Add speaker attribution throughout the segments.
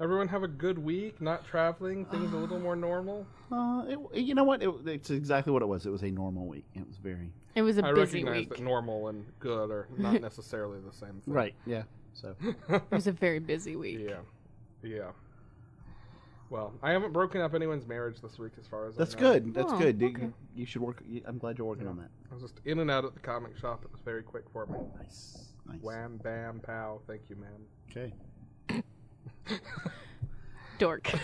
Speaker 1: everyone have a good week, not traveling, things a little more normal.
Speaker 2: Uh, it, you know what? It, it's exactly what it was. It was a normal week. It was very
Speaker 3: It was a
Speaker 1: I
Speaker 3: busy
Speaker 1: recognize
Speaker 3: week.
Speaker 1: that normal and good are not necessarily the same thing.
Speaker 2: Yeah. So
Speaker 3: It was a very busy week.
Speaker 1: Yeah. Yeah. Well, I haven't broken up anyone's marriage this week as far as
Speaker 2: that's
Speaker 1: I know.
Speaker 2: good. That's
Speaker 3: Oh,
Speaker 2: good. You-
Speaker 3: okay.
Speaker 2: You, you should work. You, I'm glad you're working on that.
Speaker 1: I was just in and out at the comic shop. It was very quick for me.
Speaker 2: Nice. Nice.
Speaker 1: Wham, bam, pow. Thank you, ma'am.
Speaker 2: Okay.
Speaker 3: Dork.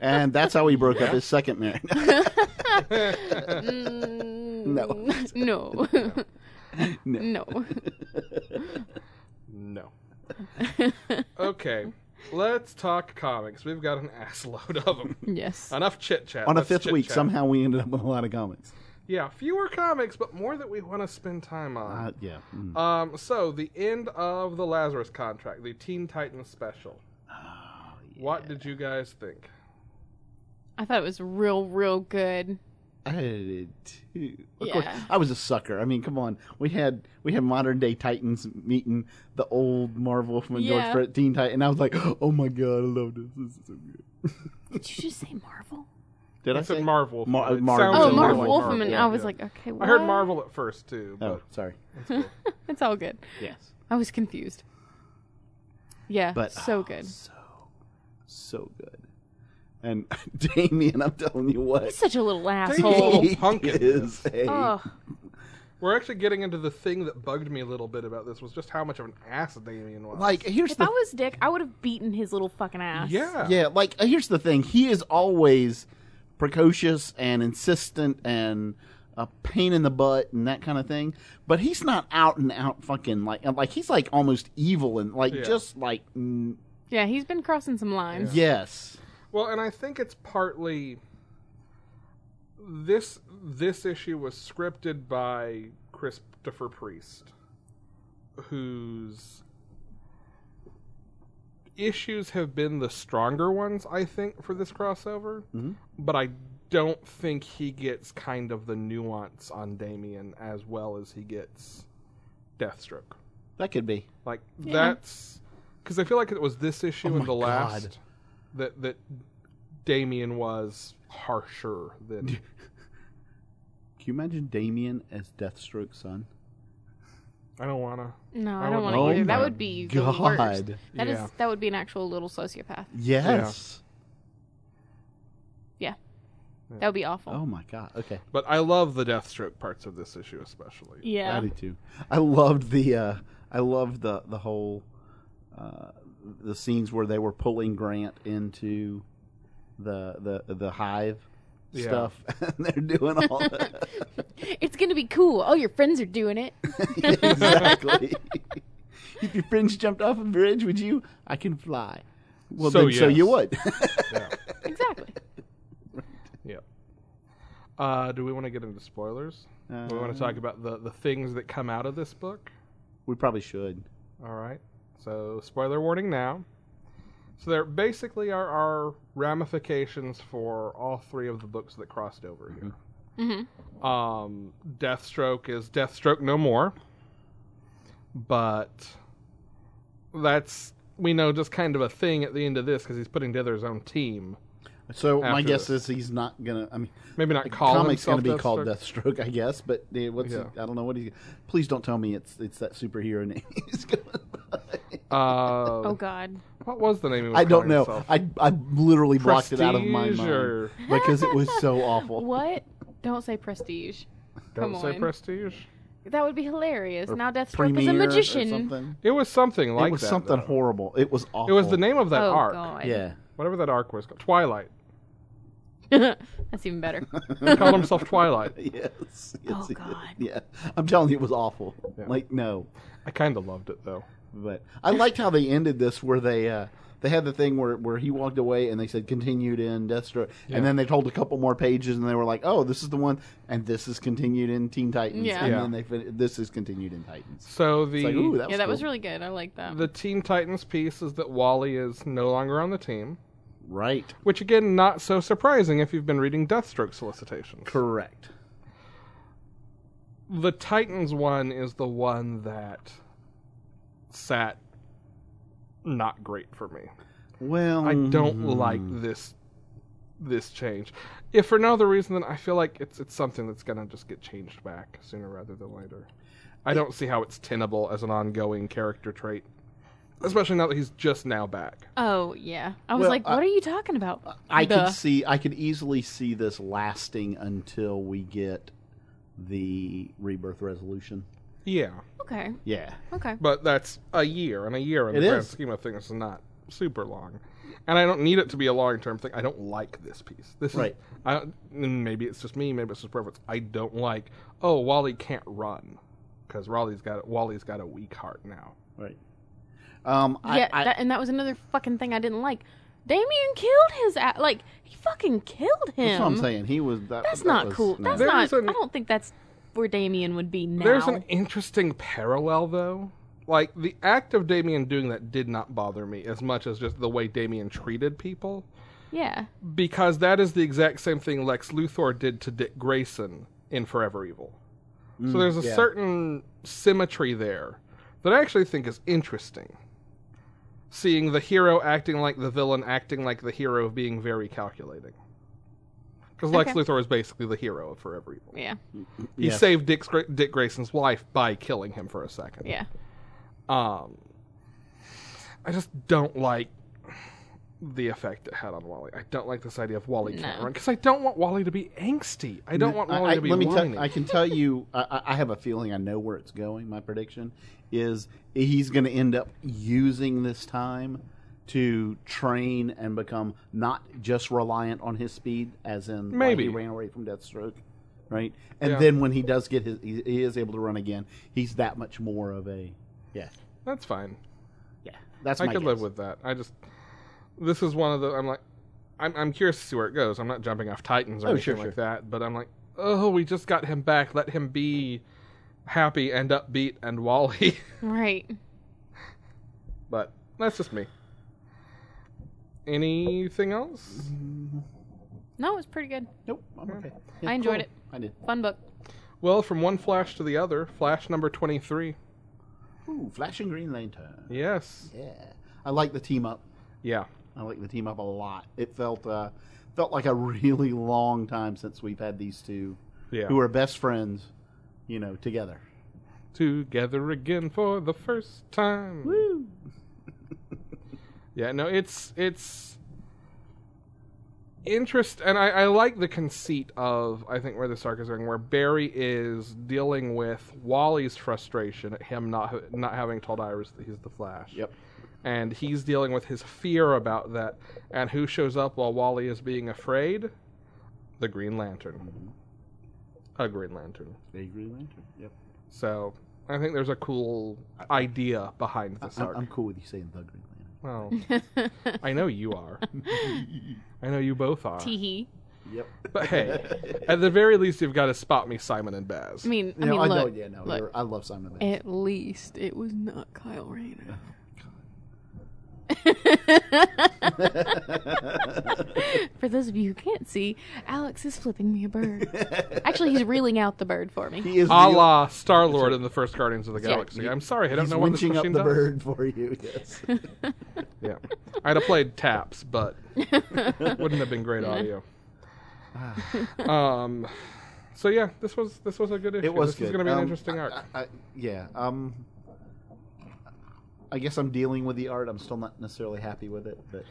Speaker 2: And that's how he broke up his second marriage.
Speaker 3: no. No. Mm, no.
Speaker 1: No. okay. Let's talk comics. We've got an assload of them.
Speaker 3: Yes.
Speaker 1: Enough chit chat.
Speaker 2: on a fifth week, somehow we ended up with a lot of comments.
Speaker 1: Yeah, fewer comics, but more that we want to spend time on.
Speaker 2: Uh, yeah. Mm.
Speaker 1: Um, so the end of the Lazarus contract, the Teen Titans special.
Speaker 2: Ah,
Speaker 1: What did you guys think?
Speaker 3: I thought it was real, real good.
Speaker 2: I did too. Of course,
Speaker 3: Yeah.
Speaker 2: I was a sucker. I mean, come on. We had we had modern day Titans meeting the old Marvel from
Speaker 3: Yeah.
Speaker 2: George Fre- Teen Titan, and I was like, oh my god, I love this. This is so good.
Speaker 3: Did you just say Marvel?
Speaker 2: Did
Speaker 1: I
Speaker 2: I
Speaker 1: said
Speaker 2: say
Speaker 1: Marvel.
Speaker 2: Mar-
Speaker 1: It
Speaker 2: Marvel.
Speaker 1: sounds
Speaker 3: Oh,
Speaker 2: Oh,
Speaker 1: like
Speaker 3: Marv
Speaker 2: Marvel.
Speaker 3: Wolfman.
Speaker 1: Yeah,
Speaker 3: I was
Speaker 1: yeah.
Speaker 3: like, okay,
Speaker 1: I heard
Speaker 3: what?
Speaker 1: Marvel at first too, but
Speaker 2: Oh, sorry.
Speaker 3: It's all good.
Speaker 2: Yes,
Speaker 3: I was confused. Yeah,
Speaker 2: but
Speaker 3: so
Speaker 2: oh,
Speaker 3: good.
Speaker 2: so so good. And Damien, I'm telling you what,
Speaker 3: He's such a little asshole.
Speaker 1: little
Speaker 2: he
Speaker 1: punk in
Speaker 2: is a
Speaker 3: oh,
Speaker 1: we're actually getting into the thing that bugged me a little bit about this was just how much of an ass Damien was.
Speaker 2: like here's
Speaker 3: if
Speaker 2: the
Speaker 3: I was Dick, I would have beaten his little fucking ass.
Speaker 1: yeah,
Speaker 2: yeah like uh, here's the thing he is always precocious and insistent and a pain in the butt and that kind of thing but he's not out and out fucking like like he's like almost evil and like
Speaker 1: Yeah.
Speaker 2: just like mm,
Speaker 3: Yeah, he's been crossing some lines.
Speaker 2: yes
Speaker 1: Well, and I think it's partly this this issue was scripted by Chris Christopher Priest, whose issues have been the stronger ones, I think, for this crossover.
Speaker 2: Mhm.
Speaker 1: But I don't think he gets kind of the nuance on Damien as well as he gets Deathstroke.
Speaker 2: That could be.
Speaker 1: Like
Speaker 3: Yeah.
Speaker 1: that's because I feel like it was this issue
Speaker 2: Oh
Speaker 1: and
Speaker 2: my
Speaker 1: the last
Speaker 2: God.
Speaker 1: that that Damien was harsher than
Speaker 2: Can you imagine Damien as Deathstroke's son?
Speaker 1: I don't wanna.
Speaker 3: No,
Speaker 1: I
Speaker 3: I don't
Speaker 1: would-
Speaker 3: want
Speaker 1: Oh
Speaker 3: to either. That
Speaker 1: my
Speaker 3: would be the worst. That is
Speaker 1: Yeah.
Speaker 3: that would be an actual little sociopath.
Speaker 2: Yes.
Speaker 3: That would be awful.
Speaker 2: Oh my god. Okay.
Speaker 1: But I love the Deathstroke parts of this issue especially.
Speaker 2: I
Speaker 3: Yeah.
Speaker 2: do too. I loved the uh I loved the the whole uh the scenes where they were pulling Grant into the the the hive
Speaker 1: Yeah.
Speaker 2: stuff and they're doing all that.
Speaker 3: It's gonna be cool. All your friends are doing it.
Speaker 2: exactly. if your friends jumped off a bridge, would you? I can fly. Well,
Speaker 1: So
Speaker 2: then, so
Speaker 1: yes.
Speaker 2: you would.
Speaker 1: Yeah.
Speaker 3: Exactly.
Speaker 1: yeah. Uh, do we want to get into spoilers? we want to talk about the, the things that come out of this book.
Speaker 2: Uh, we probably should.
Speaker 1: All right. So, spoiler warning now. So, there basically are our ramifications for all three of the books that crossed over here.
Speaker 2: Mm-hmm.
Speaker 3: hmm
Speaker 1: Um, Deathstroke is Deathstroke no more, but that's we know just kind of a thing at the end of this because he's putting together his own team.
Speaker 2: So my
Speaker 1: After
Speaker 2: guess
Speaker 1: this.
Speaker 2: is he's not gonna. I mean,
Speaker 1: Maybe not
Speaker 2: the
Speaker 1: call
Speaker 2: comic's
Speaker 1: himself
Speaker 2: gonna be called
Speaker 1: Deathstroke.
Speaker 2: Deathstroke, I guess. But eh, what's
Speaker 1: Yeah.
Speaker 2: he, I don't know what he. Please don't tell me it's it's that superhero name. he's going by.
Speaker 1: Uh,
Speaker 3: Oh God.
Speaker 1: What was the name of?
Speaker 2: I don't
Speaker 1: calling
Speaker 2: know.
Speaker 1: himself?
Speaker 2: I I literally blocked it out of my
Speaker 1: Prestige
Speaker 2: mind
Speaker 1: or-
Speaker 2: because it was so awful.
Speaker 3: What? Don't say prestige.
Speaker 1: Don't
Speaker 3: Come
Speaker 1: say
Speaker 3: on.
Speaker 1: prestige.
Speaker 3: That would be hilarious.
Speaker 2: Or
Speaker 3: now Deathstroke is
Speaker 2: Premiere
Speaker 3: a
Speaker 2: or
Speaker 3: magician.
Speaker 2: something.
Speaker 1: It was something like
Speaker 2: it was
Speaker 1: that,
Speaker 2: something
Speaker 1: though.
Speaker 2: horrible. It was awful.
Speaker 1: It was the name of that
Speaker 3: oh
Speaker 1: arc,
Speaker 3: God.
Speaker 2: Yeah.
Speaker 1: whatever that arc was called. Twilight.
Speaker 3: That's even better.
Speaker 1: He called himself Twilight.
Speaker 2: Yes. yes
Speaker 3: Oh,
Speaker 2: it-
Speaker 3: God.
Speaker 2: Yeah. I'm telling you, it was awful.
Speaker 1: Yeah.
Speaker 2: Like no.
Speaker 1: I kind of loved it though.
Speaker 2: But I liked how they ended this, where they uh, they had the thing where, where he walked away, and they said continued in Deathstroke,
Speaker 1: Yeah.
Speaker 2: and then they told a couple more pages, and they were like, "Oh, this is the one," and this is continued in Teen Titans,
Speaker 3: Yeah.
Speaker 2: and
Speaker 1: Yeah.
Speaker 2: then they fin- this is continued in Titans.
Speaker 1: So the
Speaker 2: It's like, ooh, that was
Speaker 3: yeah, that was
Speaker 2: cool."
Speaker 3: really good. I like that.
Speaker 1: the Teen Titans piece is that Wally is no longer on the team,
Speaker 2: right,
Speaker 1: which again, not so surprising if you've been reading Deathstroke solicitations.
Speaker 2: correct.
Speaker 1: The Titans one is the one that sat not great for me.
Speaker 2: Well, mm-hmm.
Speaker 1: I don't like this this change. If for no other reason than I feel like it's it's something that's gonna just get changed back sooner rather than later. I don't see how it's tenable as an ongoing character trait. Especially now that he's just now back.
Speaker 3: oh yeah. I was
Speaker 2: Well,
Speaker 3: like,
Speaker 2: I-
Speaker 3: what are you talking about?
Speaker 2: I
Speaker 3: The-
Speaker 2: could see, I could easily see this lasting until we get the rebirth resolution.
Speaker 1: Yeah.
Speaker 3: Okay.
Speaker 2: Yeah,
Speaker 3: Okay.
Speaker 1: But that's a year, and a year in
Speaker 2: It
Speaker 1: the grand
Speaker 2: is.
Speaker 1: scheme of things is not super long. And I don't need it to be a long term thing. I don't like this piece. This
Speaker 2: Right.
Speaker 1: is I and maybe it's just me, maybe it's just preference. I don't like oh Wally can't run because Wally's got Wally's got a weak heart now.
Speaker 2: right. Um, I-
Speaker 3: yeah,
Speaker 2: I,
Speaker 3: that, and that was another fucking thing I didn't like. Damien killed his a- like he fucking killed him.
Speaker 2: that's what I'm saying. He was. That,
Speaker 3: That's
Speaker 2: that
Speaker 3: not
Speaker 2: was-
Speaker 3: cool.
Speaker 2: no.
Speaker 3: That's
Speaker 1: There
Speaker 3: not.
Speaker 1: is an-
Speaker 3: I don't think that's where Damien would be now.
Speaker 1: There's an interesting parallel though. Like the act of Damien doing that did not bother me as much as just the way Damien treated people.
Speaker 3: yeah.
Speaker 1: Because that is the exact same thing Lex Luthor did to Dick Grayson in Forever Evil. So there's a
Speaker 2: yeah.
Speaker 1: certain symmetry there that I actually think is interesting. Seeing the hero acting like the villain, acting like the hero, being very calculating. Because Lex
Speaker 3: Okay.
Speaker 1: Luthor is basically the hero of Forever Evil.
Speaker 3: Yeah.
Speaker 1: He
Speaker 2: Yeah.
Speaker 1: saved Dick's, Gra- Dick Grayson's life by killing him for a second.
Speaker 3: Yeah.
Speaker 1: Um, I just don't like the effect it had on Wally. I don't like this idea of Wally can't
Speaker 3: No.
Speaker 1: run because I don't want Wally to be angsty. I don't want
Speaker 2: I-
Speaker 1: Wally
Speaker 2: I-
Speaker 1: to be
Speaker 2: let me
Speaker 1: whiny.
Speaker 2: tell, I can tell you, I, I- I have a feeling I know where it's going. My prediction is he's going to end up using this time to train and become not just reliant on his speed, as in why
Speaker 1: Maybe.
Speaker 2: he ran away from Deathstroke, right? And
Speaker 1: Yeah.
Speaker 2: then when he does get his, he, he is able to run again. He's that much more of a, yeah,
Speaker 1: That's fine.
Speaker 2: yeah. That's
Speaker 1: I
Speaker 2: my
Speaker 1: could
Speaker 2: guess.
Speaker 1: live with that. I just this is one of the I'm like I'm I'm curious to see where it goes. I'm not jumping off Titans or
Speaker 2: Oh,
Speaker 1: anything
Speaker 2: sure,
Speaker 1: like that, but I'm like, oh, we just got him back. Let him be happy and upbeat and Wally.
Speaker 3: Right.
Speaker 1: but that's just me. Anything else?
Speaker 3: No, it's pretty good.
Speaker 2: Nope, I'm okay.
Speaker 3: I enjoyed it.
Speaker 2: I did.
Speaker 3: Fun book.
Speaker 1: Well, from one Flash to the other, Flash number 23.
Speaker 2: Ooh, Flashing Green Lantern.
Speaker 1: Yes.
Speaker 2: Yeah, I like the team up.
Speaker 1: Yeah.
Speaker 2: I like the team up a lot. It felt uh, felt like a really long time since we've had these two,
Speaker 1: Yeah.
Speaker 2: who are best friends, you know, together.
Speaker 1: together again for the first time.
Speaker 2: Woo!
Speaker 1: Yeah, no, it's it's interest, and I, I like the conceit of I think where this arc is going, where Barry is dealing with Wally's frustration at him not ha- not having told Iris that he's the Flash.
Speaker 2: Yep.
Speaker 1: and he's dealing with his fear about that, and who shows up while Wally is being afraid? The Green
Speaker 2: Mm-hmm.
Speaker 1: Lantern. A Green Lantern.
Speaker 2: They Green Lantern. Yep.
Speaker 1: So I think there's a cool idea behind this
Speaker 2: I,
Speaker 1: arc.
Speaker 2: I'm cool with you saying the Green Lantern.
Speaker 1: Well, I know you are. I know you both are.
Speaker 3: Teehee.
Speaker 2: Yep.
Speaker 1: But hey, at the very least, you've got to spot me Simon and Baz.
Speaker 3: I mean, I
Speaker 2: No,
Speaker 3: mean,
Speaker 2: I
Speaker 3: look,
Speaker 2: know, yeah, no,
Speaker 3: look.
Speaker 2: you're- I love Simon. and Baz.
Speaker 3: At least it was not Kyle Rayner.
Speaker 2: Oh,
Speaker 3: for those of you who can't see, Alex is flipping me a bird. Actually, he's reeling out the bird for me.
Speaker 2: He is
Speaker 1: a
Speaker 2: real-
Speaker 1: la Star Lord in the first Guardians of the Galaxy. I'm sorry, I don't
Speaker 2: He's
Speaker 1: know what this
Speaker 2: winching
Speaker 1: machine
Speaker 2: up the
Speaker 1: does.
Speaker 2: bird for you. Yes.
Speaker 1: Yeah, I'd have played taps, but wouldn't have been great audio. um, so yeah, this was this was a good issue.
Speaker 2: Ah. it was
Speaker 1: this
Speaker 2: good.
Speaker 1: is going to be an
Speaker 2: Um,
Speaker 1: interesting
Speaker 2: I-
Speaker 1: arc.
Speaker 2: I, I- yeah. Um. I guess I'm dealing with the art. I'm still not necessarily happy with it, but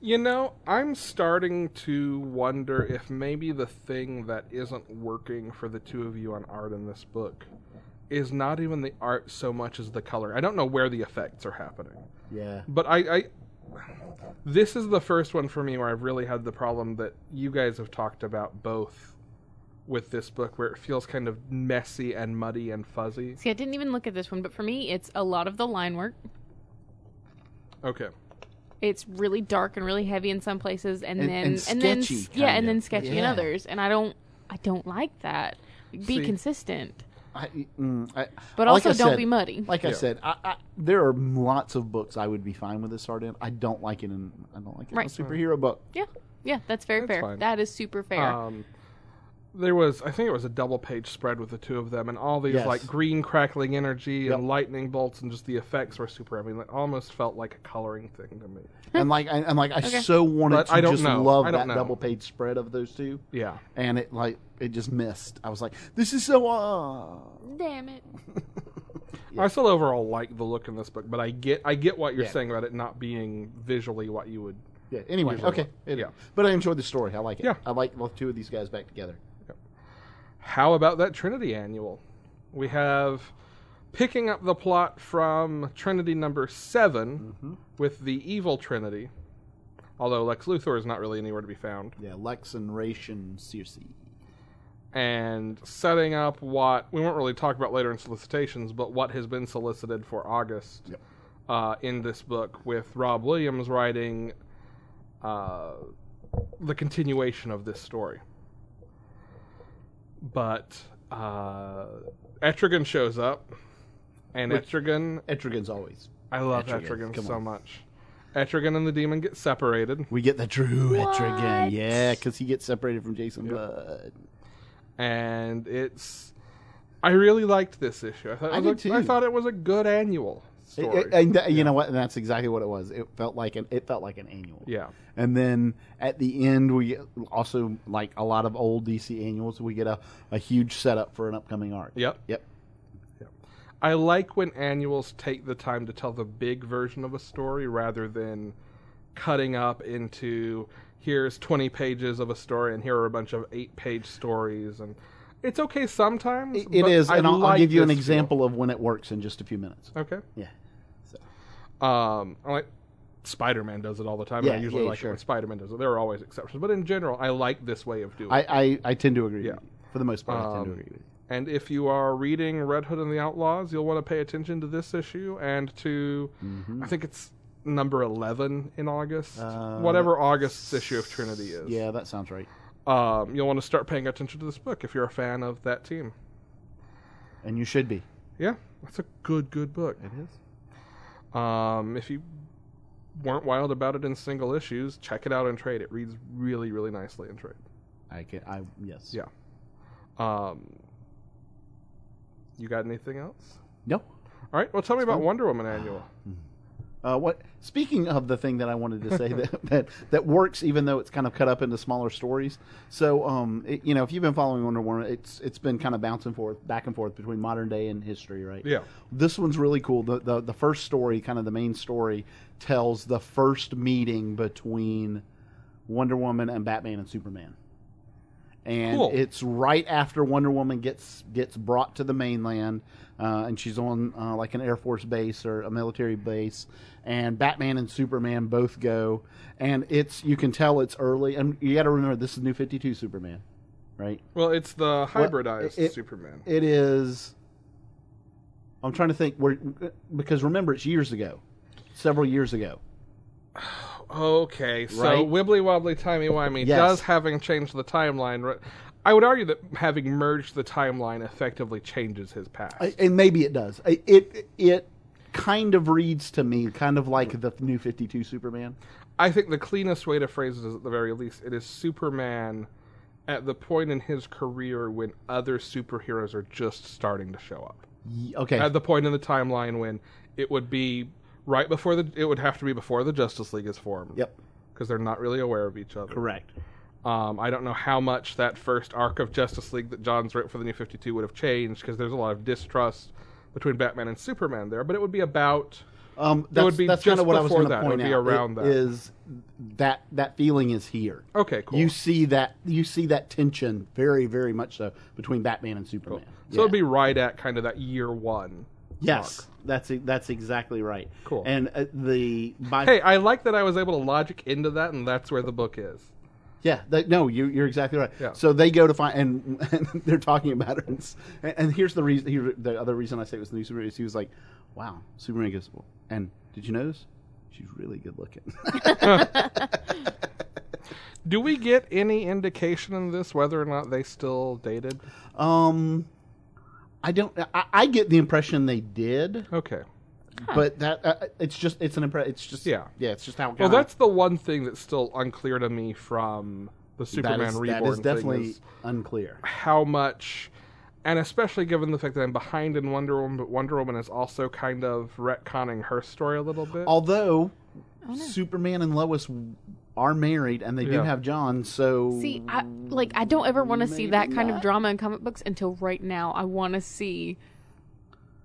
Speaker 1: You know, I'm starting to wonder if maybe the thing that isn't working for the two of you on art in this book is not even the art so much as the color. I don't know where the effects are happening,
Speaker 2: yeah.
Speaker 1: but I, I this is the first one for me where I've really had the problem that you guys have talked about both with this book where it feels kind of messy and muddy and fuzzy.
Speaker 3: See, I didn't even look at this one, but for me, it's a lot of the line work.
Speaker 1: Okay.
Speaker 3: It's really dark and really heavy in some places, and,
Speaker 2: And-
Speaker 3: then
Speaker 2: and
Speaker 3: then
Speaker 2: sketchy,
Speaker 3: s- yeah,
Speaker 2: kind
Speaker 3: and then
Speaker 2: of.
Speaker 3: sketchy in
Speaker 2: Yeah.
Speaker 3: others. And I don't, I don't like that. Be
Speaker 1: See.
Speaker 3: consistent,
Speaker 2: I, mm, I,
Speaker 3: but
Speaker 2: like
Speaker 3: also
Speaker 2: I
Speaker 3: don't
Speaker 2: said-
Speaker 3: be muddy.
Speaker 2: Like I
Speaker 1: Yeah.
Speaker 2: said, I, I, there are lots of books I would be fine with this art in. I don't like it in. I don't like it
Speaker 3: Right.
Speaker 2: in a superhero book.
Speaker 3: yeah, yeah, that's very
Speaker 1: That's
Speaker 3: fair.
Speaker 1: fine.
Speaker 3: That is super fair.
Speaker 2: Uh,
Speaker 1: Um, there was, I think it was a double page spread with the two of them, and all these
Speaker 2: Yes.
Speaker 1: like green crackling energy
Speaker 2: Yep.
Speaker 1: and lightning bolts, and just the effects were super heavy. It almost felt like a coloring thing to me.
Speaker 2: and like, I, and like, I so wanted
Speaker 1: But
Speaker 2: to
Speaker 1: I don't
Speaker 2: just
Speaker 1: know.
Speaker 2: love
Speaker 1: I don't
Speaker 2: that
Speaker 1: know.
Speaker 2: double page spread of those two,
Speaker 1: Yeah.
Speaker 2: and it like it just missed. I was like, this is so. Uh,
Speaker 3: Damn it.
Speaker 1: I still overall like the look in this book, but I get I get what you're
Speaker 2: Yeah.
Speaker 1: saying about it not being visually what you would.
Speaker 2: yeah. Anyway,
Speaker 1: Usually
Speaker 2: okay.
Speaker 1: what-
Speaker 2: It-
Speaker 1: yeah.
Speaker 2: But I enjoyed the story. I like it.
Speaker 1: Yeah.
Speaker 2: I like both two of these guys back together.
Speaker 1: How about that Trinity annual? We have picking up the plot from Trinity number 7
Speaker 2: Mm. Mm-hmm.
Speaker 1: with the evil Trinity, although Lex Luthor is not really anywhere to be found.
Speaker 2: Yeah, Lex and Raish and Circe.
Speaker 1: and setting up what we won't really talk about later in solicitations, but what has been solicited for August
Speaker 2: Yep.
Speaker 1: uh, in this book, with Rob Williams writing uh, the continuation of this story. But uh, Etrigan shows up, and
Speaker 2: Which-
Speaker 1: Etrigan,
Speaker 2: Etrigan's always.
Speaker 1: I love
Speaker 2: Etrigan,
Speaker 1: Etrigan,
Speaker 2: come
Speaker 1: so
Speaker 2: on.
Speaker 1: much. Etrigan and the demon get separated,
Speaker 2: We get the true Etrigan.
Speaker 3: What?
Speaker 2: Yeah, because he gets separated from Jason Blood.
Speaker 1: and it's. I really liked this issue. I thought
Speaker 2: I
Speaker 1: it
Speaker 2: did
Speaker 1: was a- I
Speaker 2: too.
Speaker 1: thought it was a good annual
Speaker 2: It-
Speaker 1: story.
Speaker 2: it- and that- you know what? And that's exactly what it was. It felt like an it felt like an annual.
Speaker 1: yeah,
Speaker 2: And then at the end, we also like a lot of old DC annuals. We get a, a huge setup for an upcoming arc.
Speaker 1: yep.
Speaker 2: Yep.
Speaker 1: I like when annuals take the time to tell the big version of a story rather than cutting up into here's 20 pages of a story and here are a bunch of eight page stories and it's okay sometimes
Speaker 2: It- it
Speaker 1: but
Speaker 2: is,
Speaker 1: I
Speaker 2: and I'll, I'll
Speaker 1: like
Speaker 2: give you an
Speaker 1: this feel.
Speaker 2: example of when it works in just a few minutes.
Speaker 1: okay
Speaker 2: Yeah.
Speaker 1: Um, I like Spider-Man does it all the time.
Speaker 2: Yeah,
Speaker 1: and I usually
Speaker 2: yeah,
Speaker 1: like it
Speaker 2: sure.
Speaker 1: when Spider-Man does it. There are always exceptions, but in general, I like this way of doing. it.
Speaker 2: I, I, I tend to agree.
Speaker 1: Yeah.
Speaker 2: With you. For the most part, I tend
Speaker 1: Um,
Speaker 2: to agree with you.
Speaker 1: And if you are reading Red Hood and the Outlaws, you'll want to pay attention to this issue and to,
Speaker 2: Mm-hmm.
Speaker 1: I think it's number 11 in August,
Speaker 2: Uh,
Speaker 1: whatever August's issue of Trinity is.
Speaker 2: Yeah, that sounds right.
Speaker 1: Um, you'll want to start paying attention to this book if you're a fan of that team.
Speaker 2: and you should be.
Speaker 1: Yeah, that's a good, good book.
Speaker 2: It is.
Speaker 1: Um, if you weren't wild about it in single issues, check it out in trade. It reads really, really nicely in trade.
Speaker 2: I can. I yes.
Speaker 1: Yeah. Um, you got anything else?
Speaker 2: No.
Speaker 1: All right. Well, tell me about Wonder Woman Annual.
Speaker 2: Uh, what? Speaking of the thing that I wanted to say that, that that works, even though it's kind of cut up into smaller stories. So, um, it, you know, if you've been following Wonder Woman, it's it's been kind of bouncing forth, back and forth between modern day and history, right?
Speaker 1: Yeah.
Speaker 2: This one's really cool. The the, the first story, kind of the main story, tells the first meeting between Wonder Woman and Batman and Superman. And
Speaker 1: Cool.
Speaker 2: it's right after Wonder Woman gets gets brought to the mainland, uh, and she's on uh, like an Air Force base or a military base, and Batman and Superman both go, and it's you can tell it's early, and you got to remember this is New Fifty Two Superman, right?
Speaker 1: Well, it's the hybridized
Speaker 2: it-
Speaker 1: Superman.
Speaker 2: It is. I'm trying to think where because remember it's years ago, several years ago.
Speaker 1: Okay, so
Speaker 2: Right?
Speaker 1: wibbly wobbly timey wimey
Speaker 2: Yes.
Speaker 1: does having changed the timeline. re- I would argue that having merged the timeline effectively changes his past.
Speaker 2: I- and maybe it does. I- It it kind of reads to me kind of like the new 52 Superman.
Speaker 1: I think the cleanest way to phrase it is at the very least it is Superman at the point in his career when other superheroes are just starting to show up.
Speaker 2: Y- Okay.
Speaker 1: At the point in the timeline when it would be right before the it would have to be before the Justice League is formed.
Speaker 2: Yep.
Speaker 1: Because they're not really aware of each other.
Speaker 2: Correct.
Speaker 1: Um, I don't know how much that first arc of Justice League that John's wrote for the New 52 would have changed because there's a lot of distrust between Batman and Superman there, but it would be about.
Speaker 2: Um, that's,
Speaker 1: would be
Speaker 2: that's kind
Speaker 1: just
Speaker 2: of what I was
Speaker 1: before
Speaker 2: going to
Speaker 1: that. It
Speaker 2: point
Speaker 1: would be
Speaker 2: out.
Speaker 1: around
Speaker 2: it
Speaker 1: that.
Speaker 2: is that that feeling is here.
Speaker 1: Okay, cool.
Speaker 2: You see that you see that tension very very much so between Batman and Superman.
Speaker 1: So it'd be right at kind of that year one.
Speaker 2: yes, that's e- that's exactly right.
Speaker 1: Cool.
Speaker 2: And uh, the by
Speaker 1: Hey, I like that I was able to logic into that, and that's where the book is.
Speaker 2: Yeah, they, no, you, you're exactly right.
Speaker 1: Yeah.
Speaker 2: So they go to find, and, and they're talking about it. And, s- and- and here's the reason. Here, the other reason I say it was the new Superman is he was like, "Wow, Superman goes." well, And did you notice? She's really good looking.
Speaker 1: Do we get any indication in this whether or not they still dated?
Speaker 2: um, I don't. I, I get the impression they did,
Speaker 1: Okay.
Speaker 2: but that uh, it's just it's an impression. It's just
Speaker 1: Yeah.
Speaker 2: yeah. It's just how. it
Speaker 1: Well,
Speaker 2: kinda-
Speaker 1: that's the one thing that's still unclear to me from the
Speaker 2: that
Speaker 1: Superman
Speaker 2: is-
Speaker 1: Reborn
Speaker 2: That is definitely
Speaker 1: thing is
Speaker 2: unclear.
Speaker 1: how much, and especially given the fact that I'm behind in Wonder Woman, but Wonder Woman is also kind of retconning her story a little bit.
Speaker 2: Although
Speaker 3: Oh, no.
Speaker 2: Superman and Lois are married and they do
Speaker 1: Yeah.
Speaker 2: have John, so
Speaker 3: See, I like I don't ever want to see
Speaker 2: Maybe
Speaker 3: that kind
Speaker 2: not.
Speaker 3: of drama in comic books until right now. I want to see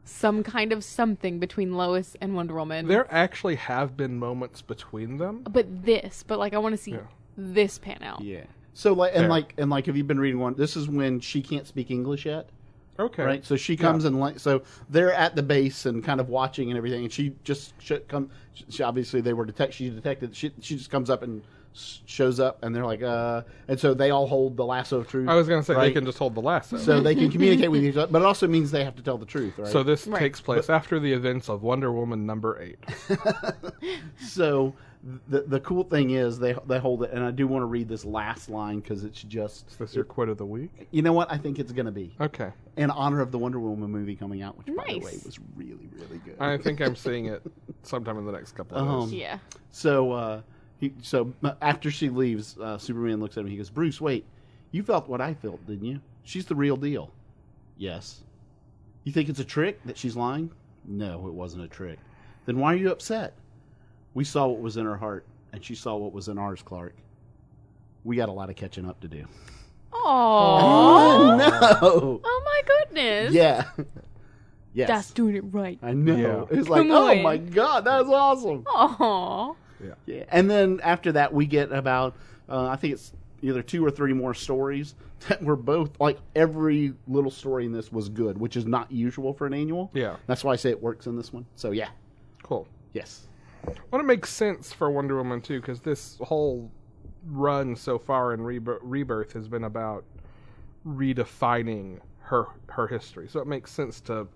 Speaker 3: some kind of something between Lois and Wonder Woman.
Speaker 1: there actually have been moments between them.
Speaker 3: but this, but like I want to see this pan out.
Speaker 2: Yeah. So like and
Speaker 1: Fair.
Speaker 2: like and like, have you been reading one? This is when she can't speak English yet,
Speaker 1: Okay.
Speaker 2: right? So she comes and like, so they're at the base and kind of watching and everything, and she just sh- come. She, obviously, they were detect. She detected. She she just comes up and s- shows up, and they're like, uh, and so they all hold the lasso of truth.
Speaker 1: I was going to say
Speaker 2: right?
Speaker 1: they can just hold the lasso.
Speaker 2: so they can communicate with each other, but it also means they have to tell the truth, right?
Speaker 1: So this
Speaker 3: Right.
Speaker 1: takes place after the events of Wonder Woman number eight.
Speaker 2: so the the cool thing is they they hold it, and I do want to read this last line because it's just
Speaker 1: Is this your quote of the week?
Speaker 2: you know what I think it's gonna be.
Speaker 1: Okay.
Speaker 2: in honor of the Wonder Woman movie coming out, which by the
Speaker 3: Nice.
Speaker 2: way was really really good.
Speaker 1: I think I'm seeing it sometime in the next couple of
Speaker 2: Um,
Speaker 1: days.
Speaker 3: Yeah.
Speaker 2: so uh, he, so uh, after she leaves, uh, Superman looks at him. He goes, "Bruce, wait, you felt what I felt, didn't you? She's the real deal." Yes. You think it's a trick that she's lying? No, it wasn't a trick. Then why are you upset? We saw what was in her heart, and she saw what was in ours, Clark. We got a lot of catching up to do.
Speaker 3: Oh
Speaker 2: no!
Speaker 3: Oh my goodness.
Speaker 2: Yeah. yes.
Speaker 3: That's doing it right.
Speaker 2: I know.
Speaker 1: Yeah.
Speaker 2: It's like,
Speaker 3: Come
Speaker 2: oh
Speaker 3: on.
Speaker 2: my god, that was awesome.
Speaker 3: Oh.
Speaker 2: Yeah. And then after that, we get about uh, I think it's either two or three more stories that were both like every little story in this was good, which is not usual for an annual.
Speaker 1: Yeah.
Speaker 2: That's why I say it works in this one. So yeah,
Speaker 1: Cool.
Speaker 2: yes,
Speaker 1: Well, it makes sense for Wonder Woman too, because this whole run so far in Reb- Rebirth has been about redefining her her history. So it makes sense to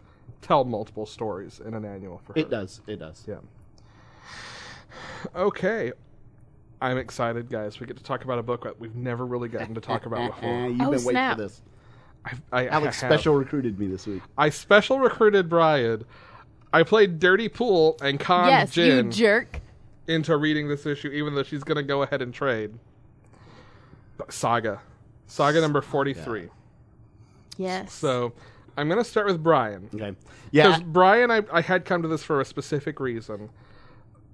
Speaker 1: tell multiple stories in an annual for her.
Speaker 2: it does. It does.
Speaker 1: Yeah. Okay. I'm excited, guys. We get to talk about a book that we've never really gotten to talk about before.
Speaker 2: Uh, you've been waiting
Speaker 3: snap.
Speaker 2: for this.
Speaker 1: I, I
Speaker 2: Alex
Speaker 1: have-
Speaker 2: special recruited me this week.
Speaker 1: I special recruited Brian. I played dirty pool and conned
Speaker 3: yes,
Speaker 1: Jin
Speaker 3: you jerk.
Speaker 1: into reading this issue, even though she's going to go ahead and trade. But saga, saga number forty-three.
Speaker 3: Yes.
Speaker 1: So I'm going to start with Brian.
Speaker 2: Okay.
Speaker 1: Because
Speaker 2: Yeah.
Speaker 1: Brian, I, I had come to this for a specific reason.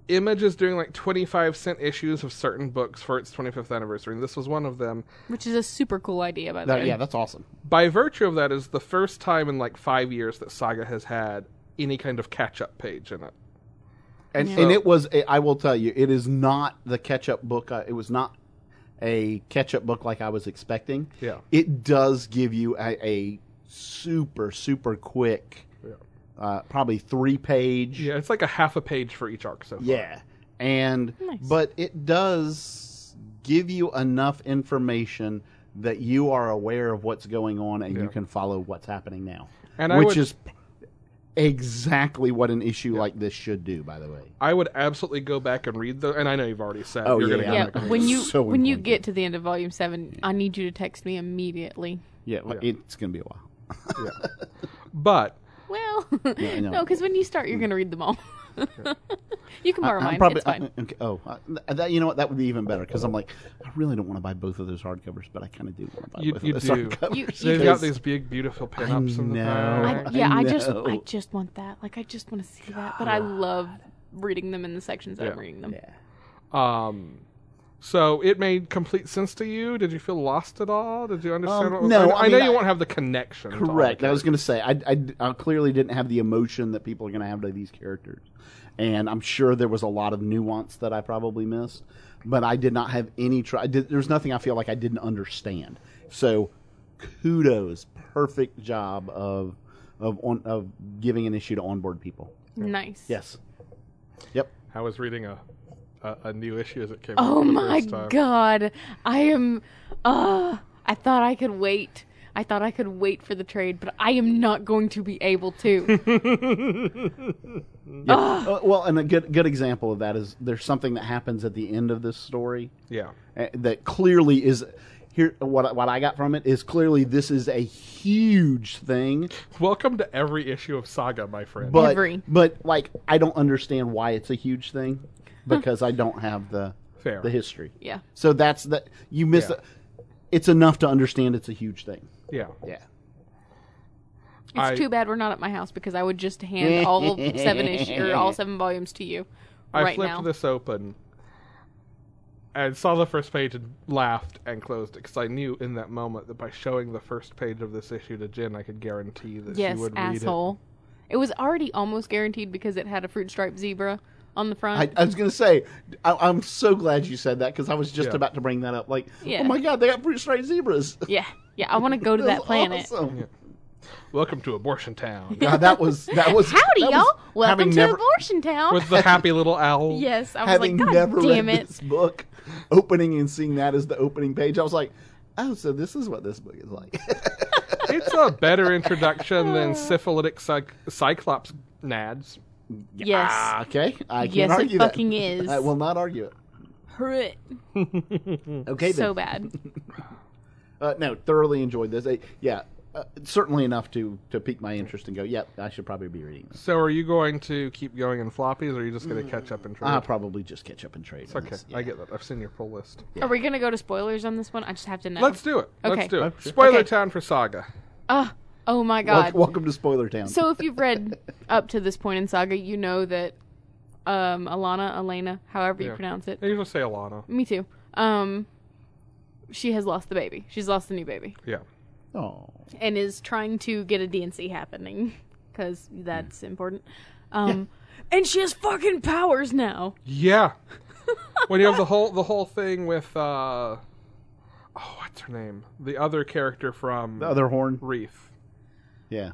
Speaker 1: Image is doing like 25 cent issues of certain books for its 25th anniversary, and this was one of them.
Speaker 3: which is a super cool idea, by the
Speaker 2: that-
Speaker 3: way.
Speaker 2: yeah, that's awesome.
Speaker 1: By virtue of that, is the first time in like five years that Saga has had any kind of catch up page in it.
Speaker 2: And
Speaker 3: Yeah.
Speaker 2: and it was a, I will tell you, it is not the catch up book. I, it was not a catch up book like I was expecting.
Speaker 1: Yeah.
Speaker 2: It does give you a, a super super quick, uh, probably three page.
Speaker 1: Yeah, it's like a half a page for each arc so far.
Speaker 2: Yeah. And
Speaker 3: Nice.
Speaker 2: but it does give you enough information that you are aware of what's going on and you can follow what's happening now.
Speaker 1: And I
Speaker 2: which
Speaker 1: would-
Speaker 2: is exactly what an issue like this should do, by the way.
Speaker 1: I would absolutely go back and read the. And I know you've already said
Speaker 2: Oh,
Speaker 1: you're
Speaker 2: yeah,
Speaker 1: going to
Speaker 2: yeah.
Speaker 1: go
Speaker 3: Yeah,
Speaker 1: back and read
Speaker 3: when
Speaker 2: it's
Speaker 3: you
Speaker 2: so
Speaker 3: when you
Speaker 2: important.
Speaker 3: get to the end of volume seven, I need you to text me immediately.
Speaker 2: Yeah, like, it's going to be a while.
Speaker 1: But
Speaker 3: Well,
Speaker 2: I know.
Speaker 3: no, because when you start, you're going to read them all. you can borrow
Speaker 2: I'm
Speaker 3: mine.
Speaker 2: probably
Speaker 3: it's fine.
Speaker 2: I- okay, oh, I- that, you know what? That would be even better because I'm like, I really don't want to buy both of those hardcovers, but I kind of do want to buy
Speaker 1: You-
Speaker 2: both
Speaker 1: you
Speaker 2: of those
Speaker 1: do.
Speaker 2: hardcovers.
Speaker 3: You-
Speaker 1: they've got
Speaker 3: Because-
Speaker 1: these big, beautiful pinups in the
Speaker 2: know.
Speaker 1: back.
Speaker 3: I, yeah,
Speaker 2: I
Speaker 3: I, just
Speaker 2: know.
Speaker 3: I just want that. Like I just want to see that. But I love reading them in the sections that
Speaker 1: Yeah.
Speaker 3: I'm reading them.
Speaker 2: Yeah.
Speaker 1: Um, so it made complete sense to you. Did you feel lost at all? Did you understand?
Speaker 2: Um,
Speaker 1: what was,
Speaker 2: no,
Speaker 1: I,
Speaker 2: I
Speaker 1: I know
Speaker 2: mean,
Speaker 1: you
Speaker 2: I-
Speaker 1: won't have the connection. to all the
Speaker 2: Correct. I was
Speaker 1: characters.
Speaker 2: going to say I, I, I clearly didn't have the emotion that people are going to have to these characters, and I'm sure there was a lot of nuance that I probably missed, but I did not have any. Try. I did- There's nothing I feel like I didn't understand. So, kudos, perfect job of of on, of giving an issue to onboard people.
Speaker 3: Nice.
Speaker 2: Yes. Yep.
Speaker 1: I was reading a a, a new issue as it came. out
Speaker 3: Oh
Speaker 1: for the
Speaker 3: my
Speaker 1: first time.
Speaker 3: god. I am uh I thought I could wait. I thought I could wait for the trade, but I am not going to be able to. Ah.
Speaker 2: Uh, well, and a good good example of that is there's something that happens at the end of this story
Speaker 1: Yeah,
Speaker 2: uh, that clearly is here what I- what I got from it is clearly this is a huge thing
Speaker 1: welcome to every issue of Saga, my friend.
Speaker 2: but
Speaker 3: Every.
Speaker 2: but like I don't understand why it's a huge thing because I don't have the
Speaker 1: Fair.
Speaker 2: the history.
Speaker 3: yeah.
Speaker 2: So that's that you miss
Speaker 1: Yeah.
Speaker 2: the- it's enough to understand it's a huge thing.
Speaker 1: yeah,
Speaker 2: Yeah.
Speaker 3: It's
Speaker 1: I-
Speaker 3: too bad we're not at my house because I would just hand all seven issues or all seven volumes to you
Speaker 1: I
Speaker 3: right
Speaker 1: flipped
Speaker 3: now.
Speaker 1: this open and saw the first page and laughed and closed it because I knew in that moment that by showing the first page of this issue to Jen, I could guarantee that
Speaker 3: yes,
Speaker 1: she would read it.
Speaker 3: asshole. It. was already almost guaranteed because it had a fruit striped zebra on the front.
Speaker 2: I, I was gonna say, I, I'm so glad you said that because I was just
Speaker 1: Yeah.
Speaker 2: about to bring that up. Like,
Speaker 3: Yeah.
Speaker 2: oh my god, they got pretty straight zebras.
Speaker 3: Yeah, yeah. I want to go to that
Speaker 2: That's
Speaker 3: planet.
Speaker 2: awesome.
Speaker 1: Welcome to Abortion Town
Speaker 2: God, that was that was
Speaker 3: Howdy,
Speaker 2: that was
Speaker 3: y'all! Welcome
Speaker 2: having
Speaker 3: to
Speaker 2: never,
Speaker 3: Abortion Town.
Speaker 1: with the happy little owl.
Speaker 3: yes, I was like,
Speaker 2: having
Speaker 3: God
Speaker 2: never
Speaker 3: damn
Speaker 2: read
Speaker 3: it.
Speaker 2: this book, opening and seeing that as the opening page, I was like, oh, so this is what this book is like.
Speaker 1: It's a better introduction than syphilitic cyc- cyclops nads.
Speaker 3: Yes,
Speaker 2: Ah, okay, I can't
Speaker 3: Yes, it
Speaker 2: argue that.
Speaker 3: fucking is.
Speaker 2: I will not argue it.
Speaker 3: Hurrit.
Speaker 2: Okay,
Speaker 3: Mm. so
Speaker 2: then.
Speaker 3: bad.
Speaker 2: Uh, no, thoroughly enjoyed this. I, yeah, uh, certainly enough to to pique my interest and go. Yep, I should probably be reading this.
Speaker 1: So are you going to keep going in floppies, or are you just going to catch up and trade?
Speaker 2: I'll probably just catch up and trade. on
Speaker 1: okay,
Speaker 2: this, yeah.
Speaker 1: I get that. I've seen your pull list.
Speaker 3: Are we gonna go to spoilers on this one? I just have to know.
Speaker 1: Let's do it.
Speaker 3: Okay.
Speaker 1: Let's do it.
Speaker 2: Okay.
Speaker 1: Spoiler
Speaker 3: Okay.
Speaker 1: town for Saga.
Speaker 3: Ah, oh my
Speaker 2: Wel-
Speaker 3: God.
Speaker 2: welcome to Spoiler Town.
Speaker 3: So if you've read up to this point in Saga, you know that um, Alana, Elena, however you
Speaker 1: Yeah.
Speaker 3: pronounce it,
Speaker 1: I usually say Alana.
Speaker 3: me too. Um, she has lost the baby. She's lost the new baby.
Speaker 1: Yeah.
Speaker 2: oh,
Speaker 3: and is trying to get a DNC happening because
Speaker 1: Hmm.
Speaker 3: that's important. Um, And she has fucking powers now.
Speaker 1: Yeah. when you have the whole the whole thing with uh, oh, what's her name? The other character from
Speaker 2: the other horn.
Speaker 1: Reef.
Speaker 2: Yeah,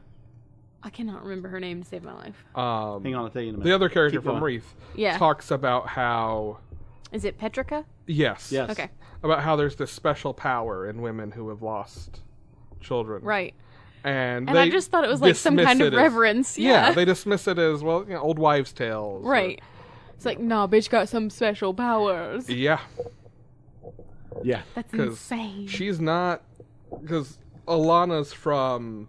Speaker 3: I cannot remember her name to save my life.
Speaker 1: Um,
Speaker 2: hang on, I'll tell you in a minute.
Speaker 1: the other character
Speaker 2: Keep
Speaker 1: from
Speaker 2: going.
Speaker 1: Reef
Speaker 3: Yeah.
Speaker 1: talks about how
Speaker 3: Is it Petrica?
Speaker 1: yes,
Speaker 2: Yes.
Speaker 3: Okay,
Speaker 1: about how there's this special power in women who have lost children.
Speaker 3: right.
Speaker 1: And,
Speaker 3: And
Speaker 1: they
Speaker 3: I just thought it was like some
Speaker 1: dismiss
Speaker 3: kind of
Speaker 1: it as-
Speaker 3: reverence.
Speaker 1: yeah.
Speaker 3: Yeah.
Speaker 1: they dismiss it as well, you know, old wives' tales. or-
Speaker 3: right. It's like, nah, bitch got some special powers.
Speaker 1: yeah,
Speaker 2: yeah,
Speaker 3: That's
Speaker 1: 'cause
Speaker 3: insane.
Speaker 1: she's not because Alana's from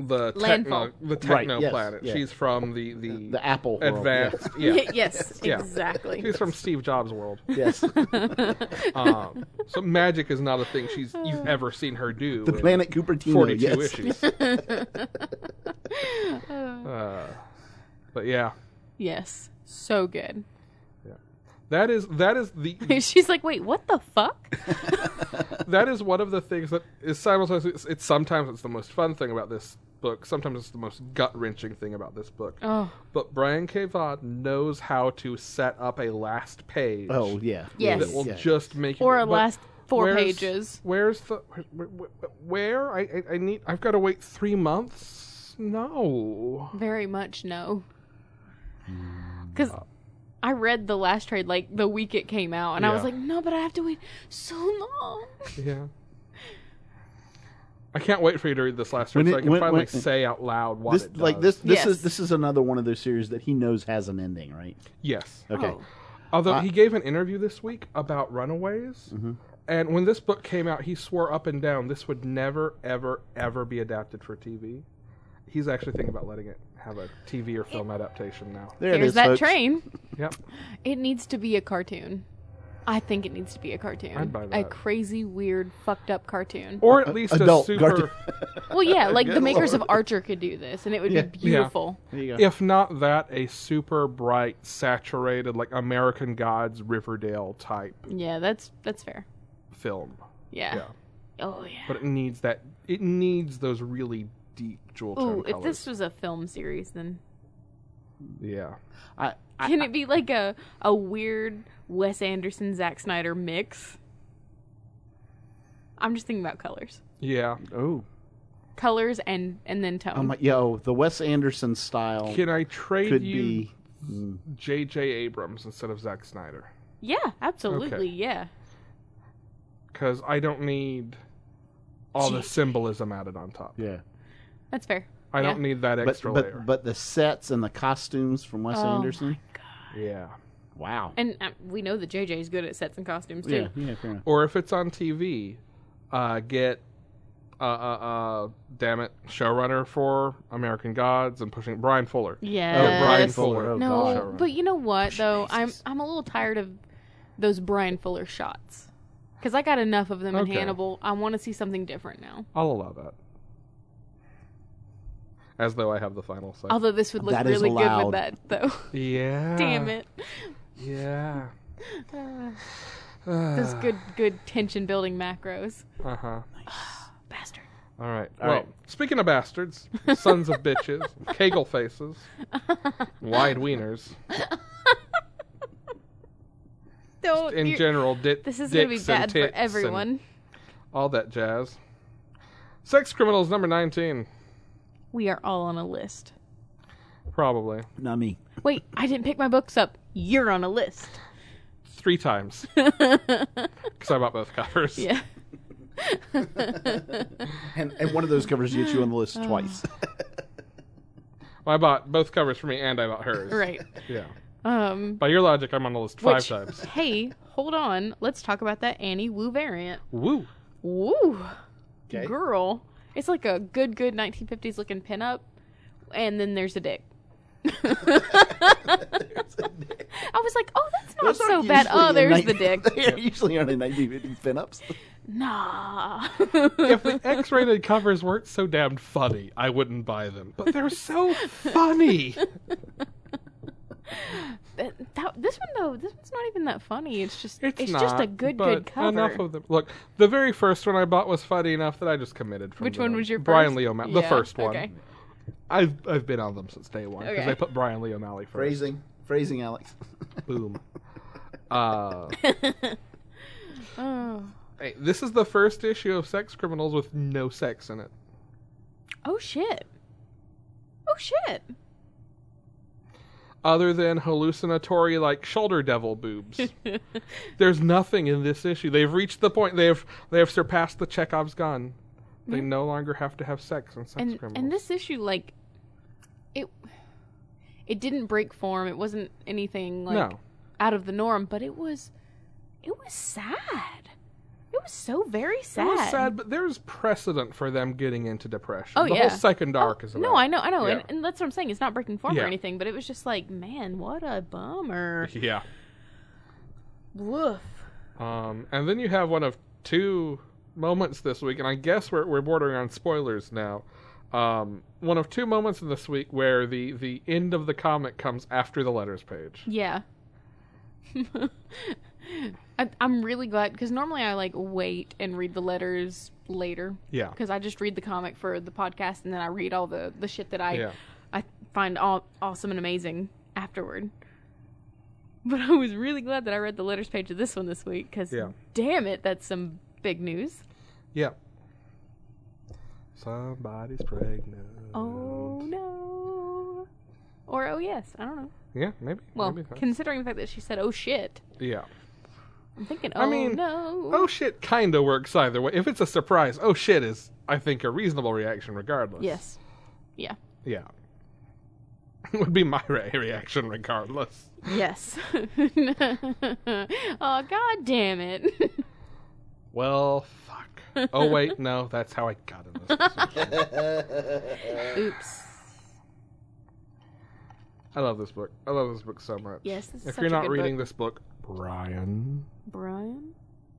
Speaker 1: the
Speaker 3: Landfall.
Speaker 1: techno, the
Speaker 2: Right,
Speaker 1: techno
Speaker 2: yes,
Speaker 1: planet.
Speaker 2: yeah.
Speaker 1: She's from the the,
Speaker 2: The Apple world,
Speaker 1: advanced. yeah.
Speaker 3: yes,
Speaker 1: Yeah.
Speaker 3: exactly.
Speaker 1: she's from Steve Jobs' world.
Speaker 2: Yes,
Speaker 1: Um, so magic is not a thing she's you've ever seen her do.
Speaker 2: the
Speaker 1: in
Speaker 2: planet Cupertino.
Speaker 1: Forty-two
Speaker 2: yes.
Speaker 1: issues. uh, but yeah,
Speaker 3: yes, so good.
Speaker 1: that is that is the
Speaker 3: She's like, wait, what the fuck?
Speaker 1: that is one of the things that is simultaneously it's, it's sometimes it's the most fun thing about this book sometimes it's the most gut-wrenching thing about this book
Speaker 3: Oh,
Speaker 1: but brian k Vaughan knows how to set up a last page
Speaker 2: Oh yeah.
Speaker 3: Yes.
Speaker 1: that will
Speaker 2: Yeah.
Speaker 1: just make
Speaker 3: or
Speaker 1: it,
Speaker 3: a
Speaker 1: but
Speaker 3: last four
Speaker 1: where's-
Speaker 3: pages.
Speaker 1: where's the where, where, where? I, I i need i've got to wait three months no
Speaker 3: Very much no. Because I read the last trade like the week it came out, and I was
Speaker 1: Yeah.
Speaker 3: like, no, but I have to wait so long.
Speaker 1: yeah I can't wait for you to read this last
Speaker 2: When
Speaker 1: one so
Speaker 2: it-
Speaker 1: I can
Speaker 2: when-
Speaker 1: finally
Speaker 2: when-
Speaker 1: say out loud what
Speaker 2: This
Speaker 1: it
Speaker 2: like
Speaker 1: does.
Speaker 2: this this
Speaker 3: Yes.
Speaker 2: is this is another one of those series that he knows has an ending, right?
Speaker 1: Yes.
Speaker 2: Okay.
Speaker 3: Oh.
Speaker 1: Although
Speaker 2: Uh,
Speaker 1: he gave an interview this week about Runaways,
Speaker 2: Mm-hmm.
Speaker 1: and when this book came out, he swore up and down this would never, ever, ever be adapted for TV. He's actually thinking about letting it have a TV or film adaptation now.
Speaker 2: There it
Speaker 3: There's
Speaker 2: is,
Speaker 3: that
Speaker 2: folks.
Speaker 3: train.
Speaker 1: Yep.
Speaker 3: It needs to be a cartoon. I think it needs to be a cartoon.
Speaker 1: I'd buy
Speaker 3: A
Speaker 1: that.
Speaker 3: crazy, weird, fucked up cartoon.
Speaker 1: Or at least a
Speaker 2: adult
Speaker 1: super.
Speaker 2: cartoon.
Speaker 3: well, yeah, like the
Speaker 2: Good
Speaker 3: makers
Speaker 2: lord.
Speaker 3: of Archer could do this, and it would
Speaker 2: Yeah.
Speaker 3: be beautiful.
Speaker 2: There you go.
Speaker 1: If not that, a super bright, saturated, like American Gods Riverdale type
Speaker 3: Yeah, that's that's fair.
Speaker 1: film.
Speaker 3: Yeah.
Speaker 1: Yeah.
Speaker 3: Oh yeah.
Speaker 1: But it needs that. It needs those really deep jewel tone
Speaker 3: Ooh,
Speaker 1: colors.
Speaker 3: if this was a film series, then
Speaker 1: Yeah.
Speaker 2: I, I,
Speaker 3: can it be like a a weird Wes Anderson Zack Snyder mix? I'm just thinking about colors,
Speaker 1: Yeah.
Speaker 2: oh,
Speaker 3: colors and and then tone.
Speaker 2: I'm like, yo, the Wes Anderson style
Speaker 1: Can I trade
Speaker 2: could
Speaker 1: you
Speaker 2: be. mm,
Speaker 1: J.J. Abrams instead of Zack Snyder
Speaker 3: yeah, absolutely.
Speaker 1: Okay.
Speaker 3: Yeah.
Speaker 1: because I don't need all the symbolism added on top.
Speaker 2: Yeah.
Speaker 3: That's fair.
Speaker 1: I don't need that
Speaker 2: But
Speaker 1: extra layer.
Speaker 2: but but the sets and the costumes from Wes
Speaker 3: Oh
Speaker 2: Anderson.
Speaker 1: yeah.
Speaker 2: Wow.
Speaker 3: And um, we know that JJ's good at sets and costumes too.
Speaker 2: Yeah. Yeah. Fair enough.
Speaker 1: Or if it's on TV, uh, get uh, uh, uh, damn it, showrunner for American Gods and pushing Brian Fuller.
Speaker 3: Yes.
Speaker 1: Oh, Brian
Speaker 2: Brian
Speaker 1: Fuller.
Speaker 2: Fuller. Oh,
Speaker 3: Uh, no,
Speaker 2: God.
Speaker 3: but you know what though? I'm I'm a little tired of those Brian Fuller shots because I got enough of them in
Speaker 1: Okay.
Speaker 3: Hannibal. I want to see something different now.
Speaker 1: I'll allow that. As though I have the final say.
Speaker 3: Although this would look
Speaker 2: That is
Speaker 3: really good
Speaker 2: allowed.
Speaker 3: with that though.
Speaker 1: yeah.
Speaker 3: Damn it!
Speaker 1: Yeah.
Speaker 3: Those good good tension building macros.
Speaker 1: Uh huh.
Speaker 3: Bastard.
Speaker 1: All right.
Speaker 2: All
Speaker 1: well,
Speaker 2: right.
Speaker 1: speaking of bastards, sons of bitches, kegel faces, wide wieners,
Speaker 3: Don't.
Speaker 1: in
Speaker 3: you're-
Speaker 1: general, dit,
Speaker 3: this is gonna be
Speaker 1: dicks and
Speaker 3: bad
Speaker 1: tits and
Speaker 3: for everyone.
Speaker 1: all that jazz. Sex criminals number nineteen,
Speaker 3: We are all on a list.
Speaker 1: probably
Speaker 2: Not me.
Speaker 3: Wait, I didn't pick my books up. You're on a list.
Speaker 1: three times because I bought both covers.
Speaker 3: Yeah.
Speaker 2: And, and one of those covers gets you on the list
Speaker 3: Uh,
Speaker 2: twice.
Speaker 1: Well, I bought both covers for me and I bought hers.
Speaker 3: Right.
Speaker 1: Yeah.
Speaker 3: Um.
Speaker 1: By your logic, I'm on the list five
Speaker 3: Which-
Speaker 1: times.
Speaker 3: Hey, hold on. Let's talk about that Annie Wu variant.
Speaker 1: Woo.
Speaker 3: Woo,
Speaker 2: Okay.
Speaker 3: girl. It's like a good, good 1950s looking pinup, and then there's a dick. I was like, oh, that's not
Speaker 2: Those
Speaker 3: so
Speaker 2: aren't
Speaker 3: bad.
Speaker 2: usually
Speaker 3: Oh,
Speaker 2: in
Speaker 3: there's
Speaker 2: night-
Speaker 3: the dick.
Speaker 2: They're usually on a 1950s pin-ups.
Speaker 3: Nah.
Speaker 1: If the X-rated covers weren't so damn funny, I wouldn't buy them. But they're so funny.
Speaker 3: That- that- this one though, this one's not even that funny. It's just, it's,
Speaker 1: It's, not,
Speaker 3: just a good,
Speaker 1: but
Speaker 3: good cover.
Speaker 1: Enough of them. Look, the very first one I bought was funny enough that I just committed. From
Speaker 3: Which
Speaker 1: then
Speaker 3: one
Speaker 1: on.
Speaker 3: was your
Speaker 1: Brian
Speaker 3: first?
Speaker 1: Lee O'Malley? The
Speaker 3: Yeah,
Speaker 1: first one.
Speaker 3: okay.
Speaker 1: I've I've been on them since day one because
Speaker 3: Okay.
Speaker 1: I put Brian Lee O'Malley first.
Speaker 2: Phrasing, phrasing, Alex.
Speaker 1: Boom. Uh,
Speaker 3: Oh.
Speaker 1: hey, this is the first issue of Sex Criminals with no sex in it.
Speaker 3: oh shit. Oh shit.
Speaker 1: Other than hallucinatory, like shoulder devil boobs, there's nothing in this issue. They've reached the point. They have they have surpassed the Chekhov's gun. They no longer have to have sex in sex
Speaker 3: Mm-hmm. and
Speaker 1: criminals.
Speaker 3: and this issue like it it didn't break form it wasn't anything like
Speaker 1: no,
Speaker 3: out of the norm but it was it was sad it was was so very sad.
Speaker 1: It was sad, but there's precedent for them getting into depression.
Speaker 3: Oh,
Speaker 1: the
Speaker 3: yeah.
Speaker 1: whole second dark is about.
Speaker 3: No, I know, I know,
Speaker 1: Yeah.
Speaker 3: and, and that's what I'm saying. It's not breaking form
Speaker 1: Yeah.
Speaker 3: or anything, but it was just like, man, what a bummer.
Speaker 1: Yeah.
Speaker 3: Woof.
Speaker 1: Um, and then you have one of two moments this week, and I guess we're we're bordering on spoilers now. Um, one of two moments in this week where the the end of the comic comes after the letters page.
Speaker 3: Yeah. I, I'm really glad because normally I like wait and read the letters later
Speaker 1: Yeah.
Speaker 3: because I just read the comic for the podcast and then I read all the the shit that I
Speaker 1: Yeah.
Speaker 3: I find all awesome and amazing afterward. But I was really glad that I read the letters page of this one this week because
Speaker 1: Yeah.
Speaker 3: damn it, that's some big news.
Speaker 1: Yeah. Somebody's pregnant.
Speaker 3: Oh no. Or oh yes, I don't know.
Speaker 1: Yeah, maybe.
Speaker 3: Well,
Speaker 1: maybe that's-
Speaker 3: considering the fact that she said oh shit,
Speaker 1: yeah.
Speaker 3: I'm thinking oh
Speaker 1: I mean,
Speaker 3: no.
Speaker 1: Oh shit kind of works either way. If it's a surprise, oh shit is I think a reasonable reaction regardless.
Speaker 3: yes. Yeah.
Speaker 1: Yeah. Would be my re- reaction regardless.
Speaker 3: Yes. oh god damn it.
Speaker 1: Well, fuck. Oh wait, no, that's how I got in this. situation.
Speaker 3: Oops.
Speaker 1: I love this book. I love this book so much.
Speaker 3: Yes, this is
Speaker 1: If
Speaker 3: such
Speaker 1: you're
Speaker 3: a
Speaker 1: not
Speaker 3: good
Speaker 1: reading
Speaker 3: book.
Speaker 1: this book, Brian,
Speaker 3: Brian,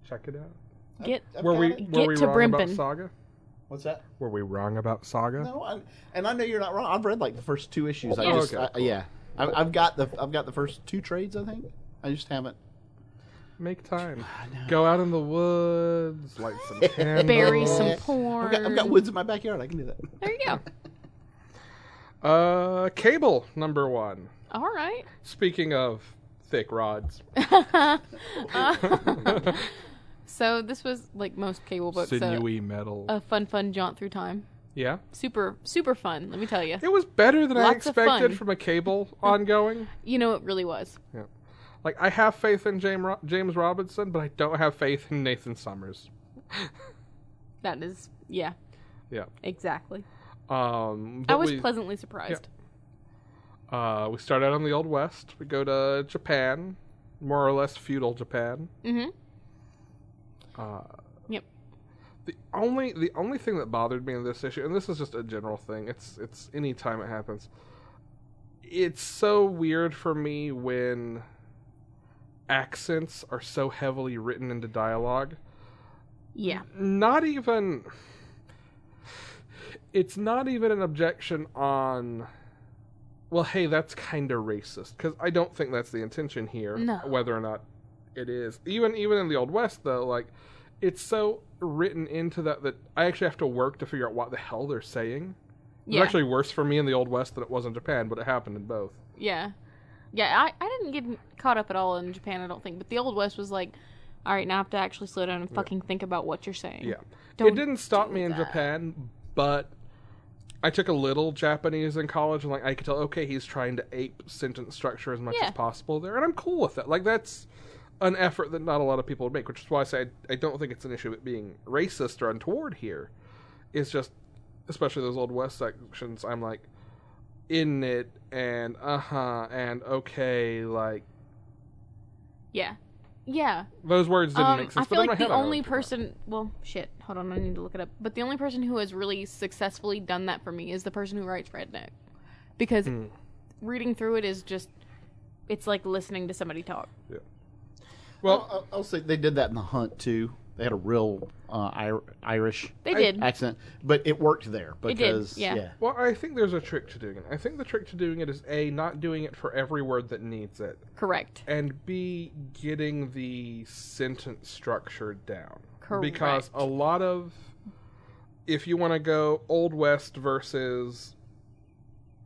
Speaker 1: check it out.
Speaker 3: get
Speaker 2: I've
Speaker 1: Were
Speaker 2: got
Speaker 1: we
Speaker 2: it.
Speaker 1: were
Speaker 3: Get
Speaker 1: we
Speaker 3: to
Speaker 1: wrong about
Speaker 3: Brimpen.
Speaker 1: Saga?
Speaker 2: What's that?
Speaker 1: Were we wrong about Saga?
Speaker 2: No, I, and I know you're not wrong. I've read like the first two issues. I
Speaker 3: Yeah.
Speaker 2: just,
Speaker 1: Oh, Okay,
Speaker 2: I- yeah, I, I've got the I've got the first two trades. I think I just haven't.
Speaker 1: Make time. Go out in the woods, light some candles.
Speaker 3: bury
Speaker 2: Yeah.
Speaker 3: some
Speaker 2: I've
Speaker 3: porn.
Speaker 2: I've got, I've got woods in my backyard. I can do that.
Speaker 3: There you go.
Speaker 1: Uh, cable number one.
Speaker 3: All right.
Speaker 1: Speaking of thick rods,
Speaker 3: So this was like most cable books, so
Speaker 1: sinewy metal.
Speaker 3: a fun, fun jaunt through time.
Speaker 1: yeah,
Speaker 3: Super, super fun. Let me tell you.
Speaker 1: it was better than I
Speaker 3: Lots of
Speaker 1: expected
Speaker 3: fun.
Speaker 1: from a cable ongoing.
Speaker 3: You know, it really was.
Speaker 1: Yeah. Like I have faith in James Ro- James Robinson, but I don't have faith in Nathan Summers.
Speaker 3: That is, yeah,
Speaker 1: Yeah.
Speaker 3: exactly.
Speaker 1: Um
Speaker 3: I
Speaker 1: but
Speaker 3: was
Speaker 1: we,
Speaker 3: pleasantly surprised.
Speaker 1: uh we start out on the old west. We go to Japan, more or less feudal Japan. Uh,
Speaker 3: Mm-hmm.
Speaker 1: The only the only thing that bothered me in this issue, and this is just a general thing, it's it's any time it happens. It's so weird for me when accents are so heavily written into dialogue. Mm-hmm.
Speaker 3: Yeah.
Speaker 1: not even it's not even an objection on well hey that's kind of racist because i don't think that's the intention here
Speaker 3: No.
Speaker 1: whether or not it is even even in the old west though like it's so written into that that i actually have to work to figure out what the hell they're saying it's
Speaker 3: Yeah.
Speaker 1: actually worse for me in the old west than it was in japan but it happened in both
Speaker 3: Yeah. Yeah, I, I didn't get caught up at all in Japan, I don't think. But the Old West was like, all right, now I have to actually slow down and fucking think about what you're saying.
Speaker 1: Yeah. it
Speaker 3: Don't
Speaker 1: didn't stop me in
Speaker 3: that.
Speaker 1: Japan, but I took a little Japanese in college and like I could tell okay, he's trying to ape sentence structure as much
Speaker 3: Yeah.
Speaker 1: as possible there and I'm cool with that. Like that's an effort that not a lot of people would make, which is why I say I, I don't think it's an issue of it being racist or untoward here. It's just especially those old west sections I'm like in it and uh-huh and okay like
Speaker 3: Yeah. Yeah.
Speaker 1: those words didn't
Speaker 3: Um,
Speaker 1: make sense
Speaker 3: I
Speaker 1: but
Speaker 3: feel
Speaker 1: in my
Speaker 3: like the
Speaker 1: head I don't
Speaker 3: only
Speaker 1: think about it.
Speaker 3: person. Well, shit. Hold on, I need to look it up. But the only person who has really successfully done that for me is the person who writes Redneck, because
Speaker 1: Hmm.
Speaker 3: reading through it is just. It's like listening to somebody talk.
Speaker 1: well
Speaker 2: I'll, I'll say they did that in the hunt too. They had a real uh, Ir- Irish
Speaker 3: They did.
Speaker 2: accent, but it worked there
Speaker 3: did,
Speaker 2: because
Speaker 3: yeah.
Speaker 2: yeah.
Speaker 1: Well, I think there's a trick to doing it. I think the trick to doing it is A, not doing it for every word that needs it,
Speaker 3: Correct.
Speaker 1: and B, getting the sentence structure down. Because
Speaker 3: Correct.
Speaker 1: a lot of. If you want to go Old West versus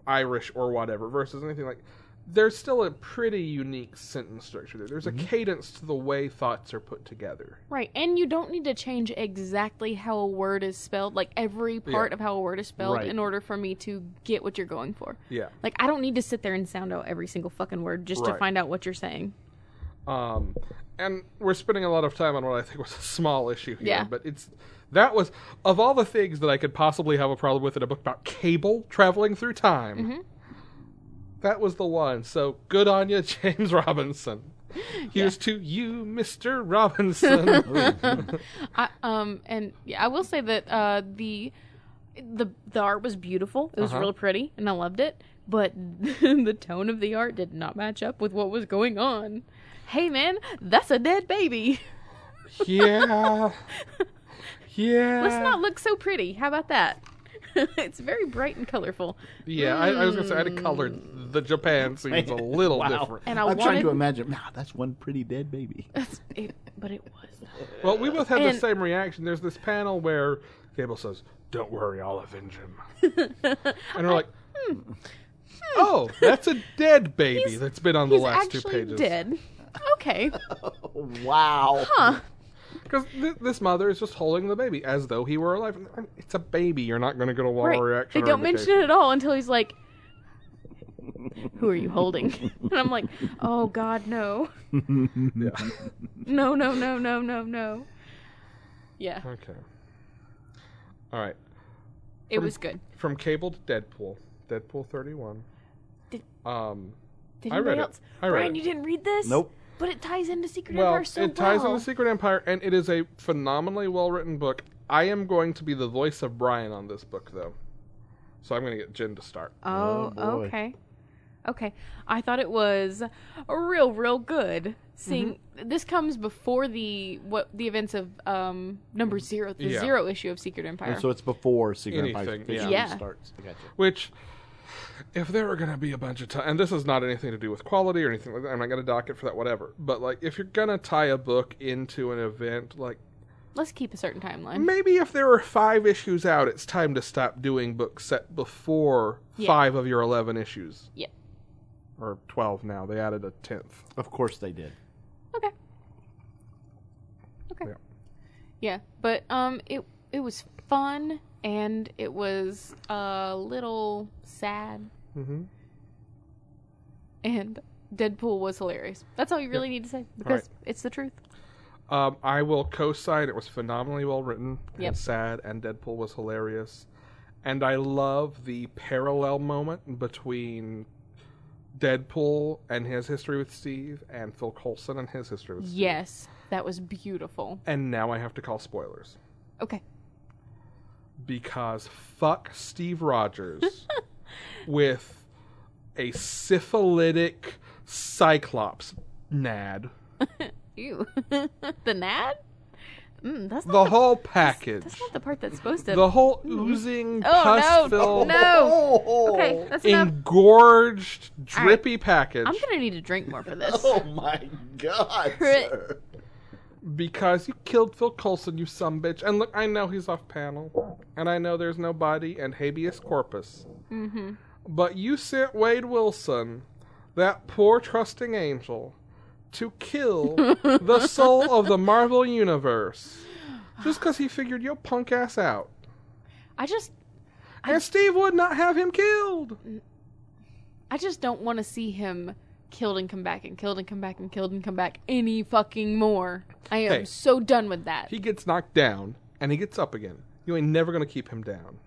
Speaker 1: Irish or whatever, versus anything like. There's still a pretty unique sentence structure there. There's a cadence to the way thoughts are put together.
Speaker 3: Right, and you don't need to change exactly how a word is spelled, like every part of how a word is spelled,
Speaker 2: Right.
Speaker 3: in order for me to get what you're going for.
Speaker 1: Yeah.
Speaker 3: Like I don't need to sit there and sound out every single fucking word just
Speaker 1: Right.
Speaker 3: to find out what you're saying.
Speaker 1: Um, and we're spending a lot of time on what I think was a small issue here,
Speaker 3: Yeah.
Speaker 1: but it's that was of all the things that I could possibly have a problem with in a book about cable traveling through time. That was the one. So good on you, James Robinson. Here's to you, Mr. Robinson.
Speaker 3: I, um, and yeah, I will say that uh, the the the art was beautiful. It was
Speaker 1: Uh-huh.
Speaker 3: real pretty, and I loved it. But the tone of the art did not match up with what was going on. Hey, man, that's a dead baby.
Speaker 1: yeah. Yeah.
Speaker 3: Let's not look so pretty. How about that? it's very bright and colorful.
Speaker 1: Yeah, I, I was gonna say I'd have colored the Japan scenes a little
Speaker 2: Wow.
Speaker 1: different.
Speaker 3: And I
Speaker 2: I'm trying
Speaker 3: wanted,
Speaker 2: to imagine. Nah, that's one pretty dead baby.
Speaker 3: it, but it was.
Speaker 1: Well, we both had
Speaker 3: And-
Speaker 1: the same reaction. There's this panel where Gable says, "Don't worry, I'll avenge him," and we're like, "Hmm. "Oh, that's a dead baby
Speaker 3: hmm, He's-
Speaker 1: that's been on the
Speaker 3: He's
Speaker 1: last two
Speaker 3: actually
Speaker 1: pages."
Speaker 3: dead. Okay.
Speaker 2: wow.
Speaker 3: Huh.
Speaker 1: Because th- this mother is just holding the baby as though he were alive. I mean, It's a baby. You're not going to get a wall
Speaker 3: Right.
Speaker 1: reaction.
Speaker 3: They
Speaker 1: or
Speaker 3: don't mention
Speaker 1: imitation.
Speaker 3: it at all until he's like, "Who are you holding?" and I'm like, "Oh God, no, no, no, no, no, no, no." Yeah,
Speaker 1: Yeah. Okay. All right.
Speaker 3: it was good.
Speaker 1: From Cable to Deadpool. Deadpool 31.
Speaker 3: Did-
Speaker 1: um.
Speaker 3: Did
Speaker 1: I
Speaker 3: anybody
Speaker 1: read it.
Speaker 3: else?
Speaker 1: I read
Speaker 3: Brian,
Speaker 1: it.
Speaker 3: you didn't read this?
Speaker 2: Nope.
Speaker 3: But it ties into Secret
Speaker 1: well,
Speaker 3: Empire so
Speaker 1: it ties
Speaker 3: well.
Speaker 1: into Secret Empire, and it is a phenomenally well written book. I am going to be the voice of Brian on this book, though, so I'm going to get Jen to start.
Speaker 2: Oh,
Speaker 3: Oh,
Speaker 2: boy.
Speaker 3: okay. Okay. I thought it was real, real good. Seeing
Speaker 1: Mm-hmm.
Speaker 3: this comes before the what the events of um number zero, the
Speaker 1: Yeah.
Speaker 3: zero issue of Secret Empire.
Speaker 2: So it's before Secret Empire
Speaker 1: Anything,
Speaker 2: officially
Speaker 3: yeah. Yeah.
Speaker 2: starts. I gotcha.
Speaker 1: Which, if there were going to be a bunch of time, and this is not anything to do with quality or anything like that, I'm not going to dock it for that, whatever. But like, if you're going to tie a book into an event, like
Speaker 3: Let's keep a certain timeline.
Speaker 1: maybe if there are five issues out, it's time to stop doing books set before
Speaker 3: Yeah.
Speaker 1: five of your eleven issues.
Speaker 3: Yeah.
Speaker 1: Or twelve now. They added a tenth.
Speaker 2: Of course they did.
Speaker 3: Okay. Okay.
Speaker 1: Yeah.
Speaker 3: Yeah. but um, it it was fun and it was a little sad
Speaker 1: Mm-hmm.
Speaker 3: and Deadpool was hilarious. That's all you really need to say because it's the truth.
Speaker 1: Um, I will co-sign. It was phenomenally well written and
Speaker 3: Yep.
Speaker 1: sad, and Deadpool was hilarious. And I love the parallel moment between Deadpool and his history with Steve, and Phil Coulson and his history with Steve.
Speaker 3: Yes, that was beautiful.
Speaker 1: And now I have to call spoilers
Speaker 3: Okay.
Speaker 1: because fuck Steve Rogers with a syphilitic cyclops nad.
Speaker 3: Ew. the gnat? Mm, that's
Speaker 1: The
Speaker 3: not the,
Speaker 1: whole package,
Speaker 3: that's not the part that's supposed to.
Speaker 1: the whole oozing
Speaker 3: oh no!
Speaker 1: pus-filled
Speaker 3: No.
Speaker 2: Oh,
Speaker 3: Okay, that's enough.
Speaker 1: engorged,
Speaker 3: All right.
Speaker 1: drippy package
Speaker 3: I'm gonna need to drink more for this.
Speaker 2: Oh my god.
Speaker 3: Crit.
Speaker 2: sir.
Speaker 1: because you killed Phil Coulson, you some bitch. And look, I know he's off panel, and I know there's no body and habeas corpus,
Speaker 3: Mm-hmm.
Speaker 1: but you sent Wade Wilson, that poor trusting angel, to kill the soul of the Marvel Universe just because he figured your punk ass out.
Speaker 3: I just,
Speaker 1: And Steve would not have him killed.
Speaker 3: I just don't want to see him killed and come back and killed and come back and killed and come back any fucking more. I am
Speaker 1: Hey.
Speaker 3: so done with that.
Speaker 1: He gets knocked down and he gets up again. You ain't never gonna keep him down.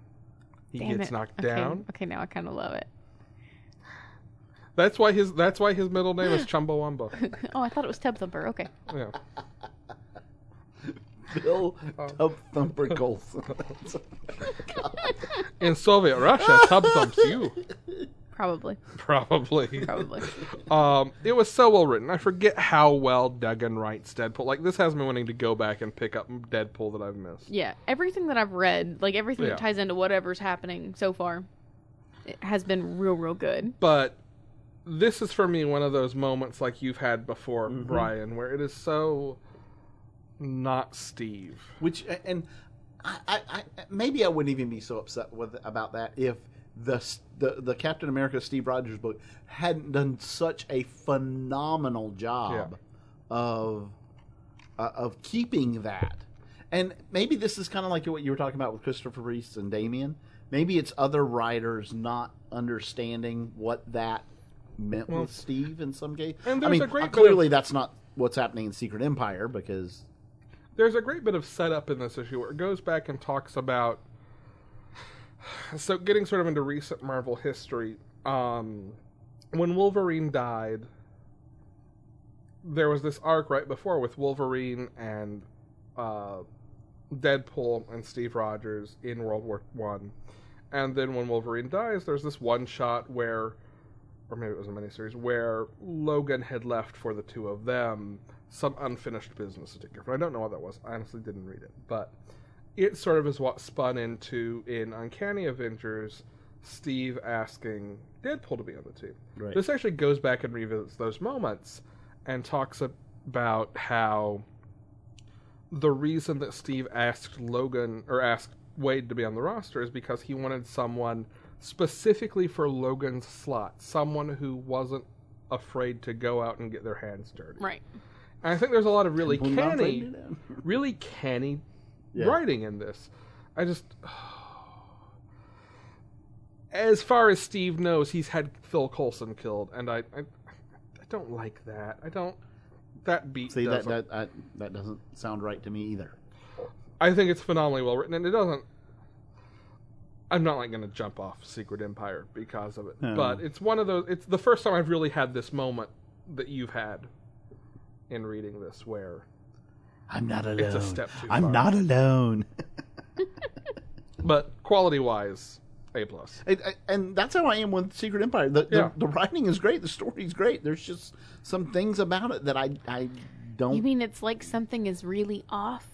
Speaker 1: He
Speaker 3: Damn
Speaker 1: gets
Speaker 3: it.
Speaker 1: knocked
Speaker 3: Okay,
Speaker 1: down.
Speaker 3: Okay, now I kind of love it.
Speaker 1: That's why his that's why his middle name is Chumbawamba.
Speaker 3: oh, I thought it was Tub Thumper. Okay.
Speaker 1: Yeah.
Speaker 2: Bill Tub Thumper Colson.
Speaker 1: In Soviet Russia, Tub thumps you
Speaker 3: Probably.
Speaker 1: probably.
Speaker 3: Probably.
Speaker 1: Um, it was so well written. I forget how well Duggan writes Deadpool. Like this has me wanting to go back and pick up Deadpool that I've missed.
Speaker 3: yeah. Everything that I've read, like everything
Speaker 1: Yeah.
Speaker 3: that ties into whatever's happening so far, it has been real, real good.
Speaker 1: But this is for me one of those moments like you've had before, Brian, where it is so not Steve.
Speaker 2: Which and I, I, I maybe I wouldn't even be so upset with about that if the the the Captain America Steve Rogers book hadn't done such a phenomenal job of uh, of keeping that. And maybe this is kind of like what you were talking about with Christopher Reese and Damien. Maybe it's other writers not understanding what that meant with Steve in some case.
Speaker 1: and
Speaker 2: I
Speaker 1: there's
Speaker 2: mean, uh,
Speaker 1: a great bit of-
Speaker 2: clearly that's not what's happening in Secret Empire because
Speaker 1: There's a great bit of setup in this issue where it goes back and talks about. So, getting sort of into recent Marvel history, um, when Wolverine died, there was this arc right before with Wolverine and uh, Deadpool and Steve Rogers in World War One, and then when Wolverine dies, there's this one shot where, or maybe it was a miniseries where Logan had left for the two of them some unfinished business to take care of. I don't know what that was. I honestly didn't read it, but it sort of is what spun into in Uncanny Avengers. Steve asking Deadpool to be on the team.
Speaker 2: Right.
Speaker 1: This actually goes back and revisits those moments and talks about how the reason that Steve asked Logan or asked Wade to be on the roster is because he wanted someone specifically for Logan's slot, someone who wasn't afraid to go out and get their hands dirty.
Speaker 3: Right.
Speaker 1: And I think there's a lot of really
Speaker 2: Well, not
Speaker 1: canny
Speaker 2: right now.
Speaker 1: really canny
Speaker 2: Yeah.
Speaker 1: writing in this. I just. As far as Steve knows, he's had Phil Coulson killed, and I, I, I don't like that. I don't. That beat.
Speaker 2: See that
Speaker 1: doesn't-
Speaker 2: that, that that doesn't sound right to me either.
Speaker 1: I think it's phenomenally well written, and it doesn't. I'm not like going to jump off Secret Empire because of it,
Speaker 2: No.
Speaker 1: but it's one of those. It's the first time I've really had this moment that you've had in reading this, where
Speaker 2: I'm not alone.
Speaker 1: It's a step too
Speaker 2: I'm
Speaker 1: far.
Speaker 2: not alone.
Speaker 1: but quality wise, a plus.
Speaker 2: And- and that's how I am with Secret Empire. The, the,
Speaker 1: Yeah.
Speaker 2: the writing is great. The story's great. There's just some things about it that I I don't
Speaker 3: You mean it's like something is really off?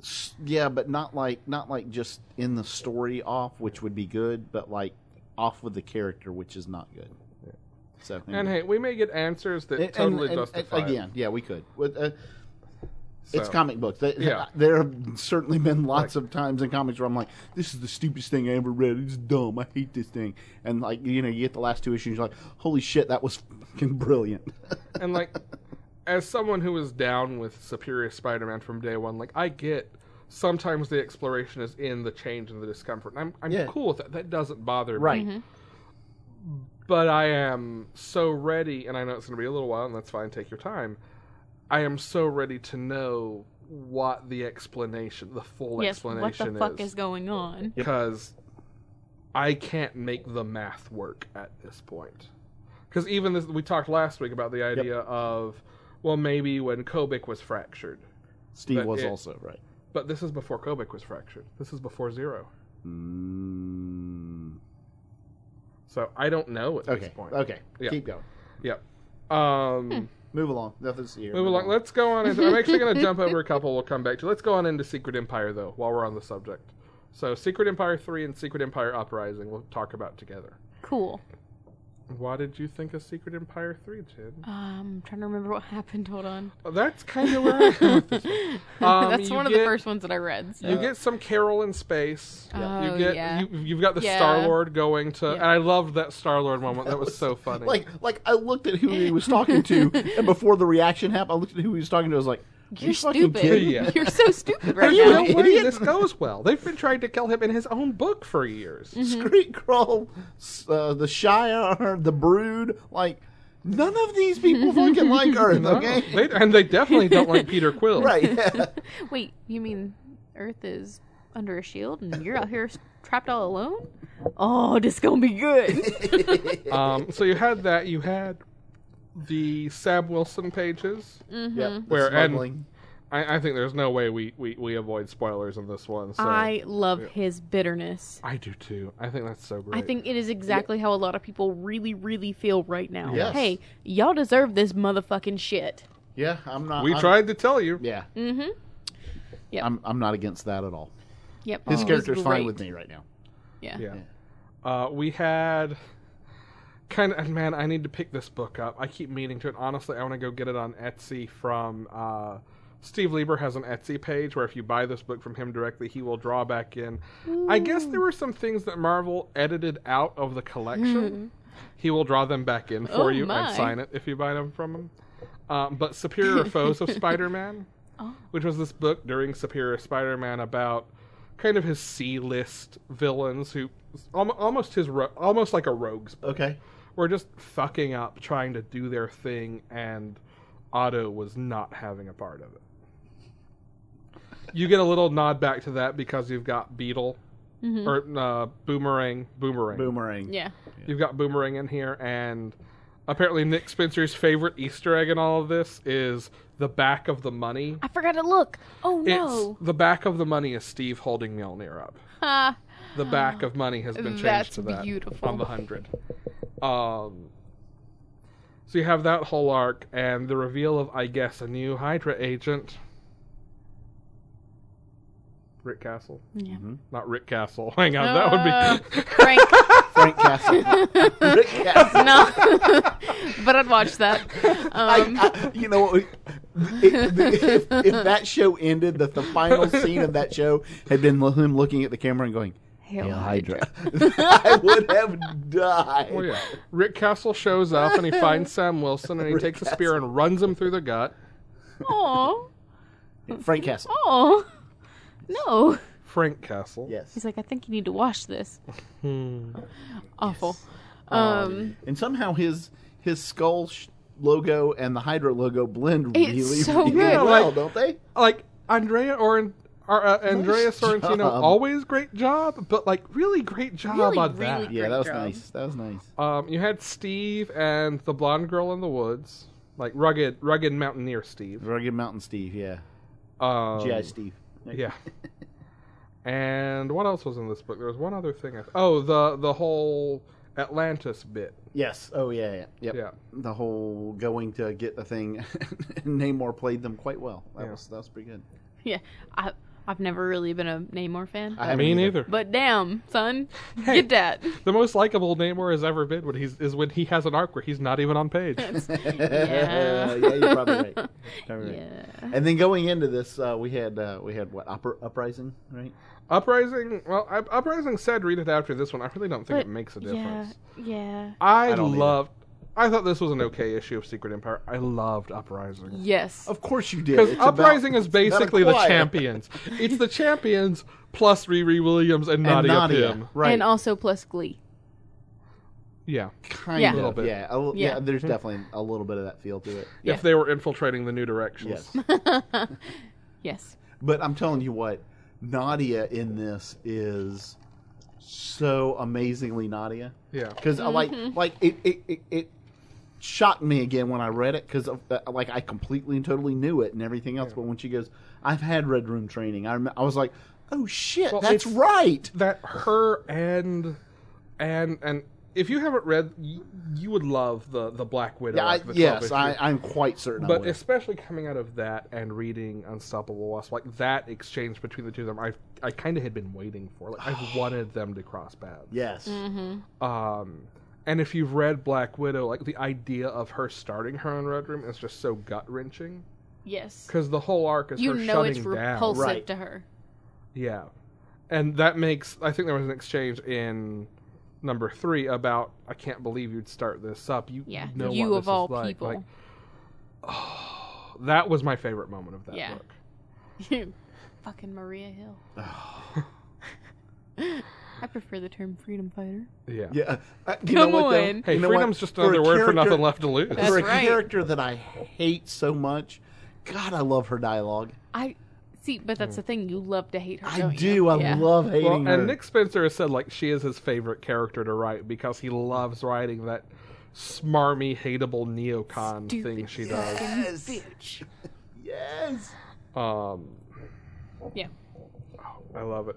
Speaker 2: S- yeah but not like not like just in the story off which would be good but like off with the character which is not good so
Speaker 1: And hey, we may get answers that
Speaker 2: And-
Speaker 1: totally
Speaker 2: and- and-
Speaker 1: justify it.
Speaker 2: again yeah we could with uh, it's
Speaker 1: So,
Speaker 2: comic books They-
Speaker 1: Yeah.
Speaker 2: there have certainly been lots of times in comics where i'm like this is the stupidest thing i ever read it's dumb i hate this thing and like you know you get the last two issues you're like holy shit that was fucking brilliant
Speaker 1: And like, as someone who was down with Superior Spider-Man from day one, like I get sometimes the exploration is in the change and the discomfort, and I'm I'm
Speaker 2: Yeah.
Speaker 1: cool with that. That doesn't bother me.
Speaker 3: Mm-hmm.
Speaker 2: right
Speaker 1: But I am so ready, and I know it's going to be a little while, and that's fine. Take your time. I am so ready to know what the explanation, the full
Speaker 3: yes. What
Speaker 1: explanation
Speaker 3: the fuck is going on?
Speaker 1: because I can't make the math work at this point. Because even this, we talked last week about the idea of, well, maybe when Kobik was fractured,
Speaker 2: steve
Speaker 1: But
Speaker 2: was
Speaker 1: it-
Speaker 2: also right
Speaker 1: but this is before Kobik was fractured. This is before Zero,
Speaker 2: mm,
Speaker 1: so I don't know at this
Speaker 2: okay
Speaker 1: point.
Speaker 2: okay
Speaker 1: Yeah.
Speaker 2: keep going
Speaker 1: Yep. Um,
Speaker 2: move along nothing to see here
Speaker 1: Move along. Let's go on. Into, I'm actually going to jump over a couple. We'll come back to. Let's go on into Secret Empire though, while we're on the subject. So, Secret Empire three and Secret Empire Uprising, we'll talk about together.
Speaker 3: Cool.
Speaker 1: Why did you think of Secret Empire three, Jin?
Speaker 3: Um, I'm trying to remember what happened. Hold on.
Speaker 1: Well, that's kind of where I am with this one. Um,
Speaker 3: That's
Speaker 1: you
Speaker 3: one of
Speaker 1: get-
Speaker 3: the first ones that I read. So.
Speaker 1: You get some Carol in space.
Speaker 3: Yeah.
Speaker 1: You
Speaker 3: Oh,
Speaker 1: get
Speaker 3: yeah.
Speaker 1: you, you've got the
Speaker 3: Yeah.
Speaker 1: Star Lord going to,
Speaker 3: Yeah.
Speaker 1: and I loved that Star Lord moment. That was so funny.
Speaker 2: Like, like I looked at who he was talking to, and before the reaction happened, I looked at who he was talking to. I was like, Are
Speaker 3: You're
Speaker 2: you fucking
Speaker 3: stupid.
Speaker 2: kidding me?"
Speaker 1: Yeah.
Speaker 3: You're so stupid
Speaker 2: Are
Speaker 3: right
Speaker 2: you
Speaker 3: now.
Speaker 1: no
Speaker 2: an
Speaker 1: way
Speaker 2: idiot?
Speaker 1: this goes well. They've been trying to kill him in his own book for years.
Speaker 3: Mm-hmm.
Speaker 2: Street Crawl, s- uh, the Shire, the Brood, like none of these people fucking like Earth.
Speaker 1: No,
Speaker 2: Okay,
Speaker 1: Oh. they, and they definitely don't like Peter Quill.
Speaker 2: right?
Speaker 3: Mm-hmm.
Speaker 2: Yeah.
Speaker 3: Wait, you mean Earth is under a shield and you're out here s- trapped all alone? Oh, this gonna be good.
Speaker 1: Um, so you had that. You had the Sam Wilson pages.
Speaker 3: Mm. Mm-hmm.
Speaker 2: Yep, the
Speaker 1: Where- and-
Speaker 2: smuggling.
Speaker 1: I, I think there's no way we, we, we avoid spoilers in this one. So
Speaker 3: I love his bitterness.
Speaker 1: I do too. I think that's so
Speaker 3: I
Speaker 1: great.
Speaker 3: think it is exactly how a lot of people really, really feel right now.
Speaker 2: Yes.
Speaker 3: Hey, y'all deserve this motherfucking shit.
Speaker 2: yeah, I'm not.
Speaker 1: we
Speaker 2: I'm-
Speaker 1: tried to tell you.
Speaker 2: Yeah,
Speaker 3: Yep.
Speaker 2: I'm. I'm not against that at all.
Speaker 3: yep. Oh,
Speaker 2: His
Speaker 3: he's
Speaker 2: character's fine
Speaker 3: great.
Speaker 2: with me right now.
Speaker 3: Yeah.
Speaker 1: Yeah. Uh, we had kind of, and man, I need to pick this book up. I keep meaning to, and honestly, I want to go get it on Etsy from uh, Steve Lieber has an Etsy page where if you buy this book from him directly, he will draw back in. I guess there were some things that Marvel edited out of the collection. he will draw them back in for
Speaker 3: Hmm. Oh,
Speaker 1: you
Speaker 3: my.
Speaker 1: and sign it if you buy them from him. Um, but Superior Foes of Spider Man,
Speaker 3: Oh.
Speaker 1: which was this book during Superior Spider Man about kind of his C list villains who almo- almost his ro- almost like a rogues book,
Speaker 2: Okay.
Speaker 1: were just fucking up trying to do their thing and Otto was not having a part of it. You get a little nod back to that because you've got Beetle or uh, Boomerang, Boomerang.
Speaker 2: Boomerang.
Speaker 3: Yeah.
Speaker 1: You've got Boomerang in here and Apparently, Nick Spencer's favorite Easter egg in all of this is the back of the money.
Speaker 3: I forgot to look. Oh no.
Speaker 1: It's the back of the money is Steve holding Mjolnir up.
Speaker 3: Ah,
Speaker 1: The back of money has been changed
Speaker 3: That's
Speaker 1: to that
Speaker 3: beautiful.
Speaker 1: on the hundred. Um, so you have that whole arc and the reveal of, I guess, a new Hydra agent. Rick Castle,
Speaker 3: yeah.
Speaker 2: Mm-hmm.
Speaker 1: not Rick Castle. Hang on, that would be.
Speaker 3: Frank.
Speaker 2: Frank Castle. Rick Castle.
Speaker 3: no. but I'd watch that. Um,
Speaker 2: I, you know, what? It- if, if that show ended, that the final scene of that show had been him looking at the camera and going,
Speaker 3: Hail
Speaker 2: "Hail
Speaker 3: Hydra."
Speaker 2: Hydra," I would have died.
Speaker 1: Oh yeah, Rick Castle shows up and he finds Sam Wilson and he
Speaker 2: Rick
Speaker 1: takes a spear and runs him through the gut.
Speaker 3: Aw.
Speaker 2: Frank
Speaker 3: Oh.
Speaker 2: Castle.
Speaker 3: Aw. No.
Speaker 1: Frank Castle.
Speaker 2: Yes.
Speaker 3: He's like, I think you need to wash this.
Speaker 1: Hmm.
Speaker 3: Awful. Um,
Speaker 2: And somehow his his skull sh- logo and the Hydra logo blend
Speaker 3: It's
Speaker 2: really,
Speaker 3: so
Speaker 2: really
Speaker 3: good. Yeah,
Speaker 2: well,
Speaker 1: like-
Speaker 2: don't they?
Speaker 1: Like Andrea or uh, Andrea
Speaker 2: Nice
Speaker 1: Sorrentino,
Speaker 2: job.
Speaker 1: always great job, but like really great job
Speaker 3: Really,
Speaker 1: on
Speaker 3: really
Speaker 1: that.
Speaker 2: Yeah,
Speaker 3: Great
Speaker 2: that was
Speaker 3: job.
Speaker 2: nice. That was nice.
Speaker 1: Um, you had Steve and the blonde girl in the woods, like rugged, rugged mountaineer Steve.
Speaker 2: Rugged Mountain Steve. Yeah.
Speaker 1: Um,
Speaker 2: GI Steve.
Speaker 1: Yeah. And what else was in this book? There was one other thing. I oh, the the whole Atlantis bit.
Speaker 2: Yes. Oh yeah. Yeah. Yep.
Speaker 1: Yeah.
Speaker 2: The whole going to get the thing. Namor played them quite well. That
Speaker 1: Yeah.
Speaker 2: was that was pretty good.
Speaker 3: yeah. I, I've never really been a Namor fan.
Speaker 2: I haven't
Speaker 1: Me
Speaker 2: either.
Speaker 1: neither.
Speaker 3: but damn, son. Get that.
Speaker 1: The most likable Namor has ever been when he's is when he has an arc where he's not even on page.
Speaker 3: Yeah.
Speaker 2: yeah, you're probably right. Probably right.
Speaker 3: Yeah.
Speaker 2: And then going into this, uh, we had uh, we had what upper, uprising, right?
Speaker 1: Uprising. Well, Up- Uprising said read it after this one. I really don't think
Speaker 3: But-
Speaker 1: it makes a
Speaker 3: Yeah.
Speaker 1: difference.
Speaker 3: Yeah.
Speaker 1: I,
Speaker 2: I don't either.
Speaker 1: loved. I thought this was an okay issue of Secret Empire. I loved Uprising.
Speaker 3: Yes.
Speaker 2: Of course you did.
Speaker 1: Because
Speaker 2: It's about-
Speaker 1: Uprising is
Speaker 2: it's about a
Speaker 1: basically the
Speaker 2: choir.
Speaker 1: champions. It's the champions plus Riri Williams and
Speaker 2: and
Speaker 1: Nadia,
Speaker 2: Nadia,
Speaker 1: Pym.
Speaker 2: right?
Speaker 3: And also plus Glee.
Speaker 1: Yeah.
Speaker 2: kind
Speaker 3: Yeah.
Speaker 2: of,
Speaker 3: A
Speaker 1: little bit. Hmm.
Speaker 2: yeah, a li- yeah.
Speaker 3: Yeah.
Speaker 2: There's definitely a little bit of that feel to it.
Speaker 3: Yeah.
Speaker 1: If they were infiltrating the new directions.
Speaker 2: Yes,
Speaker 3: Yes.
Speaker 2: but I'm telling you what, Nadia in this is so amazingly Nadia.
Speaker 1: Yeah.
Speaker 2: because
Speaker 3: Mm-hmm.
Speaker 2: like like it it, it it shocked me again when I read it because uh, like I completely and totally knew it and everything else. But when she goes, I've had Red Room training. I rem- I was like, oh shit,
Speaker 1: Well,
Speaker 2: that's
Speaker 1: it's-
Speaker 2: right.
Speaker 1: That her and and and if you haven't read, you, you would love the the Black Widow.
Speaker 2: Yeah, I,
Speaker 1: arc, the 12
Speaker 2: yes,
Speaker 1: issue.
Speaker 2: I, I'm quite certain. I
Speaker 1: But
Speaker 2: will.
Speaker 1: especially coming out of that and reading Unstoppable Wasp, like that exchange between the two of them, I I kind of had been waiting for. Like I wanted them to cross paths.
Speaker 2: yes,
Speaker 3: Mm.
Speaker 1: Um, and if you've read Black Widow, like the idea of her starting her own Red Room is just so gut wrenching
Speaker 3: Yes.
Speaker 1: because the whole arc is
Speaker 3: You
Speaker 1: her
Speaker 3: know
Speaker 1: shutting
Speaker 3: it's repulsive
Speaker 1: down.
Speaker 2: Right.
Speaker 3: to her.
Speaker 1: Yeah, and that makes I think there was an exchange in number three about I can't believe you'd start this up. You
Speaker 3: Yeah.
Speaker 1: know
Speaker 3: you
Speaker 1: what
Speaker 3: of
Speaker 1: this
Speaker 3: all
Speaker 1: is like."
Speaker 3: people.
Speaker 1: Like, that was my favorite moment of that
Speaker 3: Yeah.
Speaker 1: book.
Speaker 3: Fucking Maria Hill. I prefer the term freedom fighter.
Speaker 1: Yeah.
Speaker 2: yeah. Uh, you
Speaker 3: Come
Speaker 2: know what, though?
Speaker 3: on.
Speaker 1: Hey,
Speaker 2: You know what?
Speaker 1: freedom's just
Speaker 2: a
Speaker 1: another word for nothing
Speaker 2: character-
Speaker 1: left to lose.
Speaker 3: That's
Speaker 2: for a
Speaker 3: right.
Speaker 2: character that I hate so much. God, I love her dialogue.
Speaker 3: I see, but that's the thing. You love to hate her.
Speaker 2: Hmm. I
Speaker 3: don't
Speaker 2: do.
Speaker 3: You?
Speaker 2: I
Speaker 3: Oh, Yeah.
Speaker 2: love
Speaker 1: Well,
Speaker 2: hating her.
Speaker 1: and Nick Spencer has said like she is his favorite character to write because he loves writing that smarmy, hateable neocon
Speaker 3: Stupid
Speaker 1: thing she does.
Speaker 3: fucking
Speaker 2: Yes.
Speaker 3: Bitch.
Speaker 2: yes.
Speaker 1: Um,
Speaker 3: Yeah.
Speaker 1: I love it.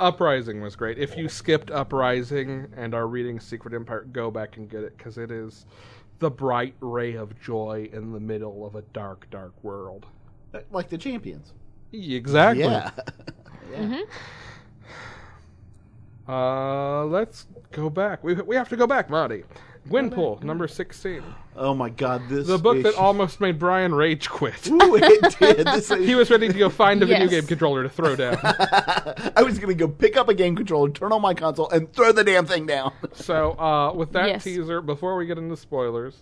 Speaker 1: Uprising was great. If you skipped Uprising and are reading Secret Empire, go back and get it because it is the bright ray of joy in the middle of a dark, dark world.
Speaker 2: Like the champions.
Speaker 1: Exactly.
Speaker 2: Yeah.
Speaker 3: Mm-hmm.
Speaker 1: Uh, let's go back. We, we have to go back, Marty. Gwynpool, number 16.
Speaker 2: Oh my God! This
Speaker 1: The book that
Speaker 2: issue-
Speaker 1: almost made Brian rage quit.
Speaker 2: Ooh, it did. This is-
Speaker 1: He was ready to go find a video
Speaker 3: Yes.
Speaker 1: game controller to throw down.
Speaker 2: I was gonna go pick up a game controller, turn on my console, and throw the damn thing down.
Speaker 1: So, uh, with that
Speaker 3: Yes.
Speaker 1: teaser, before we get into spoilers,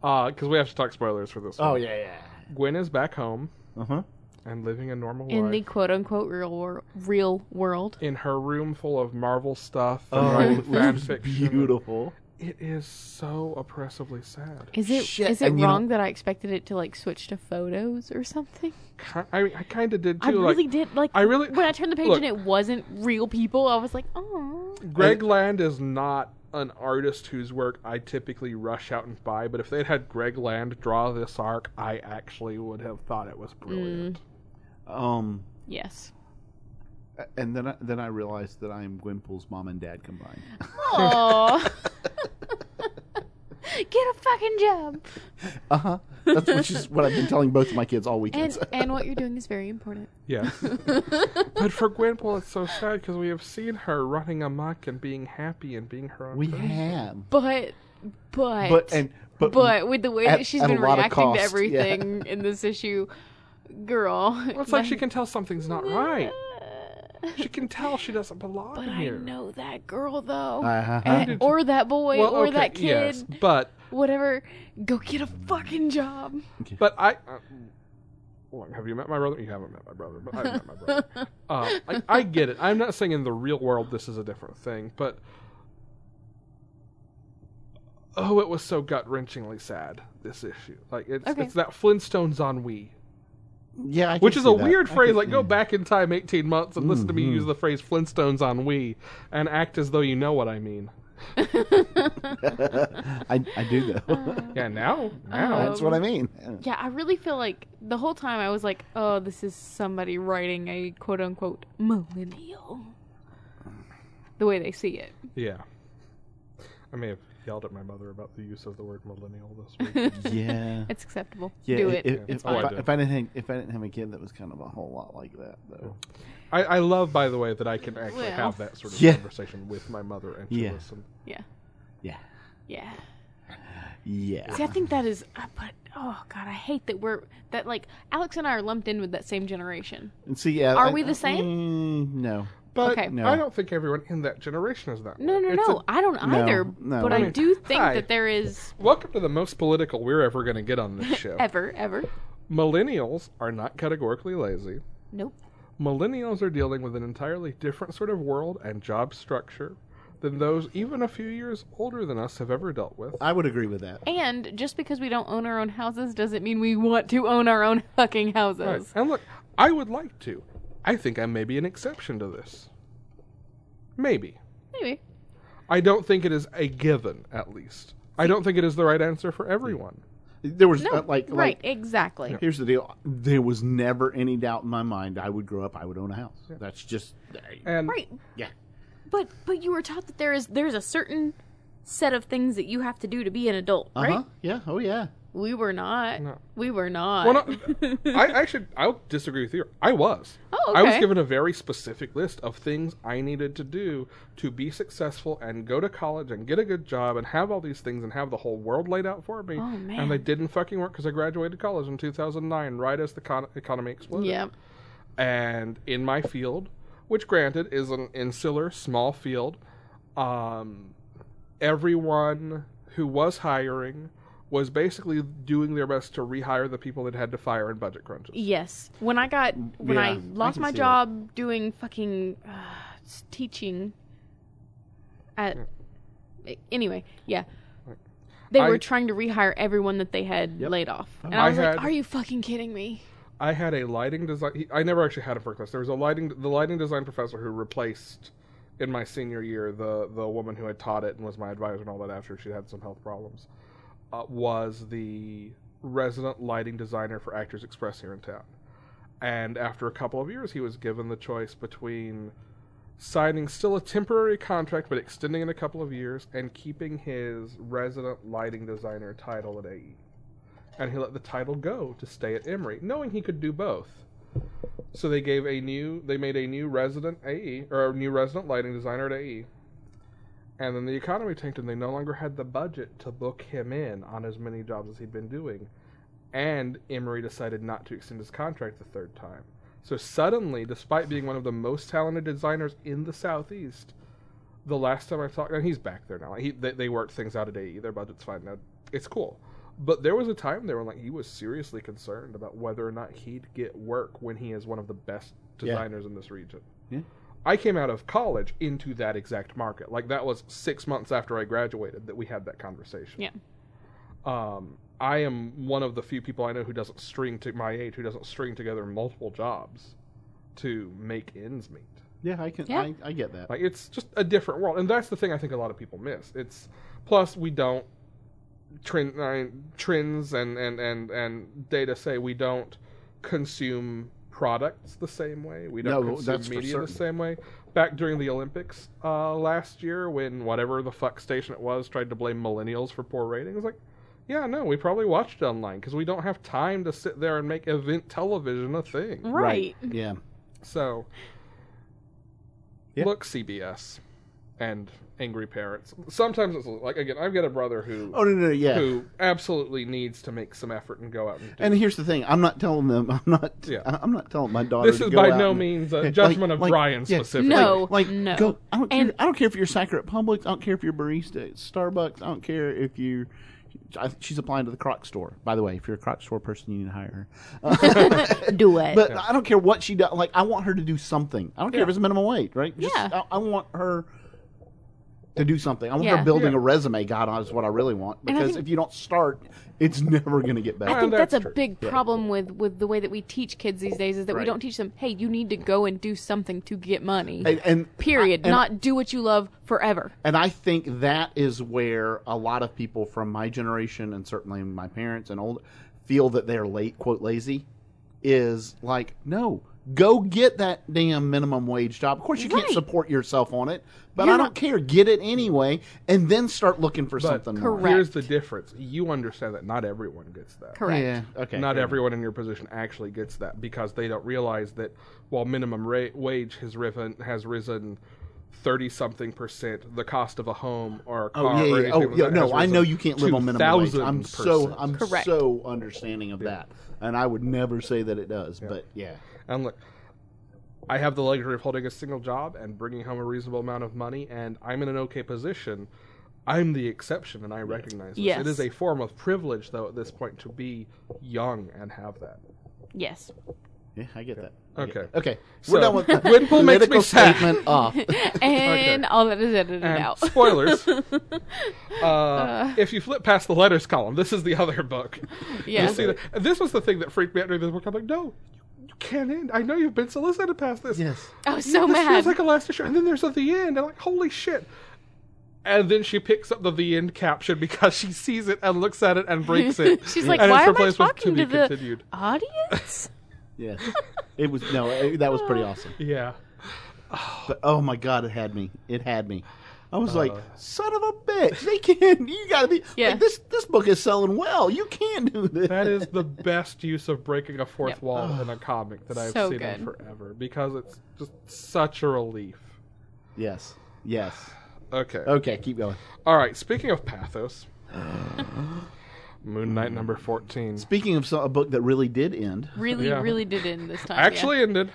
Speaker 1: because we have to talk spoilers for this
Speaker 3: Oh,
Speaker 1: one.
Speaker 2: Oh, yeah, yeah.
Speaker 1: Gwen is back home
Speaker 2: Uh huh.
Speaker 1: and living a normal
Speaker 3: In the
Speaker 1: life
Speaker 3: quote unquote real world, real world.
Speaker 1: in her room full of Marvel stuff and
Speaker 2: Oh,
Speaker 1: writing fan
Speaker 2: that's
Speaker 1: fiction.
Speaker 2: beautiful.
Speaker 1: It is so oppressively sad.
Speaker 3: Is it is
Speaker 2: Shit,
Speaker 3: it
Speaker 2: and you know-
Speaker 3: wrong that I expected it to like switch to photos or something?
Speaker 1: Ki- I mean, I kind of did too.
Speaker 3: I really
Speaker 1: like,
Speaker 3: did like.
Speaker 1: I really-
Speaker 3: when I turned the page
Speaker 1: look.
Speaker 3: and it wasn't real people, I was like, oh.
Speaker 1: Greg Land is not an artist whose work I typically rush out and buy, but if they'd had Greg Land draw this arc, I actually would have thought it was brilliant.
Speaker 3: Mm.
Speaker 2: Um,
Speaker 3: Yes.
Speaker 2: and then I, then I realized that I am Gwenpool's mom and dad combined.
Speaker 3: Oh. Get a fucking job.
Speaker 2: Uh huh. That's which is what I've been telling both of my kids all weekend.
Speaker 3: And and what you're doing is very important.
Speaker 1: Yes. but for Gwenpool, it's so sad because we have seen her running amok and being happy and being her own
Speaker 2: we
Speaker 1: person.
Speaker 2: have,
Speaker 3: But but
Speaker 2: but and but,
Speaker 3: but with the way
Speaker 2: at-
Speaker 3: that she's
Speaker 2: at a
Speaker 3: been
Speaker 2: lot of
Speaker 3: reacting
Speaker 2: cost,
Speaker 3: to
Speaker 2: yeah.
Speaker 3: everything in this issue, girl.
Speaker 1: Well, it's like she can tell something's not right. She can tell she doesn't belong
Speaker 3: But I
Speaker 1: here.
Speaker 3: know that girl though.
Speaker 2: Uh-huh.
Speaker 3: And- or that boy,
Speaker 1: Well,
Speaker 3: or
Speaker 1: okay,
Speaker 3: that kid,
Speaker 1: yes, but
Speaker 3: whatever. Go get a fucking job.
Speaker 1: But I. Uh, look, have you met my brother? You haven't met my brother, but I've met my brother. Uh, I, I get it. I'm not saying in the real world this is a different thing, but. Oh, it was so gut wrenchingly sad, this issue. Like, it's,
Speaker 3: Okay.
Speaker 1: it's that Flintstones on we.
Speaker 2: yeah, I can
Speaker 1: Which is
Speaker 2: see
Speaker 1: a
Speaker 2: that.
Speaker 1: weird
Speaker 2: I
Speaker 1: phrase.
Speaker 2: can-
Speaker 1: Like, go back in time 18 months and listen to me use the phrase Flintstones on we and act as though you know what I mean.
Speaker 2: I I do though.
Speaker 3: Um,
Speaker 1: Yeah, now?
Speaker 3: Uh,
Speaker 1: Now.
Speaker 2: That's what I mean.
Speaker 3: Yeah, I really feel like the whole time I was like, oh, this is somebody writing a quote unquote millennial.
Speaker 2: Mm.
Speaker 3: The way they see it.
Speaker 1: yeah. I may have yelled at my mother about the use of the word millennial this week.
Speaker 2: Yeah.
Speaker 3: It's acceptable.
Speaker 2: Yeah,
Speaker 3: Do
Speaker 2: i-
Speaker 3: it.
Speaker 2: If, if,
Speaker 1: It's all I
Speaker 2: if I,
Speaker 1: do.
Speaker 2: if I didn't have, if I didn't have a kid, that was kind of a whole lot like that, though.
Speaker 1: I, I love, by the way, that I can actually
Speaker 3: Well.
Speaker 1: have that sort of
Speaker 2: Yeah.
Speaker 1: conversation with my mother and she
Speaker 2: Yeah.
Speaker 1: listen.
Speaker 3: yeah.
Speaker 2: Yeah,
Speaker 3: Yeah.
Speaker 2: yeah.
Speaker 3: See, I think that is, uh, but oh god, I hate that we're that like Alex and I are lumped in with that same generation.
Speaker 2: And see, yeah,
Speaker 3: Are
Speaker 2: I-
Speaker 3: we the same?
Speaker 2: Mm, no,
Speaker 1: But
Speaker 3: Okay.
Speaker 2: No.
Speaker 1: I don't think everyone in that generation is that.
Speaker 3: No,
Speaker 1: way.
Speaker 3: no,
Speaker 1: It's
Speaker 3: no.
Speaker 1: a-
Speaker 3: I I don't either.
Speaker 2: no.
Speaker 3: But
Speaker 2: I
Speaker 3: I,
Speaker 1: mean,
Speaker 3: do think
Speaker 1: hi.
Speaker 3: that there is
Speaker 1: welcome to the most political we're ever going to get on this show.
Speaker 3: ever, ever.
Speaker 1: Millennials are not categorically lazy.
Speaker 3: Nope.
Speaker 1: Millennials are dealing with an entirely different sort of world and job structure than those even a few years older than us have ever dealt with.
Speaker 2: I would agree with that.
Speaker 3: And just because we don't own our own houses doesn't mean we want to own our own fucking houses.
Speaker 1: Right. And look, I would like to. I think I may be an exception to this. Maybe.
Speaker 3: Maybe.
Speaker 1: I don't think it is a given, at least. I don't think it is the right answer for everyone.
Speaker 2: There was
Speaker 3: No.
Speaker 2: uh, like
Speaker 3: right.
Speaker 2: like.
Speaker 3: exactly.
Speaker 2: Here's the deal. There was never any doubt in my mind. I would grow up. I would own a house. That's just
Speaker 1: And
Speaker 3: Right.
Speaker 2: yeah.
Speaker 3: But but you were taught that there is there's a certain set of things that you have to do to be an adult,
Speaker 2: Uh huh.
Speaker 3: right?
Speaker 2: Yeah. Oh yeah.
Speaker 3: We were not.
Speaker 1: No.
Speaker 3: We were not.
Speaker 1: well, no, I, I should. I'll disagree with you. I was.
Speaker 3: Oh,
Speaker 1: I was
Speaker 3: okay.
Speaker 1: given a very specific list of things I needed to do to be successful and go to college and get a good job and have all these things and have the whole world laid out for me.
Speaker 3: Oh, man.
Speaker 1: And they didn't fucking work because I graduated college in 2009, right as the con- economy exploded.
Speaker 3: yeah.
Speaker 1: and in my field, which granted is an insular small field, um, everyone who was hiring was basically doing their best to rehire the people that had to fire in budget crunches.
Speaker 3: Yes. When I got when
Speaker 2: Yeah,
Speaker 3: I
Speaker 2: I
Speaker 3: lost
Speaker 2: can
Speaker 3: my
Speaker 2: see
Speaker 3: job doing fucking uh, s- teaching at anyway, yeah. They
Speaker 1: I-
Speaker 3: were trying to rehire everyone that they had laid off. And I
Speaker 1: I
Speaker 3: was
Speaker 1: had-
Speaker 3: like, "Are you fucking kidding me?"
Speaker 1: I had a lighting design. he- I never actually had him for a class. There was a lighting, the lighting design professor who replaced in my senior year the the woman who had taught it and was my advisor and all that after she had some health problems. Uh, was the resident lighting designer for Actors Express here in town, and after a couple of years, he was given the choice between signing still a temporary contract but extending it a couple of years and keeping his resident lighting designer title at E. AE and he let the title go to stay at Emory, knowing he could do both. So they gave a new, they made a new resident AE or a new resident lighting designer at AE, and then the economy tanked, and they no longer had the budget to book him in on as many jobs as he'd been doing, and Emory decided not to extend his contract the third time. So suddenly, despite being one of the most talented designers in the southeast, the last time I talked, and he's back there now. He they, they worked things out at AE. Their budget's fine now. It's cool. But there was a time there when like he was seriously concerned about whether or not he'd get work when he is one of the best
Speaker 2: Yeah.
Speaker 1: designers in this region.
Speaker 2: Yeah.
Speaker 1: I came out of college into that exact market. Like that was six months after I graduated that we had that conversation.
Speaker 3: Yeah.
Speaker 1: Um, I am one of the few people I know who doesn't string to my age who doesn't string together multiple jobs to make ends meet.
Speaker 2: Yeah, I can.
Speaker 3: Yeah.
Speaker 2: I, I get that.
Speaker 1: Like it's just a different world, and that's the thing I think a lot of people miss. It's plus we don't trend I mean, trends and and and and data say we don't consume products the same way. We don't
Speaker 2: No,
Speaker 1: consume
Speaker 2: that's for
Speaker 1: media the
Speaker 2: certain.
Speaker 1: same way. Back during the Olympics uh, last year, when whatever the fuck station it was tried to blame millennials for poor ratings, like. Yeah, no, we probably watched it online because we don't have time to sit there and make event television a thing.
Speaker 3: Right.
Speaker 2: Yeah.
Speaker 1: So,
Speaker 2: Yeah.
Speaker 1: look, CBS and angry parents. Sometimes it's like again, I've got a brother who
Speaker 2: Oh no, no, no yeah.
Speaker 1: who absolutely needs to make some effort and go out and do.
Speaker 2: And here's the thing: I'm not telling them. I'm not.
Speaker 1: Yeah.
Speaker 2: I- I'm not telling my daughter.
Speaker 1: this
Speaker 2: to
Speaker 1: is
Speaker 2: go
Speaker 1: by
Speaker 2: out
Speaker 1: no
Speaker 2: and-
Speaker 1: means a
Speaker 2: Yeah,
Speaker 1: judgment
Speaker 2: like-
Speaker 1: of
Speaker 2: like-
Speaker 1: Brian
Speaker 2: yeah,
Speaker 1: specifically.
Speaker 3: No.
Speaker 2: Like,
Speaker 3: no.
Speaker 2: go. I don't care.
Speaker 3: And-
Speaker 2: I don't care if you're Sacker at Publix. I don't care if you're barista at Starbucks. I don't care if you. I, she's applying to the Croc store. By the way, if you're a Croc store person, you need to hire her. Uh,
Speaker 3: Do it.
Speaker 2: But I don't care what she does. Like, I want her to do something. I don't care
Speaker 1: Yeah.
Speaker 2: if it's minimum wage, right? Just,
Speaker 3: Yeah.
Speaker 2: I, I want her to do something. I want
Speaker 3: Yeah.
Speaker 2: her building
Speaker 1: Yeah.
Speaker 2: a resume. God, is what I really want.
Speaker 3: And I
Speaker 2: Because
Speaker 3: think-
Speaker 2: if you don't start, it's never going to get better.
Speaker 3: I think
Speaker 1: Well,
Speaker 3: that's,
Speaker 1: that's
Speaker 3: a
Speaker 1: true.
Speaker 3: big problem with with the way that we teach kids these days is that we
Speaker 2: Right.
Speaker 3: don't teach them, hey, you need to go and do something to get money.
Speaker 2: and, and
Speaker 3: Period.
Speaker 2: and-
Speaker 3: Not do what you love forever.
Speaker 2: And I think that is where a lot of people from my generation and certainly my parents and old feel that they're late, quote, lazy, is like, no, go get that damn minimum wage job. Of course, you
Speaker 3: Right.
Speaker 2: can't support yourself on it, but
Speaker 3: You're
Speaker 2: I don't
Speaker 3: not-
Speaker 2: care. Get it anyway, and then start looking for
Speaker 1: But
Speaker 2: something more.
Speaker 3: Correct.
Speaker 1: here's the difference: you understand that not everyone gets that.
Speaker 3: Correct.
Speaker 2: Yeah. Okay.
Speaker 1: Not
Speaker 2: fair
Speaker 1: everyone in your position actually gets that because they don't realize that while minimum ra- wage has risen has risen thirty something percent, the cost of a home or a
Speaker 2: enough. Oh
Speaker 1: car
Speaker 2: yeah,
Speaker 1: or
Speaker 2: yeah,
Speaker 1: anything
Speaker 2: Oh
Speaker 1: like
Speaker 2: yeah.
Speaker 1: that has
Speaker 2: No, I know
Speaker 1: risen
Speaker 2: you can't live on minimum wage. I'm so
Speaker 1: 2,000%.
Speaker 2: I'm
Speaker 3: Correct.
Speaker 2: so understanding of that, and I would never say that it does, but yeah.
Speaker 1: And look, I have the luxury of holding a single job and bringing home a reasonable amount of money, and I'm in an okay position. I'm the exception, and I recognize this.
Speaker 3: Yes.
Speaker 1: It is a form of privilege, though, at this point, to be young and have that.
Speaker 3: Yes.
Speaker 2: Yeah, I get that. I get
Speaker 1: Okay.
Speaker 2: that. Okay.
Speaker 1: So,
Speaker 2: We're done with the
Speaker 1: Gwenpool makes me
Speaker 2: political
Speaker 1: sad.
Speaker 2: statement off.
Speaker 3: And all that is edited
Speaker 1: And
Speaker 3: out.
Speaker 1: Um, spoilers. uh, if you flip past the letters column, this is the other book. You
Speaker 3: yeah.
Speaker 1: see that- and This was the thing that freaked me out during this book. I'm like, no, you can't end. I know you've been solicited past this.
Speaker 2: Yes.
Speaker 3: I was so
Speaker 1: this
Speaker 3: mad.
Speaker 1: feels like a last issue. And then there's at the end, and like, holy shit. And then she picks up the the end caption because she sees it and looks at it and breaks it.
Speaker 3: She's like,
Speaker 1: and
Speaker 3: why
Speaker 1: it's
Speaker 3: am I
Speaker 1: replaced with
Speaker 3: talking
Speaker 1: "To
Speaker 3: to,
Speaker 1: be
Speaker 3: the
Speaker 1: continued."
Speaker 3: audience?
Speaker 2: Yes. It was no, it, that was pretty awesome.
Speaker 1: Yeah.
Speaker 2: But oh my god, it had me. It had me. I was like,
Speaker 1: Uh.
Speaker 2: son of a bitch. They can't you gotta be
Speaker 3: Yeah.
Speaker 2: like this this book is selling well. You can't do this.
Speaker 1: That is the best use of breaking a fourth
Speaker 3: Yep.
Speaker 1: wall in a comic that I've
Speaker 3: So
Speaker 1: seen in
Speaker 3: good.
Speaker 1: forever because it's just such a relief.
Speaker 2: Yes. Yes.
Speaker 1: Okay.
Speaker 2: Okay, keep going.
Speaker 1: All right. Speaking of pathos, Moon Knight number 14
Speaker 2: Speaking of so, a book that really did end.
Speaker 3: really,
Speaker 1: Yeah.
Speaker 3: really did end this time. yeah.
Speaker 1: actually ended.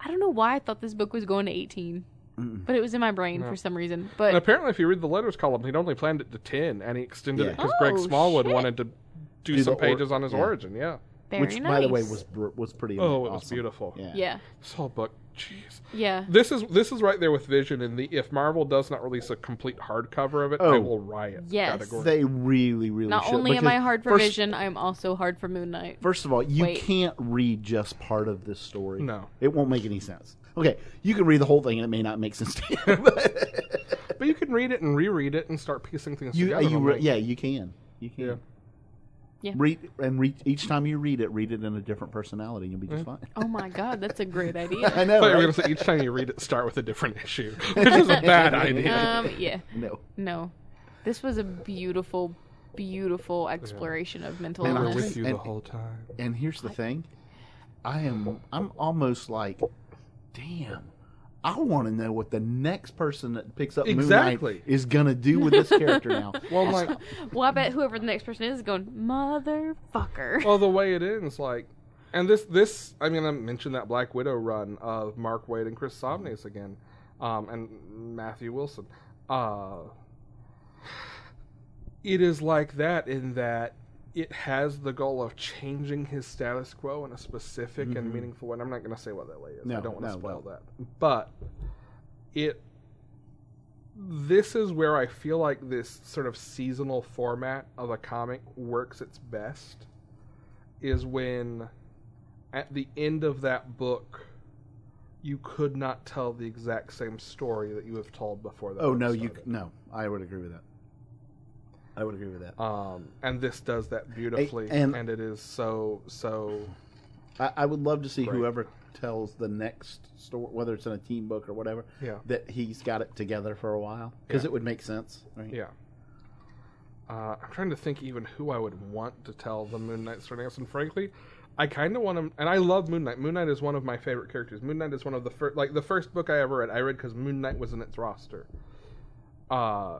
Speaker 3: I don't know why I thought this book was going to 18, but it was in my brain for some reason.
Speaker 1: And
Speaker 3: But
Speaker 1: apparently, if you read the letters column, he'd only planned it to 10 and he extended
Speaker 2: Yeah.
Speaker 1: it because
Speaker 3: Oh,
Speaker 1: Greg Smallwood
Speaker 3: shit.
Speaker 1: wanted to do,
Speaker 2: the
Speaker 1: some
Speaker 2: or-
Speaker 1: pages on his
Speaker 2: yeah.
Speaker 1: origin. Yeah.
Speaker 3: very
Speaker 2: which
Speaker 3: nice.
Speaker 2: by the way was br- was pretty
Speaker 1: Oh, it was
Speaker 2: awesome.
Speaker 1: beautiful.
Speaker 2: Yeah.
Speaker 3: yeah,
Speaker 1: This whole book, jeez.
Speaker 3: yeah.
Speaker 1: This is this is right there with Vision. In the if Marvel does not release a complete hardcover of it, I
Speaker 2: Oh.
Speaker 1: will riot.
Speaker 3: Yes.
Speaker 1: Category.
Speaker 2: They really really
Speaker 3: Not
Speaker 2: should,
Speaker 3: only am
Speaker 2: because
Speaker 3: I hard for
Speaker 2: first-
Speaker 3: Vision, I am also hard for Moon Knight.
Speaker 2: First of all, you
Speaker 3: Wait.
Speaker 2: can't read just part of this story.
Speaker 1: No.
Speaker 2: It won't make any sense. Okay, you can read the whole thing and it may not make sense to you. but
Speaker 1: but you can read it and reread it and start piecing things
Speaker 2: you, uh,
Speaker 1: together.
Speaker 2: you
Speaker 1: I'm
Speaker 2: re-
Speaker 1: like,
Speaker 2: yeah, you can. You can.
Speaker 1: Yeah.
Speaker 3: Yeah.
Speaker 2: Read and read each time you read it, read it in a different personality. You'll be just fine.
Speaker 3: Oh my god, that's a great
Speaker 2: I
Speaker 3: idea.
Speaker 1: Mm-hmm. I
Speaker 2: know.
Speaker 1: thought you were
Speaker 2: right?
Speaker 1: gonna say each time you read it, start with a different issue, which is a bad idea.
Speaker 3: um, yeah,
Speaker 2: No.
Speaker 3: no, this was a beautiful, beautiful exploration of mental
Speaker 2: Man, I
Speaker 1: We're
Speaker 2: was-
Speaker 3: illness.
Speaker 1: with you the
Speaker 2: And-
Speaker 1: whole time.
Speaker 2: And here's the thing, I am I'm almost like, damn. I want to know what the next person that picks up Moon
Speaker 1: Exactly.
Speaker 2: Knight is gonna do with this character now.
Speaker 1: Well, like,
Speaker 3: Well, I bet whoever the next person is is going, motherfucker.
Speaker 1: well, the way it ends, like, and this, this, I mean, I mentioned that Black Widow run of Mark Wade and Chris Somnus again, um, and Matthew Wilson. Uh, it is like that in that it has the goal of changing his status quo in a specific and meaningful way. And I'm not going to say what that way is. I
Speaker 2: Mm-hmm. No,
Speaker 1: don't want to
Speaker 2: no,
Speaker 1: spoil
Speaker 2: no.
Speaker 1: that. But it this is where I feel like this sort of seasonal format of a comic works its best is when at the end of that book you could not tell the exact same story that you have told before. That
Speaker 2: Oh no, you
Speaker 1: started.
Speaker 2: no. I would agree with that. I would agree with that.
Speaker 1: Um, and this does that beautifully,
Speaker 2: and-
Speaker 1: and, it is so so.
Speaker 2: I, I would love to see
Speaker 1: Right.
Speaker 2: whoever tells the next story, whether it's in a team book or whatever,
Speaker 1: Yeah.
Speaker 2: that he's got it together for a while because
Speaker 1: Yeah.
Speaker 2: it would make sense. Right?
Speaker 1: Yeah. Uh, I'm trying to think even who I would want to tell the Moon Knight story. And frankly, I kind of want to. And I love Moon Knight. Moon Knight is one of my favorite characters. Moon Knight is one of the first, like the first book I ever read. I read because Moon Knight was in its roster. Uh,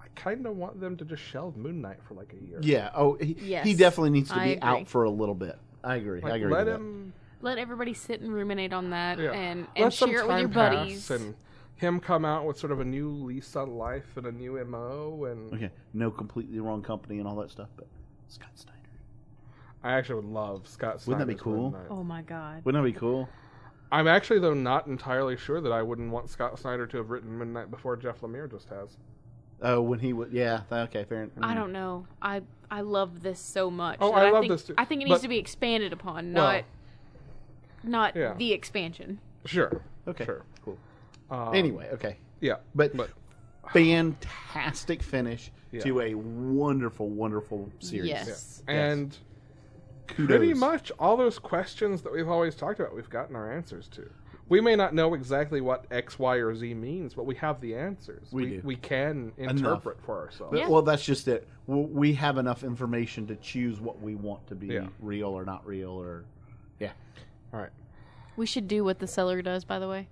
Speaker 1: I kind of want them to just shelve Moon Knight for like a year.
Speaker 2: Yeah. Oh, he, he
Speaker 3: Yes,
Speaker 2: definitely needs to
Speaker 3: I
Speaker 2: be
Speaker 3: agree.
Speaker 2: out for a little bit. I agree.
Speaker 1: Like,
Speaker 2: I agree.
Speaker 1: let
Speaker 2: with
Speaker 1: him
Speaker 3: Let everybody sit and ruminate on that
Speaker 1: Yeah.
Speaker 3: and,
Speaker 1: let
Speaker 3: and
Speaker 1: some
Speaker 3: share it with
Speaker 1: time
Speaker 3: your
Speaker 1: pass
Speaker 3: buddies.
Speaker 1: and him come out with sort of a new lease on life and a new mo and
Speaker 2: That. Okay. No, completely wrong company and all that stuff. But Scott Steiner.
Speaker 1: I actually would love Scott.
Speaker 2: Wouldn't that be
Speaker 1: Snyder's Moon
Speaker 2: cool?
Speaker 1: Knight.
Speaker 3: Oh my god.
Speaker 2: Wouldn't that be cool?
Speaker 1: I'm actually though not entirely sure that I wouldn't want Scott Snyder to have written Moon Knight before Jeff Lemire just has.
Speaker 2: Oh, when he would. Yeah. th- Okay. Fair enough.
Speaker 3: I don't know. I I love this so much.
Speaker 1: Oh,
Speaker 3: that
Speaker 1: I love
Speaker 3: think,
Speaker 1: this too,
Speaker 3: I think it needs
Speaker 1: but-
Speaker 3: to be expanded upon,
Speaker 1: Well,
Speaker 3: not not
Speaker 1: yeah.
Speaker 3: the expansion.
Speaker 1: Sure.
Speaker 2: Okay.
Speaker 1: Sure.
Speaker 2: Cool.
Speaker 1: Um,
Speaker 2: anyway. Okay.
Speaker 1: Yeah.
Speaker 2: But,
Speaker 1: But-
Speaker 2: fantastic finish
Speaker 1: Yeah.
Speaker 2: to a wonderful, wonderful series.
Speaker 3: Yes.
Speaker 1: And
Speaker 2: Kudos.
Speaker 1: pretty much all those questions that we've always talked about, we've gotten our answers to. We may not know exactly what X, Y, or Z means, but we have the answers.
Speaker 2: We
Speaker 1: we,
Speaker 2: do.
Speaker 1: can interpret for ourselves.
Speaker 2: But-
Speaker 3: Yeah.
Speaker 2: Well, that's just it. W- We have enough information to choose what we want to be
Speaker 1: Yeah.
Speaker 2: real or not real, or yeah.
Speaker 1: All right.
Speaker 3: We should do what the seller does, by the way.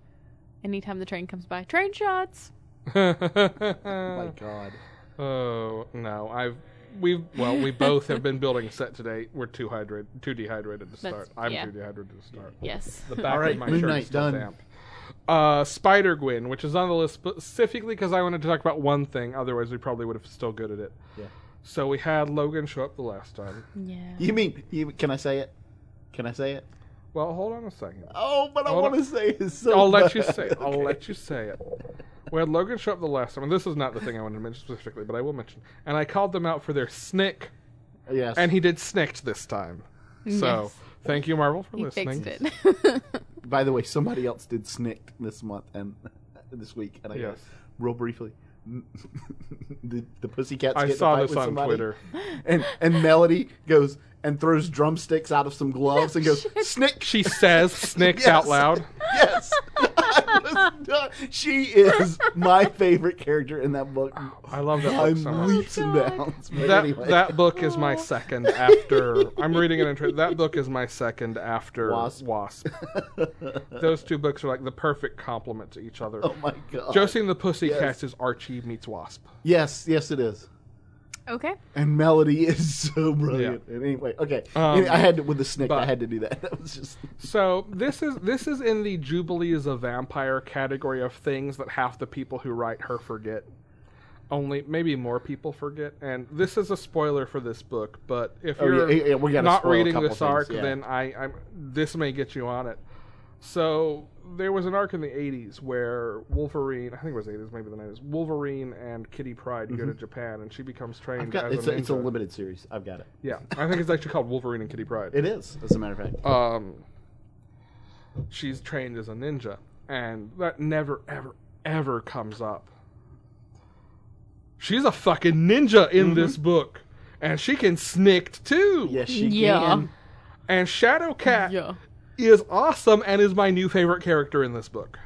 Speaker 3: Anytime the train comes by, train shots.
Speaker 2: My God,
Speaker 1: Oh no, I've we've well we both have been building set today. We're too hydrated, too dehydrated to start.
Speaker 3: That's-
Speaker 1: I'm
Speaker 3: yeah.
Speaker 1: too dehydrated to start.
Speaker 3: Yes.
Speaker 1: The back
Speaker 2: All right,
Speaker 1: of my
Speaker 2: Moon
Speaker 1: shirt
Speaker 2: Knight,
Speaker 1: is still
Speaker 2: done.
Speaker 1: damp. Uh, Spider Gwen, which is on the list specifically because I wanted to talk about one thing. Otherwise, we probably would have still good at it.
Speaker 2: Yeah.
Speaker 1: So we had Logan show up the last time.
Speaker 3: yeah.
Speaker 2: you mean you, can I say it? Can I say it?
Speaker 1: Well, hold on a second.
Speaker 2: Oh, but I
Speaker 1: Hold
Speaker 2: want
Speaker 1: on.
Speaker 2: to say it. So
Speaker 1: I'll let you
Speaker 2: bad.
Speaker 1: say it. I'll let you say it. We had Logan show up the last time, and this is not the thing I wanted to mention specifically, but I will mention. And I called them out for their snick
Speaker 2: Yes,
Speaker 1: And he did snicked this time. So
Speaker 3: Yes.
Speaker 1: thank you, Marvel, for
Speaker 3: He
Speaker 1: listening.
Speaker 3: fixed it.
Speaker 2: By the way, somebody else did snicked this month and this week, and I
Speaker 1: Yes.
Speaker 2: guess real briefly, the the pussycats.
Speaker 1: I
Speaker 2: get in a
Speaker 1: saw
Speaker 2: fight
Speaker 1: this
Speaker 2: with
Speaker 1: on
Speaker 2: somebody,
Speaker 1: Twitter.
Speaker 2: and and Melody goes and throws drumsticks out of some gloves and goes snick.
Speaker 1: She says snicked out
Speaker 2: Yes.
Speaker 1: loud.
Speaker 2: Yes, I was done. she is my favorite character in that book.
Speaker 1: I love that book
Speaker 2: I'm
Speaker 1: so much.
Speaker 2: leaps and
Speaker 3: Oh, God.
Speaker 2: bounds. But
Speaker 1: That,
Speaker 2: anyway,
Speaker 1: that book is my second after. I'm reading it in Twitter. That book is my second after
Speaker 2: Wasp.
Speaker 1: Those two books are like the perfect complement to each other.
Speaker 2: oh my god.
Speaker 1: Josie and the Pussycats
Speaker 2: Yes.
Speaker 1: is Archie meets Wasp.
Speaker 2: Yes, yes, it is.
Speaker 3: okay.
Speaker 2: And Melody is so brilliant. And anyway, okay.
Speaker 1: Um,
Speaker 2: Anyway, I had to with the snick. I
Speaker 1: but-
Speaker 2: had to do that. That was just
Speaker 1: So this is this is in the Jubilee is a vampire category of things that half the people who write her forget. Only maybe more people forget, and this is a spoiler for this book. But if
Speaker 2: Oh,
Speaker 1: you're
Speaker 2: yeah, yeah, we gotta
Speaker 1: not
Speaker 2: spoil a
Speaker 1: reading
Speaker 2: couple
Speaker 1: this
Speaker 2: things,
Speaker 1: arc,
Speaker 2: yeah.
Speaker 1: then I, I'm this may get you on it. So there was an arc in the '80s where Wolverine, I think it was '80s, maybe the '90s. Wolverine and Kitty Pride go to Japan, and she becomes trained
Speaker 2: Mm-hmm. I've got
Speaker 1: as
Speaker 2: it's
Speaker 1: a
Speaker 2: a,
Speaker 1: ninja.
Speaker 2: it's a limited series. I've got it.
Speaker 1: yeah, I think it's actually called Wolverine and Kitty Pride.
Speaker 2: It is, as a matter of fact.
Speaker 1: um, she's trained as a ninja, and that never, ever, ever comes up. She's a fucking ninja in this book, and she can snicked too.
Speaker 2: Mm-hmm. yes, she
Speaker 3: yeah.
Speaker 2: can.
Speaker 1: And Shadow Cat
Speaker 3: Yeah.
Speaker 1: is awesome and is my new favorite character in this book.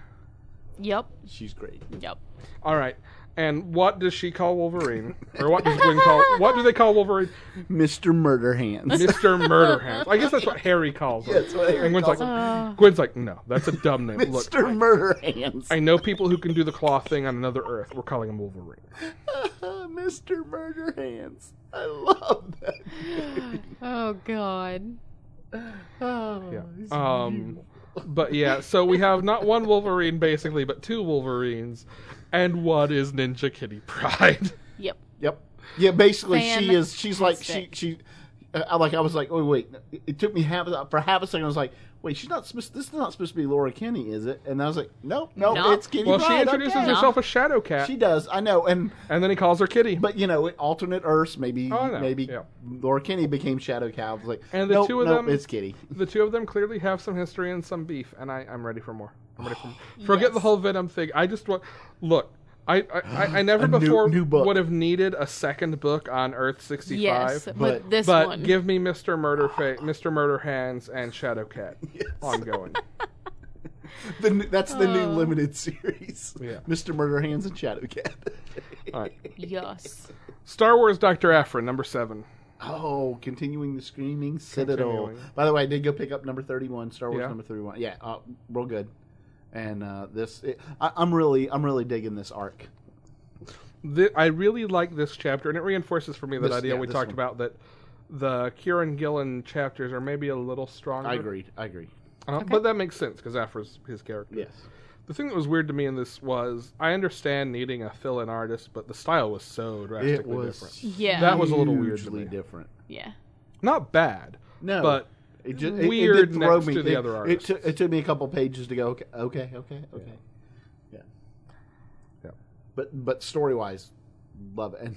Speaker 3: Yep.
Speaker 2: She's great.
Speaker 3: Yep.
Speaker 1: All right. And what does she call Wolverine? Or what does Gwen call? What do they call Wolverine?
Speaker 2: Mr. Murder Hands.
Speaker 1: Mister Murder Hands. I guess that's what Harry calls him.
Speaker 2: Yeah, that's what Harry
Speaker 1: and Gwen's
Speaker 2: calls
Speaker 1: like,
Speaker 3: him. Uh.
Speaker 1: Gwen's like, no, that's a dumb name. Look,
Speaker 2: Mr. Murder Hands.
Speaker 1: I know people who can do the claw thing on another Earth. We're calling him Wolverine.
Speaker 2: Mr. Murder Hands. I love that.
Speaker 3: Oh god.
Speaker 2: Oh,
Speaker 1: Yeah.
Speaker 2: he's
Speaker 1: Um, but yeah, so we have not one Wolverine basically, but two Wolverines, and one is Ninja Kitty Pride.
Speaker 3: Yep.
Speaker 2: Yep. Yeah, basically she
Speaker 3: Fantastic.
Speaker 2: is she's like she she uh, I like I was like, "Oh wait." It took me half a- for half a second I was like, wait, she's not supposed. This is not supposed to be Laura Kenny, is it? And I was like, no, no,
Speaker 3: No.
Speaker 2: it's Kitty.
Speaker 1: Well, she
Speaker 2: Pryde,
Speaker 1: introduces
Speaker 2: okay.
Speaker 1: herself as Shadow Cat,
Speaker 2: She does. I know. And
Speaker 1: and then he calls her Kitty.
Speaker 2: but you know, it- alternate Earths, maybe
Speaker 1: Oh, I know,
Speaker 2: maybe
Speaker 1: yeah.
Speaker 2: Laura Kenny became Shadow Cow. I was like,
Speaker 1: And the
Speaker 2: nope,
Speaker 1: two of
Speaker 2: nope,
Speaker 1: them-
Speaker 2: it's Kitty.
Speaker 1: the two of them clearly have some history and some beef, and I, I'm ready for more. I'm ready for more. Forget the
Speaker 3: Yes.
Speaker 1: whole Venom thing. I just want look. I I, I, I never
Speaker 2: A new-
Speaker 1: before
Speaker 2: new book.
Speaker 1: would have needed a second book on Earth 65.
Speaker 3: Yes, but,
Speaker 2: but-
Speaker 3: this
Speaker 1: but
Speaker 3: one.
Speaker 1: give me Mr. Murder Fa- Mr. Murder Hands and Shadow Cat ongoing.
Speaker 2: The, n- that's the new
Speaker 3: Oh.
Speaker 2: limited series.
Speaker 1: Yeah.
Speaker 2: Mr. Murder Hands and Shadow Cat.
Speaker 1: All right.
Speaker 3: yes.
Speaker 1: Star Wars Dr. Aphra, number seven.
Speaker 2: Oh, continuing the Screaming Citadel.
Speaker 1: Continuing.
Speaker 2: By the way, I did go pick up number 31, Star Wars
Speaker 1: Yeah.
Speaker 2: number 31. Yeah, uh, real good. And uh, this, it, I, I'm really, I'm really digging this arc.
Speaker 1: Thi- I really like this chapter, and it reinforces for me that
Speaker 2: This-
Speaker 1: idea
Speaker 2: yeah,
Speaker 1: we
Speaker 2: this
Speaker 1: talked
Speaker 2: one.
Speaker 1: about that the Kieran Gillen chapters are maybe a little stronger.
Speaker 2: I agreed. I agree.
Speaker 1: Uh, But that makes sense because Aphra's his character.
Speaker 2: Yes.
Speaker 1: The thing that was weird to me in this was I understand needing a fill-in artist, but the style was so drastically
Speaker 2: It was
Speaker 1: different.
Speaker 3: Yeah.
Speaker 1: That was a little weird to
Speaker 2: hugely
Speaker 1: me.
Speaker 2: different.
Speaker 3: Yeah.
Speaker 1: Not bad,
Speaker 2: No,
Speaker 1: but
Speaker 2: it ju-
Speaker 1: weird
Speaker 2: did
Speaker 1: next to the
Speaker 2: it,
Speaker 1: other
Speaker 2: it
Speaker 1: artists.
Speaker 2: took- it took me a couple pages to go. Okay, okay, okay, okay. Yeah.
Speaker 1: Yeah.
Speaker 2: But but story wise, love it. And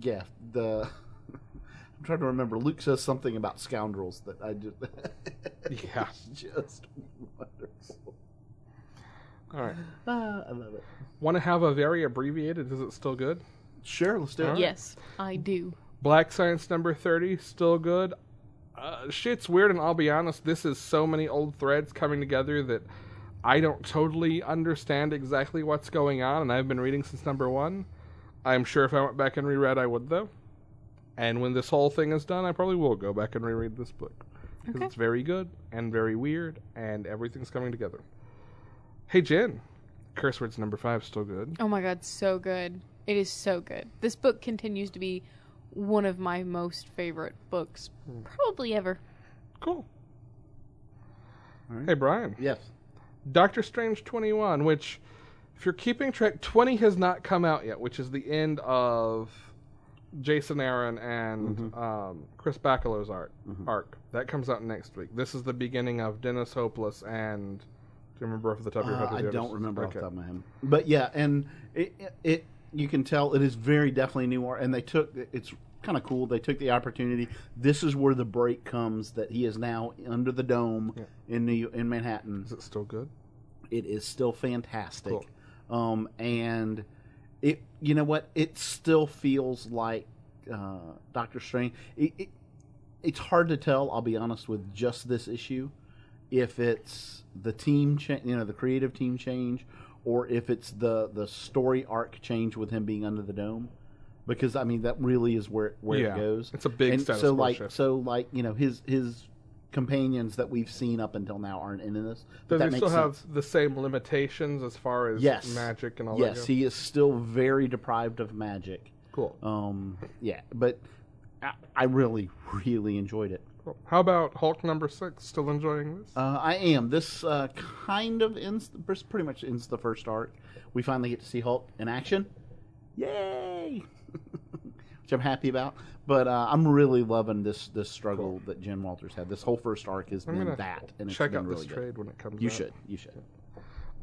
Speaker 2: yeah, the I'm trying to remember. Luke says something about scoundrels that I just
Speaker 1: Yeah.
Speaker 2: It's just wonderful.
Speaker 1: all right.
Speaker 2: Ah, I love it.
Speaker 1: Want to have a very abbreviated? Is it still good?
Speaker 2: Sure, let's do it.
Speaker 3: Yes, I do.
Speaker 1: Black Science number thirty, still good. Uh, shit's weird, and I'll be honest, this is so many old threads coming together that I don't totally understand exactly what's going on, and I've been reading since number one. I'm sure if I went back and reread, I would though. And when this whole thing is done, I probably will go back and reread this book because
Speaker 3: Okay.
Speaker 1: it's very good and very weird, and everything's coming together. Hey Jen, curse words number five still good.
Speaker 3: Oh my god, so good. It is so good. This book continues to be one of my most favorite books
Speaker 2: Hmm.
Speaker 3: probably ever.
Speaker 1: Cool.
Speaker 2: right.
Speaker 1: Hey Brian.
Speaker 2: Yes.
Speaker 1: Doctor Strange 21, which, if you're keeping track, 20 has not come out yet, which is the end of Jason Aaron and
Speaker 2: Mm-hmm.
Speaker 1: um, Chris Bacalo's art, arc. That comes out next week. This is the beginning of Dennis Hopeless and. Do you remember off the top of your head?
Speaker 2: Uh,
Speaker 1: who
Speaker 2: I
Speaker 1: the
Speaker 2: don't
Speaker 1: others-
Speaker 2: remember off the
Speaker 1: okay.
Speaker 2: top of my head. But yeah, and it, it, it you can tell it is very definitely new art, and they took it's kind of cool. They took the opportunity. This is where the break comes that he is now under the dome in New in Manhattan.
Speaker 1: Is it still good?
Speaker 2: It is still fantastic, um, and it you know what it still feels like uh, Doctor Strange. It, it, it's hard to tell. I'll be honest with just this issue, if it's the team, cha- you know, the creative team change, or if it's the the story arc change with him being under the dome, because I mean that really is where where
Speaker 1: Yeah.
Speaker 2: it goes.
Speaker 1: It's a big
Speaker 2: and
Speaker 1: status
Speaker 2: so
Speaker 1: quo
Speaker 2: like
Speaker 1: shift.
Speaker 2: so like you know his his companions that we've seen up until now aren't in this.
Speaker 1: Does
Speaker 2: But that
Speaker 1: he
Speaker 2: makes
Speaker 1: still
Speaker 2: sense.
Speaker 1: have the same limitations as far as
Speaker 2: Yes.
Speaker 1: magic and all that?
Speaker 2: Yes,
Speaker 1: goes?
Speaker 2: he is still very deprived of magic.
Speaker 1: Cool.
Speaker 2: Um, yeah, but I, I really, really enjoyed it.
Speaker 1: cool. How about Hulk number six? Still enjoying this?
Speaker 2: Uh, I am. This uh, kind of ends, this pretty much ends the first arc. We finally get to see Hulk in action. Yay! Which I'm happy about. But uh, I'm really loving this this struggle that Jen Walters had. This whole first arc has
Speaker 1: I'm
Speaker 2: been
Speaker 1: gonna
Speaker 2: that, and it's
Speaker 1: Check
Speaker 2: been
Speaker 1: out
Speaker 2: really
Speaker 1: this
Speaker 2: good.
Speaker 1: trade when it comes
Speaker 2: You
Speaker 1: out.
Speaker 2: should. You should.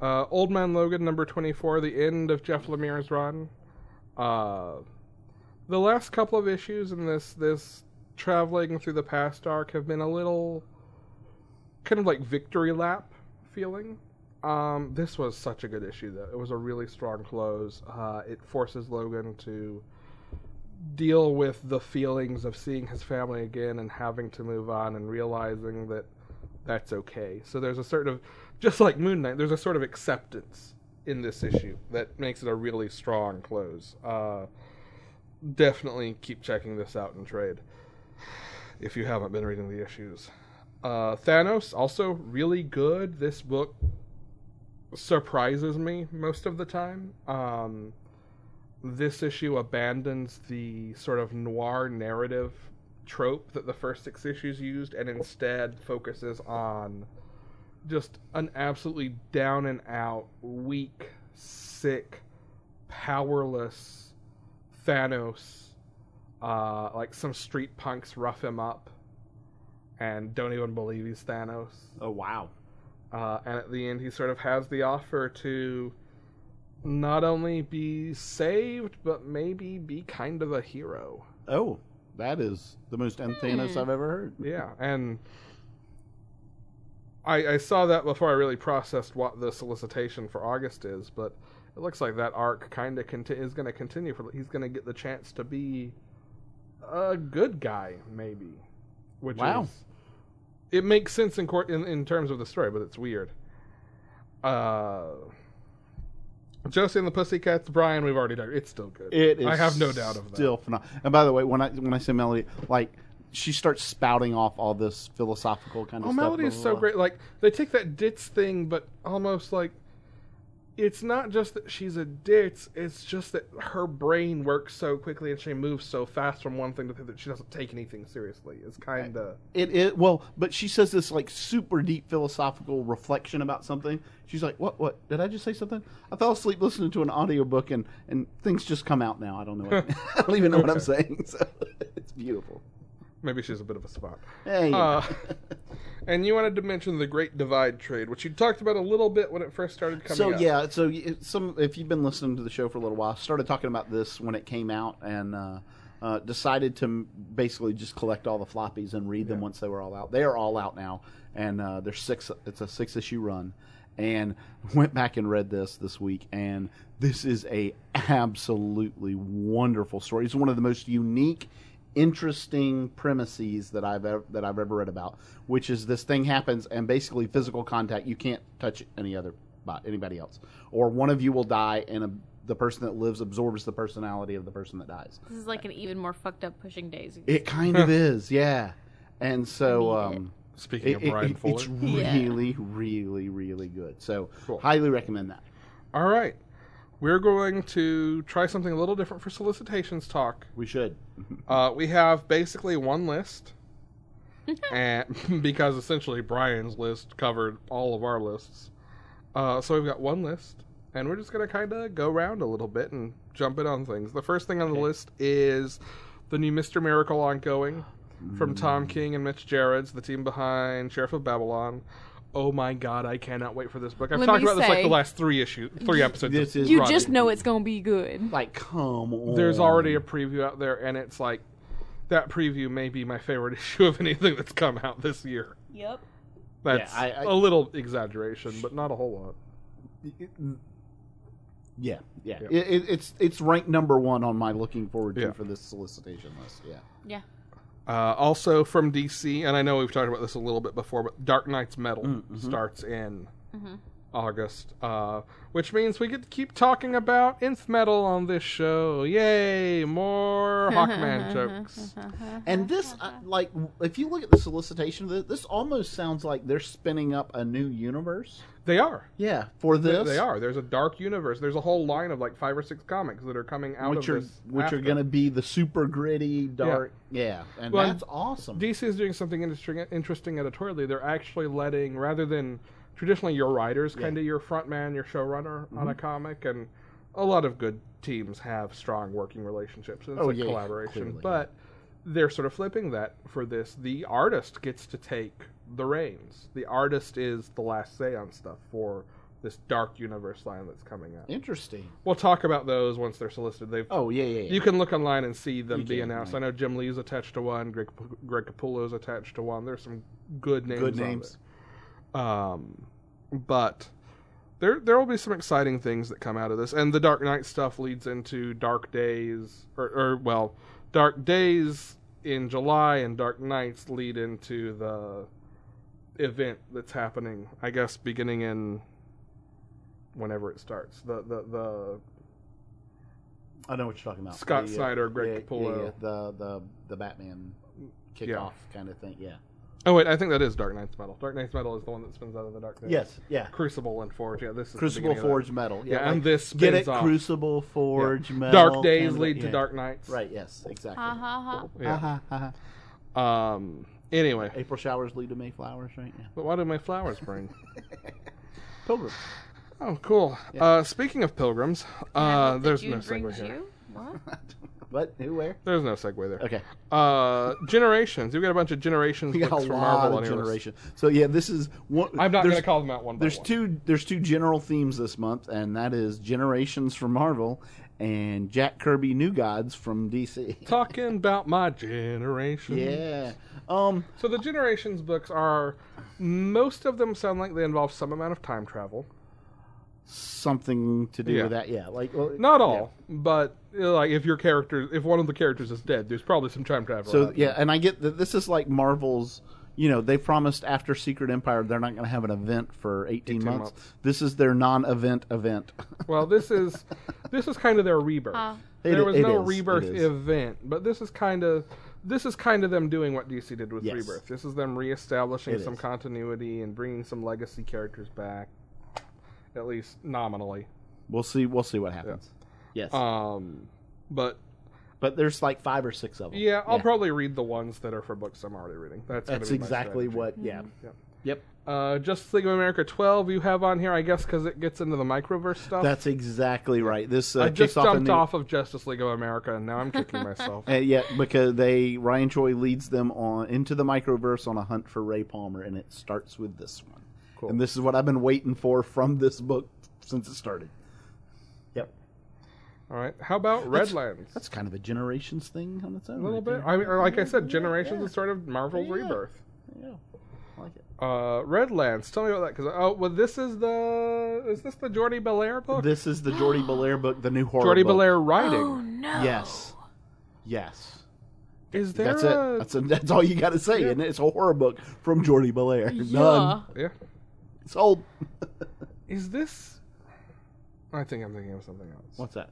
Speaker 1: Uh, Old Man Logan, number 24, the end of Jeff Lemire's run. Uh, the last couple of issues in this this traveling through the past arc have been a little kind of like victory lap feeling. Um, this was such a good issue, though. It was a really strong close. Uh, it forces Logan to deal with the feelings of seeing his family again and having to move on and realizing that that's okay. So there's a sort of, just like Moon Knight, there's a sort of acceptance in this issue that makes it a really strong close. Uh, definitely keep checking this out in trade if you haven't been reading the issues. Uh, Thanos, also really good. This book surprises me most of the time. Um, this issue abandons the sort of noir narrative trope that the first six issues used and instead focuses on just an absolutely down and out, weak, sick, powerless Thanos. Uh, like some street punks rough him up and don't even believe he's Thanos.
Speaker 2: Oh wow.
Speaker 1: Uh, and at the end, he sort of has the offer to not only be saved, but maybe be kind of a hero.
Speaker 2: Oh, that is the most Anthanos I've ever heard.
Speaker 1: Yeah, and I, I saw that before I really processed what the solicitation for August is, but it looks like that arc kind of conti- is going to continue. For he's going to get the chance to be a good guy, maybe. Which
Speaker 2: Wow.
Speaker 1: is it makes sense in, court in in terms of the story, but it's weird. Uh, Josie and the Pussycats, Brian, we've already done. It's still good.
Speaker 2: It is
Speaker 1: I have no doubt of that.
Speaker 2: Still phenomenal. And by the way, when I when I say Melody, like she starts spouting off all this philosophical kind of
Speaker 1: Oh,
Speaker 2: stuff.
Speaker 1: Melody
Speaker 2: blah,
Speaker 1: is
Speaker 2: blah,
Speaker 1: so
Speaker 2: blah.
Speaker 1: great. Like they take that ditz thing, but almost like it's not just that she's a ditz. It's just that her brain works so quickly and she moves so fast from one thing to the other that she doesn't take anything seriously. It's kind of
Speaker 2: It it well, but she says this like super deep philosophical reflection about something. She's like, "What? What? Did I just say something? I fell asleep listening to an audiobook and and things just come out now. I don't know. What, I don't even know what I'm saying. So it's beautiful.
Speaker 1: maybe she's a bit of a spot.
Speaker 2: Hey,
Speaker 1: Uh, and you wanted to mention the Great Divide trade, which you talked about a little bit when it first started coming.
Speaker 2: so
Speaker 1: up.
Speaker 2: yeah, so y- it- some if you've been listening to the show for a little while, I started talking about this when it came out and uh, uh, decided to m- basically just collect all the floppies and read them once they were all out. They are all out now, and uh, there's six. It's a six issue run, and went back and read this this week, and this is a absolutely wonderful story. It's one of the most unique interesting premises that I've ever, that I've ever read about, which is this thing happens and basically physical contact. You can't touch any other bo- anybody else, or one of you will die, and a, the person that lives absorbs the personality of the person that dies.
Speaker 3: This is like an even more fucked up pushing daisies.
Speaker 2: It kind of is, yeah. And so,
Speaker 3: I need it.
Speaker 2: um,
Speaker 1: Speaking
Speaker 2: it-
Speaker 1: of
Speaker 2: it-
Speaker 1: Brian
Speaker 2: it-
Speaker 1: Fuller,
Speaker 2: it's
Speaker 3: Yeah.
Speaker 2: really, really, really good. So,
Speaker 1: Cool.
Speaker 2: highly recommend that.
Speaker 1: all right. We're going to try something a little different for solicitations talk.
Speaker 2: We should.
Speaker 1: Uh, we have basically one list,
Speaker 3: Mm-hmm.
Speaker 1: and because essentially Brian's list covered all of our lists. Uh, so we've got one list, and we're just going to kind of go around a little bit and jump in on things. The first thing on the list is the new Mr. Miracle ongoing from Tom
Speaker 2: Mm.
Speaker 1: King and Mitch Gerrits, the team behind Sheriff of Babylon. Oh my god, I cannot wait for this book. I've
Speaker 3: Let
Speaker 1: talked
Speaker 3: me
Speaker 1: about this like
Speaker 3: say-
Speaker 1: the last three issues, three episodes.
Speaker 2: This
Speaker 1: of
Speaker 2: is
Speaker 3: you
Speaker 1: Rodney.
Speaker 3: just know it's gonna be good.
Speaker 2: Like, come on.
Speaker 1: There's already
Speaker 2: Um,
Speaker 1: a preview out there, and it's like that preview may be my favorite issue of anything that's come out this year.
Speaker 3: Yep.
Speaker 1: That's a
Speaker 2: I- I-
Speaker 1: little exaggeration, but not a whole lot.
Speaker 2: Yeah, yeah.
Speaker 1: Yeah.
Speaker 2: It, it, it's it's ranked number one on my looking forward to
Speaker 1: Yeah.
Speaker 2: for this solicitation list. Yeah.
Speaker 3: Yeah.
Speaker 1: Uh, also from DC, and I know we've talked about this a little bit before, but Dark Knight's Metal
Speaker 2: Mm, mm-hmm.
Speaker 1: starts in August, uh, which means we get to keep talking about Nth Metal on this show. Yay! More Hawkman jokes.
Speaker 2: And this, uh, like, if you look at the solicitation, of this, this almost sounds like they're spinning up a new universe.
Speaker 1: They are.
Speaker 2: Yeah, for
Speaker 1: They,
Speaker 2: this,
Speaker 1: they are. There's a dark universe. There's a whole line of like five or six comics that are coming out
Speaker 2: which
Speaker 1: of
Speaker 2: are
Speaker 1: this.
Speaker 2: which
Speaker 1: after.
Speaker 2: are going to be the super gritty, dark. Yeah, and
Speaker 1: Well,
Speaker 2: that's awesome.
Speaker 1: DC is doing something interesting, interesting editorially. They're actually letting, rather than traditionally your writers, kind of your front man, your showrunner
Speaker 2: Mm-hmm.
Speaker 1: on a comic, and a lot of good teams have strong working relationships. and It's
Speaker 2: Oh,
Speaker 1: a
Speaker 2: yeah,
Speaker 1: collaboration,
Speaker 2: clearly, yeah.
Speaker 1: but they're sort of flipping that for this. The artist gets to take the reins. The artist is the last say on stuff for this dark universe line that's coming up.
Speaker 2: Interesting.
Speaker 1: We'll talk about those once they're solicited. They've
Speaker 2: Oh yeah, yeah, yeah.
Speaker 1: you can look online and see them
Speaker 2: You
Speaker 1: be
Speaker 2: can,
Speaker 1: announced.
Speaker 2: right.
Speaker 1: I know Jim Lee's attached to one. Greg Greg Capullo's attached to one. There's some good names.
Speaker 2: Good
Speaker 1: on
Speaker 2: names.
Speaker 1: there. Um, but there there will be some exciting things that come out of this, and the Dark Knight stuff leads into Dark Days, or, or well, Dark Days in July, and Dark Nights lead into the event that's happening. I guess beginning in whenever it starts. The the the
Speaker 2: I know what you're talking about.
Speaker 1: Scott
Speaker 2: The, uh,
Speaker 1: Snyder, Greg
Speaker 2: yeah, yeah,
Speaker 1: Capullo.
Speaker 2: yeah, the the the Batman kickoff kind of thing. Yeah.
Speaker 1: Oh wait, I think that is Dark Knight's Metal. Dark Knight's Metal is the one that spins out of the Dark Knight.
Speaker 2: Yes. Yeah.
Speaker 1: Crucible and Forge. Yeah, this is the
Speaker 2: Crucible
Speaker 1: beginning of that.
Speaker 2: Forge Metal.
Speaker 1: Yeah, and this
Speaker 2: get
Speaker 1: spins
Speaker 2: it.
Speaker 1: off.
Speaker 2: Crucible Forge Metal.
Speaker 1: Dark days
Speaker 2: Canada-
Speaker 1: lead to
Speaker 2: yeah.
Speaker 1: Dark Nights.
Speaker 2: Right. Uh-huh. Yes. Exactly.
Speaker 3: Ha ha ha.
Speaker 1: Yeah.
Speaker 2: Ha, ha, ha, ha.
Speaker 1: Um. Anyway,
Speaker 2: April showers lead to May flowers, right? Yeah.
Speaker 1: but why do my flowers bring?
Speaker 2: Pilgrim.
Speaker 1: oh, cool. Uh, speaking of pilgrims, uh,
Speaker 3: That
Speaker 1: there's
Speaker 3: June
Speaker 2: Uh,
Speaker 1: no segue
Speaker 3: brings
Speaker 1: here.
Speaker 3: you? What?
Speaker 2: What? Who? Where?
Speaker 1: There's no segue there.
Speaker 2: Okay.
Speaker 1: Uh, generations. We've got a bunch of generations
Speaker 2: We got a
Speaker 1: books from
Speaker 2: lot
Speaker 1: Marvel on
Speaker 2: of
Speaker 1: here.
Speaker 2: generation. So yeah, this is one.
Speaker 1: I'm not going
Speaker 2: there's-
Speaker 1: to call them out one by
Speaker 2: There's
Speaker 1: one.
Speaker 2: two. There's two general themes this month, and that is generations from Marvel and Jack Kirby New Gods from DC.
Speaker 1: Talking about my generation.
Speaker 2: Yeah. Um.
Speaker 1: So the generations books are most of them sound like they involve some amount of time travel.
Speaker 2: Something to do
Speaker 1: Yeah.
Speaker 2: with that. Yeah. Like. Well,
Speaker 1: Not all, but you know, like if your character, if one of the characters is dead, there's probably some time travel.
Speaker 2: So
Speaker 1: happening.
Speaker 2: yeah, and I get that this is like Marvel's. You know, they promised after Secret Empire they're not going to have an event for 18,
Speaker 1: 18
Speaker 2: months.
Speaker 1: months.
Speaker 2: This is their non-event event.
Speaker 1: Well, this is this is kind of their rebirth.
Speaker 3: Ah.
Speaker 2: It
Speaker 1: there
Speaker 2: i-
Speaker 1: was
Speaker 2: it
Speaker 1: no
Speaker 2: is, it
Speaker 1: rebirth
Speaker 2: is.
Speaker 1: event, but this is kind of this is kind of them doing what DC did with
Speaker 2: Yes.
Speaker 1: rebirth. This is them reestablishing
Speaker 2: It
Speaker 1: some
Speaker 2: is.
Speaker 1: continuity and bringing some legacy characters back, at least nominally.
Speaker 2: we'll see. We'll see what happens. Yes,
Speaker 1: Um, but
Speaker 2: but there's like five or six of them.
Speaker 1: yeah, I'll probably read the ones that are for books I'm already reading. That's gonna
Speaker 2: That's
Speaker 1: be my
Speaker 2: exactly
Speaker 1: strategy. Mm-hmm.
Speaker 2: what. Yeah.
Speaker 1: Yep.
Speaker 2: Yep.
Speaker 1: Uh, Justice League of America 12 you have on here, I guess, because it gets into the microverse stuff.
Speaker 2: That's exactly right. This uh,
Speaker 1: I
Speaker 2: kicks
Speaker 1: just
Speaker 2: off a
Speaker 1: jumped
Speaker 2: new-
Speaker 1: off of Justice League of America, and now I'm kicking myself.
Speaker 2: Uh, yeah, because they Ryan Choi leads them on into the microverse on a hunt for Ray Palmer, and it starts with this one.
Speaker 1: Cool.
Speaker 2: And this is what I've been waiting for from this book since it started. Yep,
Speaker 1: All right. How about Redlands?
Speaker 2: that's kind of a generations thing on its own.
Speaker 1: a little
Speaker 2: right
Speaker 1: bit.
Speaker 2: there.
Speaker 1: I mean, like I said, Generations is sort of Marvel's
Speaker 2: Yeah.
Speaker 1: rebirth.
Speaker 2: Yeah, I like it.
Speaker 1: Uh, Redlands. Tell me about that, because oh, well, this is the is this the Jordy Belair book?
Speaker 2: This is the Jordy Belair book, the new horror.
Speaker 1: Jordy
Speaker 2: book.
Speaker 1: Belair
Speaker 3: Oh
Speaker 1: writing.
Speaker 3: no.
Speaker 2: Yes, yes.
Speaker 1: Is there
Speaker 2: that's
Speaker 1: a
Speaker 2: it. That's, a, that's all you got to say, and it's a horror book from Jordy Belair.
Speaker 3: Yeah.
Speaker 2: None.
Speaker 1: yeah?
Speaker 2: It's old.
Speaker 1: Is this? I think I'm thinking of something else.
Speaker 2: What's that?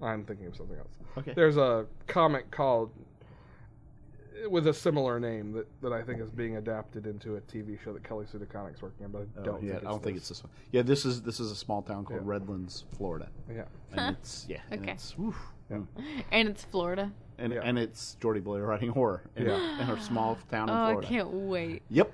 Speaker 1: I'm thinking of something else.
Speaker 2: Okay.
Speaker 1: There's a comic called with a similar name that, that I think is being adapted into a TV show that Kelly Sue DeConnick's working on, but I don't
Speaker 2: Oh, yeah,
Speaker 1: think it's
Speaker 2: I don't think
Speaker 1: this.
Speaker 2: it's this one. Yeah, this is this is a small town called
Speaker 1: Yeah.
Speaker 2: Redlands, Florida,
Speaker 1: yeah.
Speaker 2: and it's yeah, and
Speaker 3: Okay.
Speaker 2: it's woof,
Speaker 1: Yeah.
Speaker 3: And it's Florida.
Speaker 2: and,
Speaker 1: Yeah.
Speaker 2: and it's Jordy Blair writing horror in, a-
Speaker 1: Yeah.
Speaker 2: in a small town in
Speaker 3: Oh, I
Speaker 2: Florida.
Speaker 3: can't wait.
Speaker 2: Yep,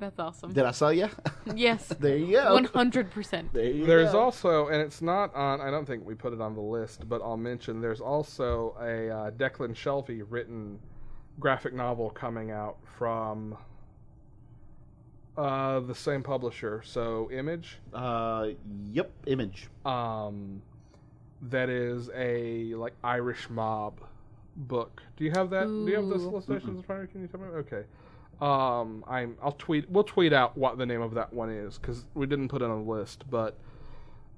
Speaker 3: That's awesome.
Speaker 2: did I sell you?
Speaker 3: yes.
Speaker 2: there you go.
Speaker 3: One hundred percent.
Speaker 2: There you
Speaker 1: There's
Speaker 2: go.
Speaker 1: also, and it's not on. I don't think we put it on the list, but I'll mention. There's also a uh, Declan Shelby written graphic novel coming out from uh, the same publisher, so Image.
Speaker 2: uh, yep, image.
Speaker 1: Um, that is a like Irish mob book. Do you have that? Do you have the
Speaker 3: Ooh.
Speaker 1: solicitations? Can you tell me? Okay. Um, I'm. I'll tweet. We'll tweet out what the name of that one is because we didn't put it on the list, but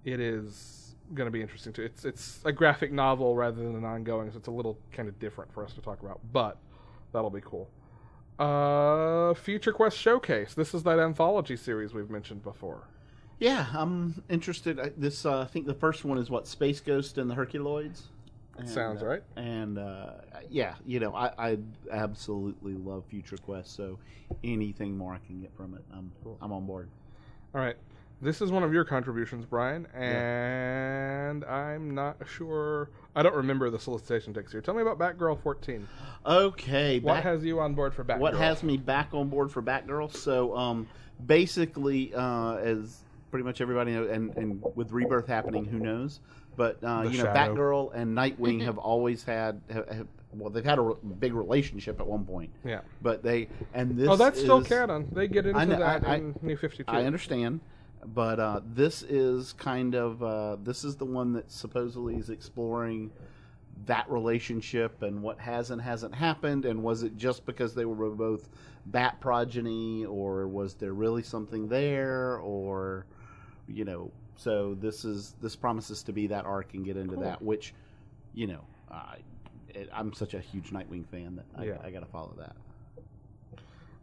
Speaker 1: it is going to be interesting too. It's it's a graphic novel rather than an ongoing, so it's a little kind of different for us to talk about, but that'll be cool. Uh, Future Quest Showcase. This is that anthology series we've mentioned before.
Speaker 2: Yeah, I'm interested. I- This uh, I think the first one is what Space Ghost and the Herculoids. And,
Speaker 1: Sounds
Speaker 2: uh,
Speaker 1: right.
Speaker 2: And uh, yeah, you know, I, I absolutely love Future Quest, so anything more I can get from it, I'm I'm on board.
Speaker 1: All right. This is one of your contributions, Brian, and I'm not sure. I don't remember the solicitation text here. Tell me about Batgirl 14.
Speaker 2: Okay,
Speaker 1: What
Speaker 2: back-
Speaker 1: has you on board for Batgirl?
Speaker 2: what has me back on board for Batgirl? So, um, basically, uh, as pretty much everybody knows, and, and with Rebirth happening, who knows? But uh,
Speaker 1: The
Speaker 2: you know,
Speaker 1: shadow.
Speaker 2: Batgirl and Nightwing have always had, have, have- well, they've had a re- big relationship at one point.
Speaker 1: Yeah.
Speaker 2: But they and this
Speaker 1: oh, that's still
Speaker 2: is-
Speaker 1: canon. They get into
Speaker 2: I know-
Speaker 1: that
Speaker 2: I- I-
Speaker 1: in New 52.
Speaker 2: I understand, but uh, this is kind of uh, this is the one that supposedly is exploring that relationship and what has and hasn't happened, and was it just because they were both bat progeny, or was there really something there, or you know? So this is this promises to be that arc and get into
Speaker 1: Cool.
Speaker 2: that, which you know, I it, I'm such a huge Nightwing fan that I,
Speaker 1: Yeah.
Speaker 2: I got to follow that.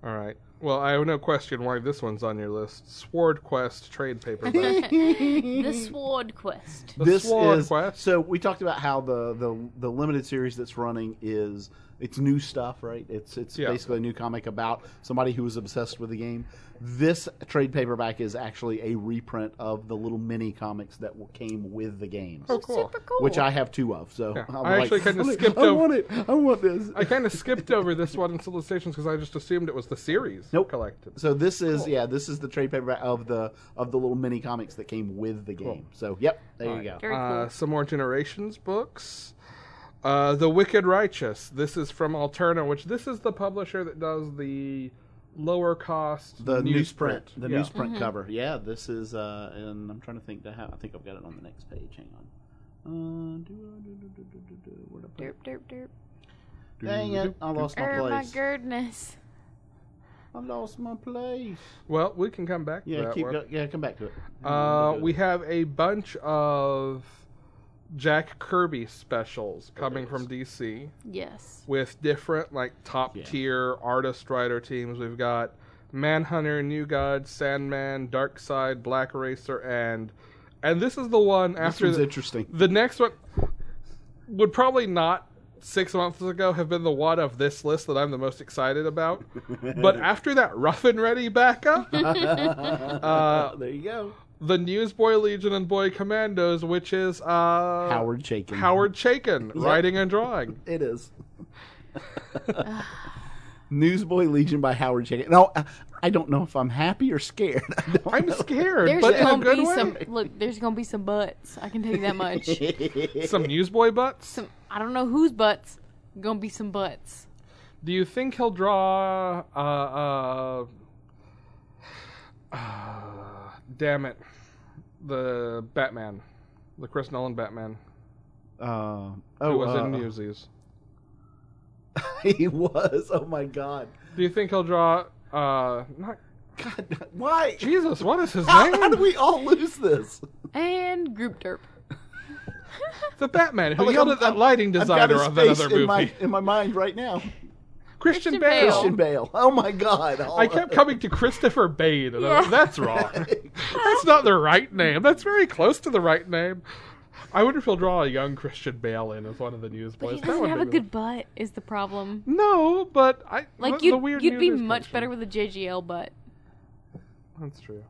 Speaker 1: All right. Well, I have no question why this one's on your list. Sword Quest trade paperback.
Speaker 3: The Sword Quest.
Speaker 1: The
Speaker 2: this
Speaker 1: Sword
Speaker 2: is
Speaker 1: Quest.
Speaker 2: so we talked about how the, the the limited series that's running is it's new stuff, right? It's it's
Speaker 1: Yeah.
Speaker 2: basically a new comic about somebody who was obsessed with the game. This trade paperback is actually a reprint of the little mini comics that w- came with the game,
Speaker 1: Oh, cool.
Speaker 3: Super cool.
Speaker 2: which I have two of. So
Speaker 1: Yeah.
Speaker 2: I'm
Speaker 1: I actually kinda
Speaker 2: I'm like,
Speaker 1: skipped
Speaker 2: I
Speaker 1: over-
Speaker 2: want it. I want this.
Speaker 1: I kind of skipped over this one in solicitations because I just assumed it was the series. is
Speaker 2: Nope.
Speaker 1: collected.
Speaker 2: So this is
Speaker 1: Cool.
Speaker 2: yeah, this is the trade paperback of the of the little mini comics that came with the game. So yep, there you go.
Speaker 3: Very cool.
Speaker 1: Uh, some more Generations books. Uh, the Wicked Righteous. This is from Alterna, which this is the publisher that does the lower cost
Speaker 2: The newsprint, the
Speaker 1: Yeah.
Speaker 2: newsprint cover. Yeah, this is uh, and I'm trying to think to how I think I've got it on the next page. Hang on. Uh, do, do, do, do, do, do, do, where'd I put
Speaker 3: derp
Speaker 2: it?
Speaker 3: derp derp.
Speaker 2: Dang it! I lost Er, my
Speaker 3: Oh my
Speaker 2: place.
Speaker 3: goodness.
Speaker 2: I lost my place.
Speaker 1: Well, we can come back. to
Speaker 2: Yeah,
Speaker 1: that
Speaker 2: keep
Speaker 1: one.
Speaker 2: go, yeah, come back to it.
Speaker 1: Uh,
Speaker 2: We'll do
Speaker 1: we
Speaker 2: it.
Speaker 1: have a bunch of Jack Kirby specials coming
Speaker 2: there it
Speaker 1: from DC
Speaker 3: Yes.
Speaker 1: with different like top
Speaker 2: Yeah.
Speaker 1: tier artist writer teams. We've got Manhunter, New God, Sandman, Dark Side, Black Racer, and and this is the one
Speaker 2: this
Speaker 1: after
Speaker 2: was
Speaker 1: the,
Speaker 2: interesting.
Speaker 1: the next one would probably not six months ago have been the one of this list that I'm the most excited about. but after that rough and ready backup, uh,
Speaker 2: there you go.
Speaker 1: the Newsboy Legion and Boy Commandos, which is uh, Howard
Speaker 2: Howard Chaykin.
Speaker 1: Howard Chaykin writing and drawing.
Speaker 2: It is. Newsboy Legion by Howard Chaykin. No, I- I don't know if I'm happy or scared. I don't
Speaker 1: I'm
Speaker 2: know.
Speaker 1: scared,
Speaker 3: There's
Speaker 1: but in a
Speaker 3: gonna
Speaker 1: good
Speaker 3: be
Speaker 1: way.
Speaker 3: some look. There's gonna be some butts. I can tell you that much.
Speaker 1: Some newsboy butts.
Speaker 3: some I don't know whose butts. Gonna be some butts.
Speaker 1: Do you think he'll draw? Uh, uh, uh, damn it, the Batman, the Chris Nolan Batman,
Speaker 2: Uh,
Speaker 1: who
Speaker 2: oh,
Speaker 1: was
Speaker 2: uh,
Speaker 1: in Newsies.
Speaker 2: He was. Oh my God.
Speaker 1: Do you think he'll draw? Uh, not
Speaker 2: God, why?
Speaker 1: Jesus. What is his
Speaker 2: How, how do
Speaker 1: name?
Speaker 2: we all lose this?
Speaker 3: And group derp.
Speaker 1: The Batman who
Speaker 2: Like,
Speaker 1: yelled
Speaker 2: I'm-
Speaker 1: at that
Speaker 2: I'm-
Speaker 1: lighting
Speaker 2: I've got
Speaker 1: designer
Speaker 2: his
Speaker 1: on that
Speaker 2: face
Speaker 1: other
Speaker 2: in
Speaker 1: movie.
Speaker 2: my in my mind right now.
Speaker 1: Christian
Speaker 3: Christian
Speaker 1: Bale.
Speaker 3: Bale.
Speaker 2: Christian Bale. Oh my God. All
Speaker 1: I kept coming to Christopher Bane, and I was,
Speaker 3: Yeah.
Speaker 1: that's wrong. that's not the right name. That's very close to the right name. I wonder if he'll draw a young Christian Bale in as one of the
Speaker 3: But
Speaker 1: newsboys.
Speaker 3: he
Speaker 1: That
Speaker 3: doesn't
Speaker 1: would
Speaker 3: have a
Speaker 1: make me
Speaker 3: good butt. Is the problem?
Speaker 1: laugh. No, but I
Speaker 3: Like
Speaker 1: the,
Speaker 3: you'd,
Speaker 1: the weird
Speaker 3: you'd be
Speaker 1: newsies
Speaker 3: much better
Speaker 1: connection.
Speaker 3: with a JGL butt.
Speaker 1: That's true.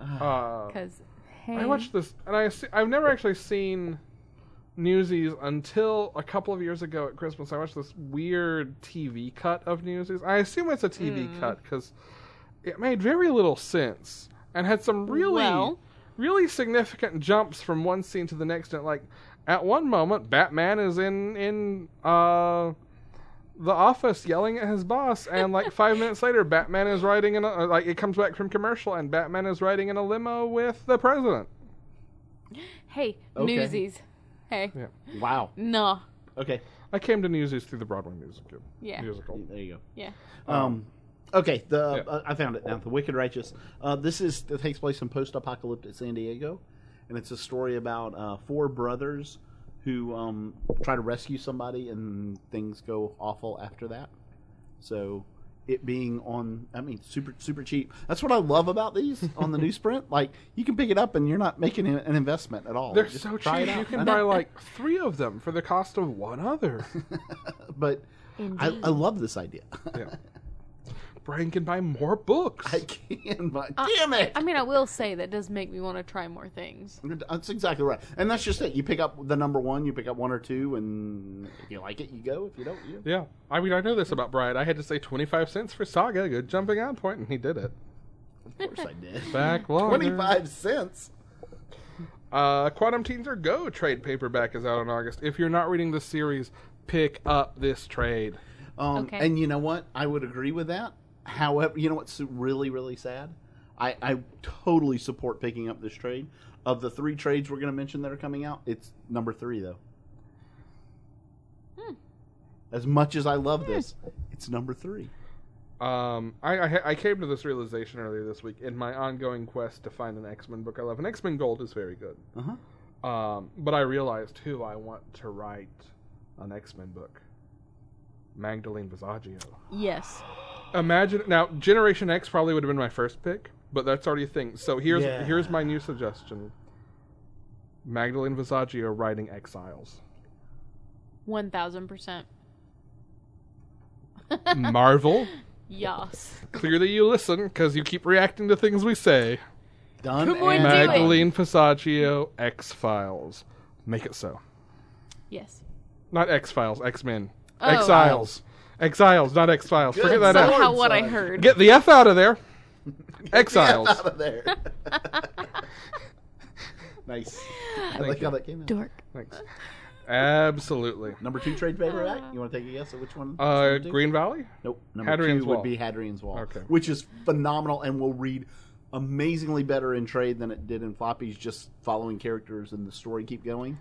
Speaker 1: Uh,
Speaker 3: Cause hey,
Speaker 1: I watched this, and I assu- I've never actually seen Newsies until a couple of years ago at Christmas. I watched this weird TV cut of Newsies. I assume it's a TV
Speaker 3: Hmm.
Speaker 1: cut because it made very little sense and had some really,
Speaker 3: Well-
Speaker 1: really significant jumps from one scene to the next. And like at one moment, Batman is in in uh. The office yelling at his boss, and like five minutes later, Batman is riding in a like it comes back from commercial, and Batman is riding in a limo with the president.
Speaker 3: hey
Speaker 2: Okay.
Speaker 3: Newsies. Hey,
Speaker 1: Yeah.
Speaker 2: wow.
Speaker 3: no,
Speaker 2: Okay.
Speaker 1: I came to Newsies through the Broadway musical.
Speaker 3: Yeah.
Speaker 1: Musical.
Speaker 2: There you go.
Speaker 3: yeah,
Speaker 2: Um, okay, the
Speaker 1: Yeah.
Speaker 2: uh, I found it now. The Wicked Righteous. Uh, this is it takes place in post-apocalyptic San Diego, and it's a story about uh, four brothers who um, try to rescue somebody, and things go awful after that. So it being on, I mean, super super cheap. That's what I love about these on the newsprint. Like you can pick it up, and you're not making an an investment at all.
Speaker 1: They're
Speaker 2: Just
Speaker 1: so
Speaker 2: try it
Speaker 1: cheap. You
Speaker 2: out.
Speaker 1: can
Speaker 2: I know.
Speaker 1: buy like three of them for the cost of one other.
Speaker 2: but I,
Speaker 3: indeed.
Speaker 2: I love this idea.
Speaker 1: yeah. Brian can buy more books.
Speaker 2: I can, but
Speaker 3: Uh,
Speaker 2: damn it!
Speaker 3: I mean, I will say that does make me want to try more things.
Speaker 2: That's exactly right, and that's just it. You pick up the number one, you pick up one or two, and if you like it, you go. If you don't, you.
Speaker 1: yeah. I mean, I know this about Brian. I had to say 25 cents for Saga, good jumping on point, and he did it.
Speaker 2: Of course, I did.
Speaker 1: Back longer.
Speaker 2: Twenty-five cents.
Speaker 1: Uh, Quantum Teens or Go trade paperback is out in August. If you're not reading the series, pick up this trade.
Speaker 2: Um,
Speaker 3: Okay.
Speaker 2: And you know what? I would agree with that. However, you know what's really, really sad? I, I totally support picking up this trade. Of the three trades we're going to mention that are coming out, it's number three though.
Speaker 3: Hmm.
Speaker 2: As much as I love this, it's number three.
Speaker 1: Um, I, I I came to this realization earlier this week in my ongoing quest to find an X Men book I love. And X Men Gold is very good.
Speaker 2: Uh huh.
Speaker 1: Um, but I realized who I want to write an X Men book. Magdalene Visaggio.
Speaker 3: Yes,
Speaker 1: Imagine now, Generation X probably would have been my first pick, but that's already a thing. So here's
Speaker 2: Yeah.
Speaker 1: here's my new suggestion: Magdalene Visaggio writing Exiles,
Speaker 3: one thousand percent.
Speaker 1: Marvel.
Speaker 3: Yes.
Speaker 1: Clearly, you listen because you keep reacting to things we say.
Speaker 2: Done.
Speaker 3: Come on,
Speaker 2: and-
Speaker 3: do it.
Speaker 1: Magdalene Visaggio, X Files. Make it so.
Speaker 3: Yes.
Speaker 1: Not X Files, X Men.
Speaker 3: Oh.
Speaker 1: Exiles. Exiles, not X Files. Forget that.
Speaker 2: Lord,
Speaker 3: Somehow, what I
Speaker 2: son.
Speaker 3: heard.
Speaker 1: Get the F out of there. Exiles.
Speaker 2: out of there. nice. I like
Speaker 1: you.
Speaker 2: how that came out.
Speaker 3: Dork.
Speaker 1: Thanks. Absolutely.
Speaker 2: Number two trade favorite
Speaker 3: Uh,
Speaker 2: act. You want to take a guess at which one?
Speaker 1: Uh,
Speaker 2: Number two?
Speaker 1: Green Valley.
Speaker 2: Nope. Number
Speaker 1: Hadrian's
Speaker 2: two
Speaker 1: Wall.
Speaker 2: would be Hadrian's Wall,
Speaker 1: Okay.
Speaker 2: which is phenomenal and will read amazingly better in trade than it did in floppies. Just following characters and the story keep going.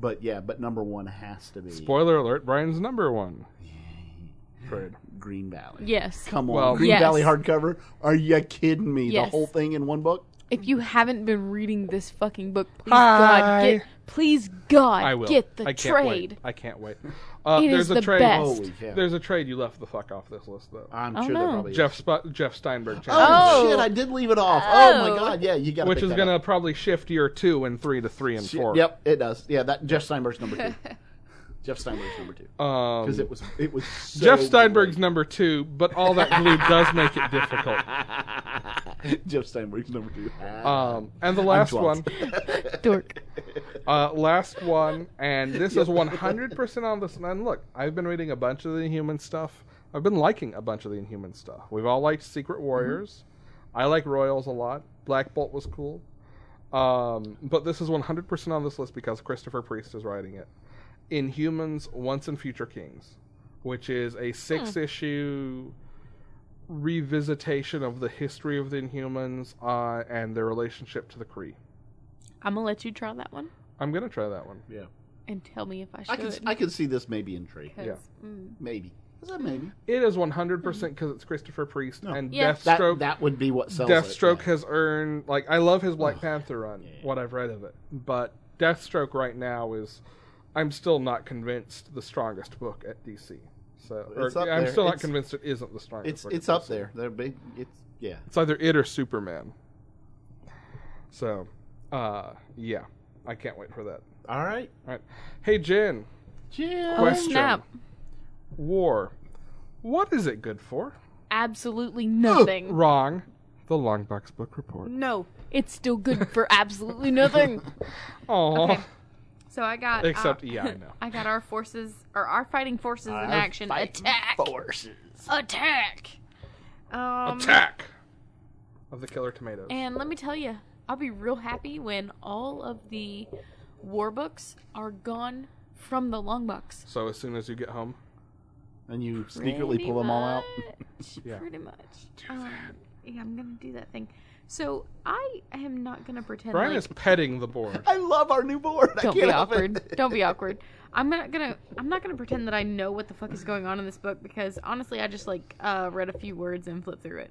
Speaker 2: But yeah, but number one has to be
Speaker 1: Spoiler alert: Brian's number one. Trade.
Speaker 2: Green Valley.
Speaker 3: Yes.
Speaker 2: Come on,
Speaker 1: Well-
Speaker 2: Green
Speaker 3: Yes.
Speaker 2: Valley hardcover. Are you kidding me?
Speaker 3: Yes.
Speaker 2: The whole thing in one book.
Speaker 3: If you haven't been reading this fucking book, please God,
Speaker 1: Hi.
Speaker 3: get please God,
Speaker 1: I will
Speaker 3: get the
Speaker 1: I can't
Speaker 3: trade.
Speaker 1: Wait. I can't wait. Uh,
Speaker 3: It is
Speaker 1: there's a
Speaker 3: the
Speaker 1: trade.
Speaker 3: best.
Speaker 2: Holy cow!
Speaker 1: There's a trade you left the fuck off this list though.
Speaker 2: I'm
Speaker 3: Oh,
Speaker 2: sure
Speaker 3: no.
Speaker 2: there probably is.
Speaker 1: Jeff Sp- Jeff Steinberg challenge.
Speaker 2: Oh,
Speaker 3: Oh.
Speaker 2: shit! I did leave it off. Oh,
Speaker 3: Oh.
Speaker 2: my god! Yeah, you got
Speaker 1: which is gonna probably shift your two and three to three and four.
Speaker 2: Yep, it does. Yeah, that Jeff Steinberg's number two. Jeff Steinberg's number two
Speaker 1: Um,
Speaker 2: because it was it was so
Speaker 1: Jeff Steinberg's number two, but all that glue does make it difficult.
Speaker 2: great. Jeff Steinberg's number two.
Speaker 3: Ah.
Speaker 1: Um, and the last one,
Speaker 3: Dork.
Speaker 1: uh, last one, and this is 100% on this. And look, I've been reading a bunch of the Inhuman stuff. I've been liking a bunch of the Inhuman stuff. We've all liked Secret Warriors. I like Royals a lot. Black Bolt was cool. Um, but this is 100% on this list because Christopher Priest is writing it. Inhumans Once and Future Kings, which is a six issue revisitation of the history of the Inhumans uh, and their relationship to the Kree.
Speaker 3: I'm gonna let you try that one
Speaker 1: I'm going to try that one.
Speaker 2: Yeah,
Speaker 3: and tell me if I should.
Speaker 2: I could I could see this maybe in trade.
Speaker 3: 'cause,
Speaker 1: Yeah.
Speaker 3: mm.
Speaker 2: Maybe is that maybe
Speaker 1: It is 100% because it's Christopher Priest
Speaker 2: Mm-hmm. No.
Speaker 1: and
Speaker 3: Yeah.
Speaker 2: that
Speaker 1: Deathstroke.
Speaker 2: that would be what sells.
Speaker 1: Deathstroke
Speaker 2: It.
Speaker 1: has earned like I love his Black Panther run,
Speaker 2: yeah.
Speaker 1: what I've read of it. But Deathstroke right now is I'm still not convinced the strongest book at DC. So or,
Speaker 2: It's up
Speaker 1: I'm
Speaker 2: there.
Speaker 1: still not
Speaker 2: It's-
Speaker 1: convinced it isn't the strongest.
Speaker 2: It's
Speaker 1: book
Speaker 2: it's
Speaker 1: at
Speaker 2: up
Speaker 1: DC.
Speaker 2: there. There be it's yeah.
Speaker 1: It's either it or Superman. So, uh, yeah, I can't wait for that.
Speaker 2: All right,
Speaker 1: All right, hey Jen,
Speaker 2: Jim.
Speaker 3: Oh
Speaker 1: Question.
Speaker 3: snap!
Speaker 1: war, what is it good for?
Speaker 3: Absolutely nothing.
Speaker 1: Wrong, the Longbox Book Report.
Speaker 3: no, it's still good for absolutely nothing.
Speaker 1: Oh,
Speaker 3: Okay. So I got uh,
Speaker 1: Except- E. yeah, I know.
Speaker 3: I got our forces or our fighting forces in
Speaker 2: Our
Speaker 3: action.
Speaker 2: fighting
Speaker 3: Attack!
Speaker 2: forces.
Speaker 3: Attack! Um,
Speaker 1: attack of the Killer Tomatoes.
Speaker 3: And let me tell you, I'll be real happy when all of the war books are gone from the long box.
Speaker 1: so as soon as you get home,
Speaker 2: And you secretly pull them all out.
Speaker 3: much,
Speaker 1: Yeah.
Speaker 3: Pretty much. Um, yeah, I'm gonna do that thing. So I am not gonna pretend.
Speaker 1: Brian
Speaker 3: like,
Speaker 1: is petting the board.
Speaker 2: I love our new board. I
Speaker 3: don't
Speaker 2: can't
Speaker 3: be
Speaker 2: help it.
Speaker 3: awkward. Don't be awkward. I'm not gonna. I'm not gonna pretend that I know what the fuck is going on in this book because honestly, I just like uh, read a few words and flipped through it.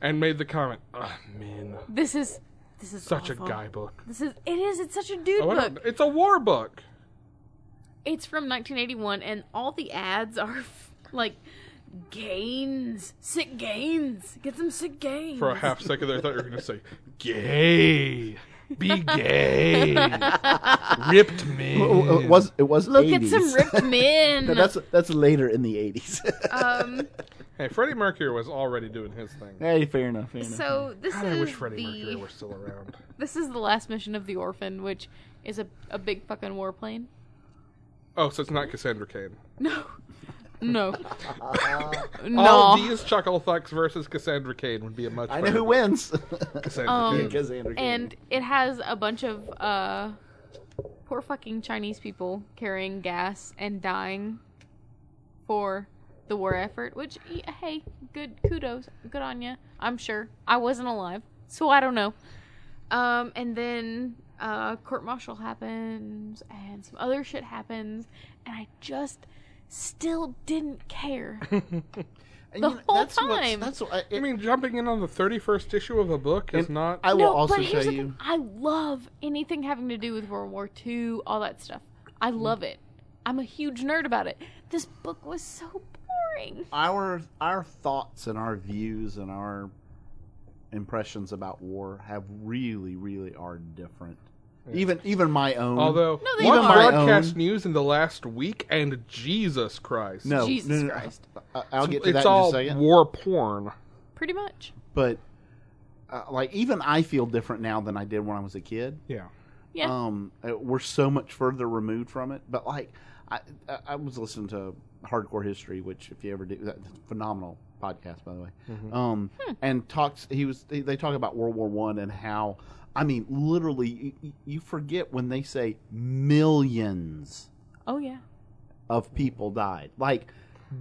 Speaker 1: and made the comment, "Ugh, man,
Speaker 3: This is. This is
Speaker 1: such
Speaker 3: awful.
Speaker 1: a guy book."
Speaker 3: This is. It is. It's such a dude
Speaker 1: Oh, I don't-
Speaker 3: book.
Speaker 1: it's a war book.
Speaker 3: It's from 1981, and all the ads are like gains, sick gains. Get some sick gains.
Speaker 1: For a half second there, I thought you were going to say, gay. Be gay. Ripped me.
Speaker 2: Oh, it was it was
Speaker 3: Look
Speaker 2: 80s.
Speaker 3: at some ripped men.
Speaker 2: No, that's that's later in the 80s.
Speaker 3: um.
Speaker 1: Hey, Freddie Mercury was already doing his thing.
Speaker 2: hey, fair enough. Fair enough.
Speaker 3: So this
Speaker 1: God,
Speaker 3: is
Speaker 1: I wish Freddie
Speaker 3: the
Speaker 1: Mercury were still around.
Speaker 3: this is the last mission of the orphan, which is a a big fucking warplane.
Speaker 1: Oh, so it's not Cassandra Cain.
Speaker 3: No. No.
Speaker 1: Oh, All
Speaker 3: no.
Speaker 1: these chuckle thucks versus Cassandra Cain would be a much
Speaker 2: I know
Speaker 1: better
Speaker 2: who
Speaker 1: book.
Speaker 2: wins.
Speaker 1: Cassandra
Speaker 3: Um,
Speaker 1: Cain.
Speaker 2: Because Andrew Gage.
Speaker 3: And it has a bunch of uh poor fucking Chinese people carrying gas and dying for the war effort, which y- hey, good kudos. Good on you. I'm sure. I wasn't alive, so I don't know. Um and then uh court martial happens and some other shit happens and I just still didn't care.
Speaker 2: And
Speaker 3: the
Speaker 2: you know,
Speaker 3: whole
Speaker 2: that's what's-
Speaker 3: time.
Speaker 2: that's what I,
Speaker 1: I
Speaker 2: it-
Speaker 1: mean, jumping in on the 31st issue of a book is
Speaker 2: And
Speaker 1: not.
Speaker 2: I will also
Speaker 3: but here's
Speaker 2: tell
Speaker 3: the thing.
Speaker 2: you.
Speaker 3: I love anything having to do with World War II, all that stuff. I
Speaker 1: Mm.
Speaker 3: love it. I'm a huge nerd about it. This book was so boring.
Speaker 2: our our thoughts and our views and our impressions about war have really really are different. Even even my own.
Speaker 1: Although,
Speaker 3: No, they
Speaker 1: one
Speaker 3: are.
Speaker 1: broadcast
Speaker 2: Own.
Speaker 1: news in the last week, and Jesus Christ.
Speaker 2: no,
Speaker 3: Jesus
Speaker 2: no, no, no,
Speaker 3: Christ.
Speaker 2: I, I'll get to
Speaker 1: it's
Speaker 2: that in
Speaker 1: all
Speaker 2: just a second.
Speaker 1: war porn.
Speaker 3: Pretty much.
Speaker 2: But uh, like even I feel different now than I did when I was a kid.
Speaker 1: Yeah.
Speaker 3: Yeah.
Speaker 2: um uh, we're so much further removed from it but like I, I- I was listening to Hardcore History, which if you ever do, that's a phenomenal podcast by the way.
Speaker 3: Hmm.
Speaker 2: Um, and talks. He was. They, they talk about World War One and how. I mean, literally, you, you forget when they say millions
Speaker 3: Oh yeah.
Speaker 2: of people died. Like,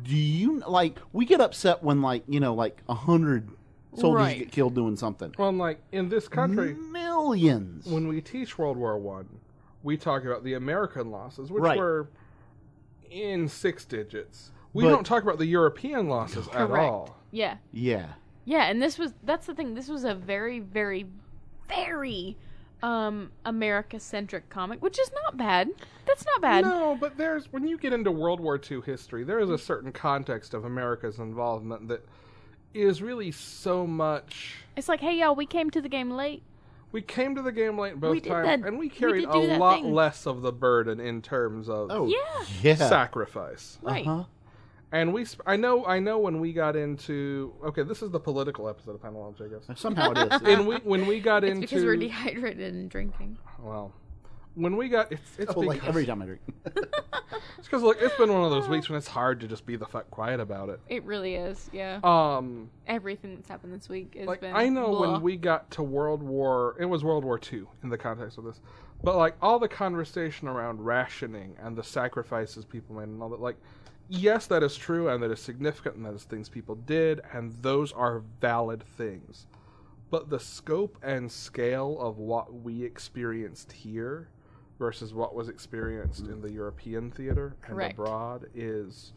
Speaker 2: do you like? We get upset when like you know like a hundred soldiers
Speaker 3: Right.
Speaker 2: get killed doing something.
Speaker 1: Well, and like in this country,
Speaker 2: Mm-hmm. Millions.
Speaker 1: when we teach World War One, we talk about the American losses, which
Speaker 2: Right.
Speaker 1: were in six digits. We
Speaker 2: But-
Speaker 1: don't talk about the European losses at
Speaker 3: Correct.
Speaker 1: all.
Speaker 3: Yeah.
Speaker 2: yeah.
Speaker 3: Yeah, and this was that's the thing. This was a very, very, very um America centric comic, which is not bad. That's not bad.
Speaker 1: No, but there's when you get into World War II history, there is a certain context of America's involvement that is really so much.
Speaker 3: It's like, hey y'all, we came to the game late.
Speaker 1: We came to the game late both
Speaker 3: We did
Speaker 1: times,
Speaker 3: that-
Speaker 1: and we
Speaker 3: we
Speaker 1: carried
Speaker 3: did
Speaker 1: a
Speaker 3: do that
Speaker 1: lot
Speaker 3: thing.
Speaker 1: less of the burden in terms of
Speaker 2: Oh.
Speaker 3: Yeah.
Speaker 2: Yeah.
Speaker 1: sacrifice.
Speaker 3: Right.
Speaker 2: Uh-huh.
Speaker 1: And we, sp- I know, I know, when we got into okay, this is the political episode of Panel Jacobs.
Speaker 2: Somehow it is.
Speaker 1: And we, when we got
Speaker 3: It's
Speaker 1: into
Speaker 3: because we're dehydrated and drinking.
Speaker 1: Well, when we got it's it's
Speaker 2: Well, like
Speaker 1: because,
Speaker 2: every time I drink.
Speaker 1: it's 'cause, look, it's been one of those weeks when it's hard to just be the fuck quiet about it.
Speaker 3: It really is, yeah.
Speaker 1: Um,
Speaker 3: Everything that's happened this week has
Speaker 1: like
Speaker 3: been
Speaker 1: I know
Speaker 3: blah.
Speaker 1: when we got to World War, it was World War Two in the context of this, but like all the conversation around rationing and the sacrifices people made and all that, like. Yes, that is true, and that is significant, and that is things people did, and those are valid things. But the scope and scale of what we experienced here versus what was experienced in the European theater and
Speaker 3: Correct.
Speaker 1: abroad is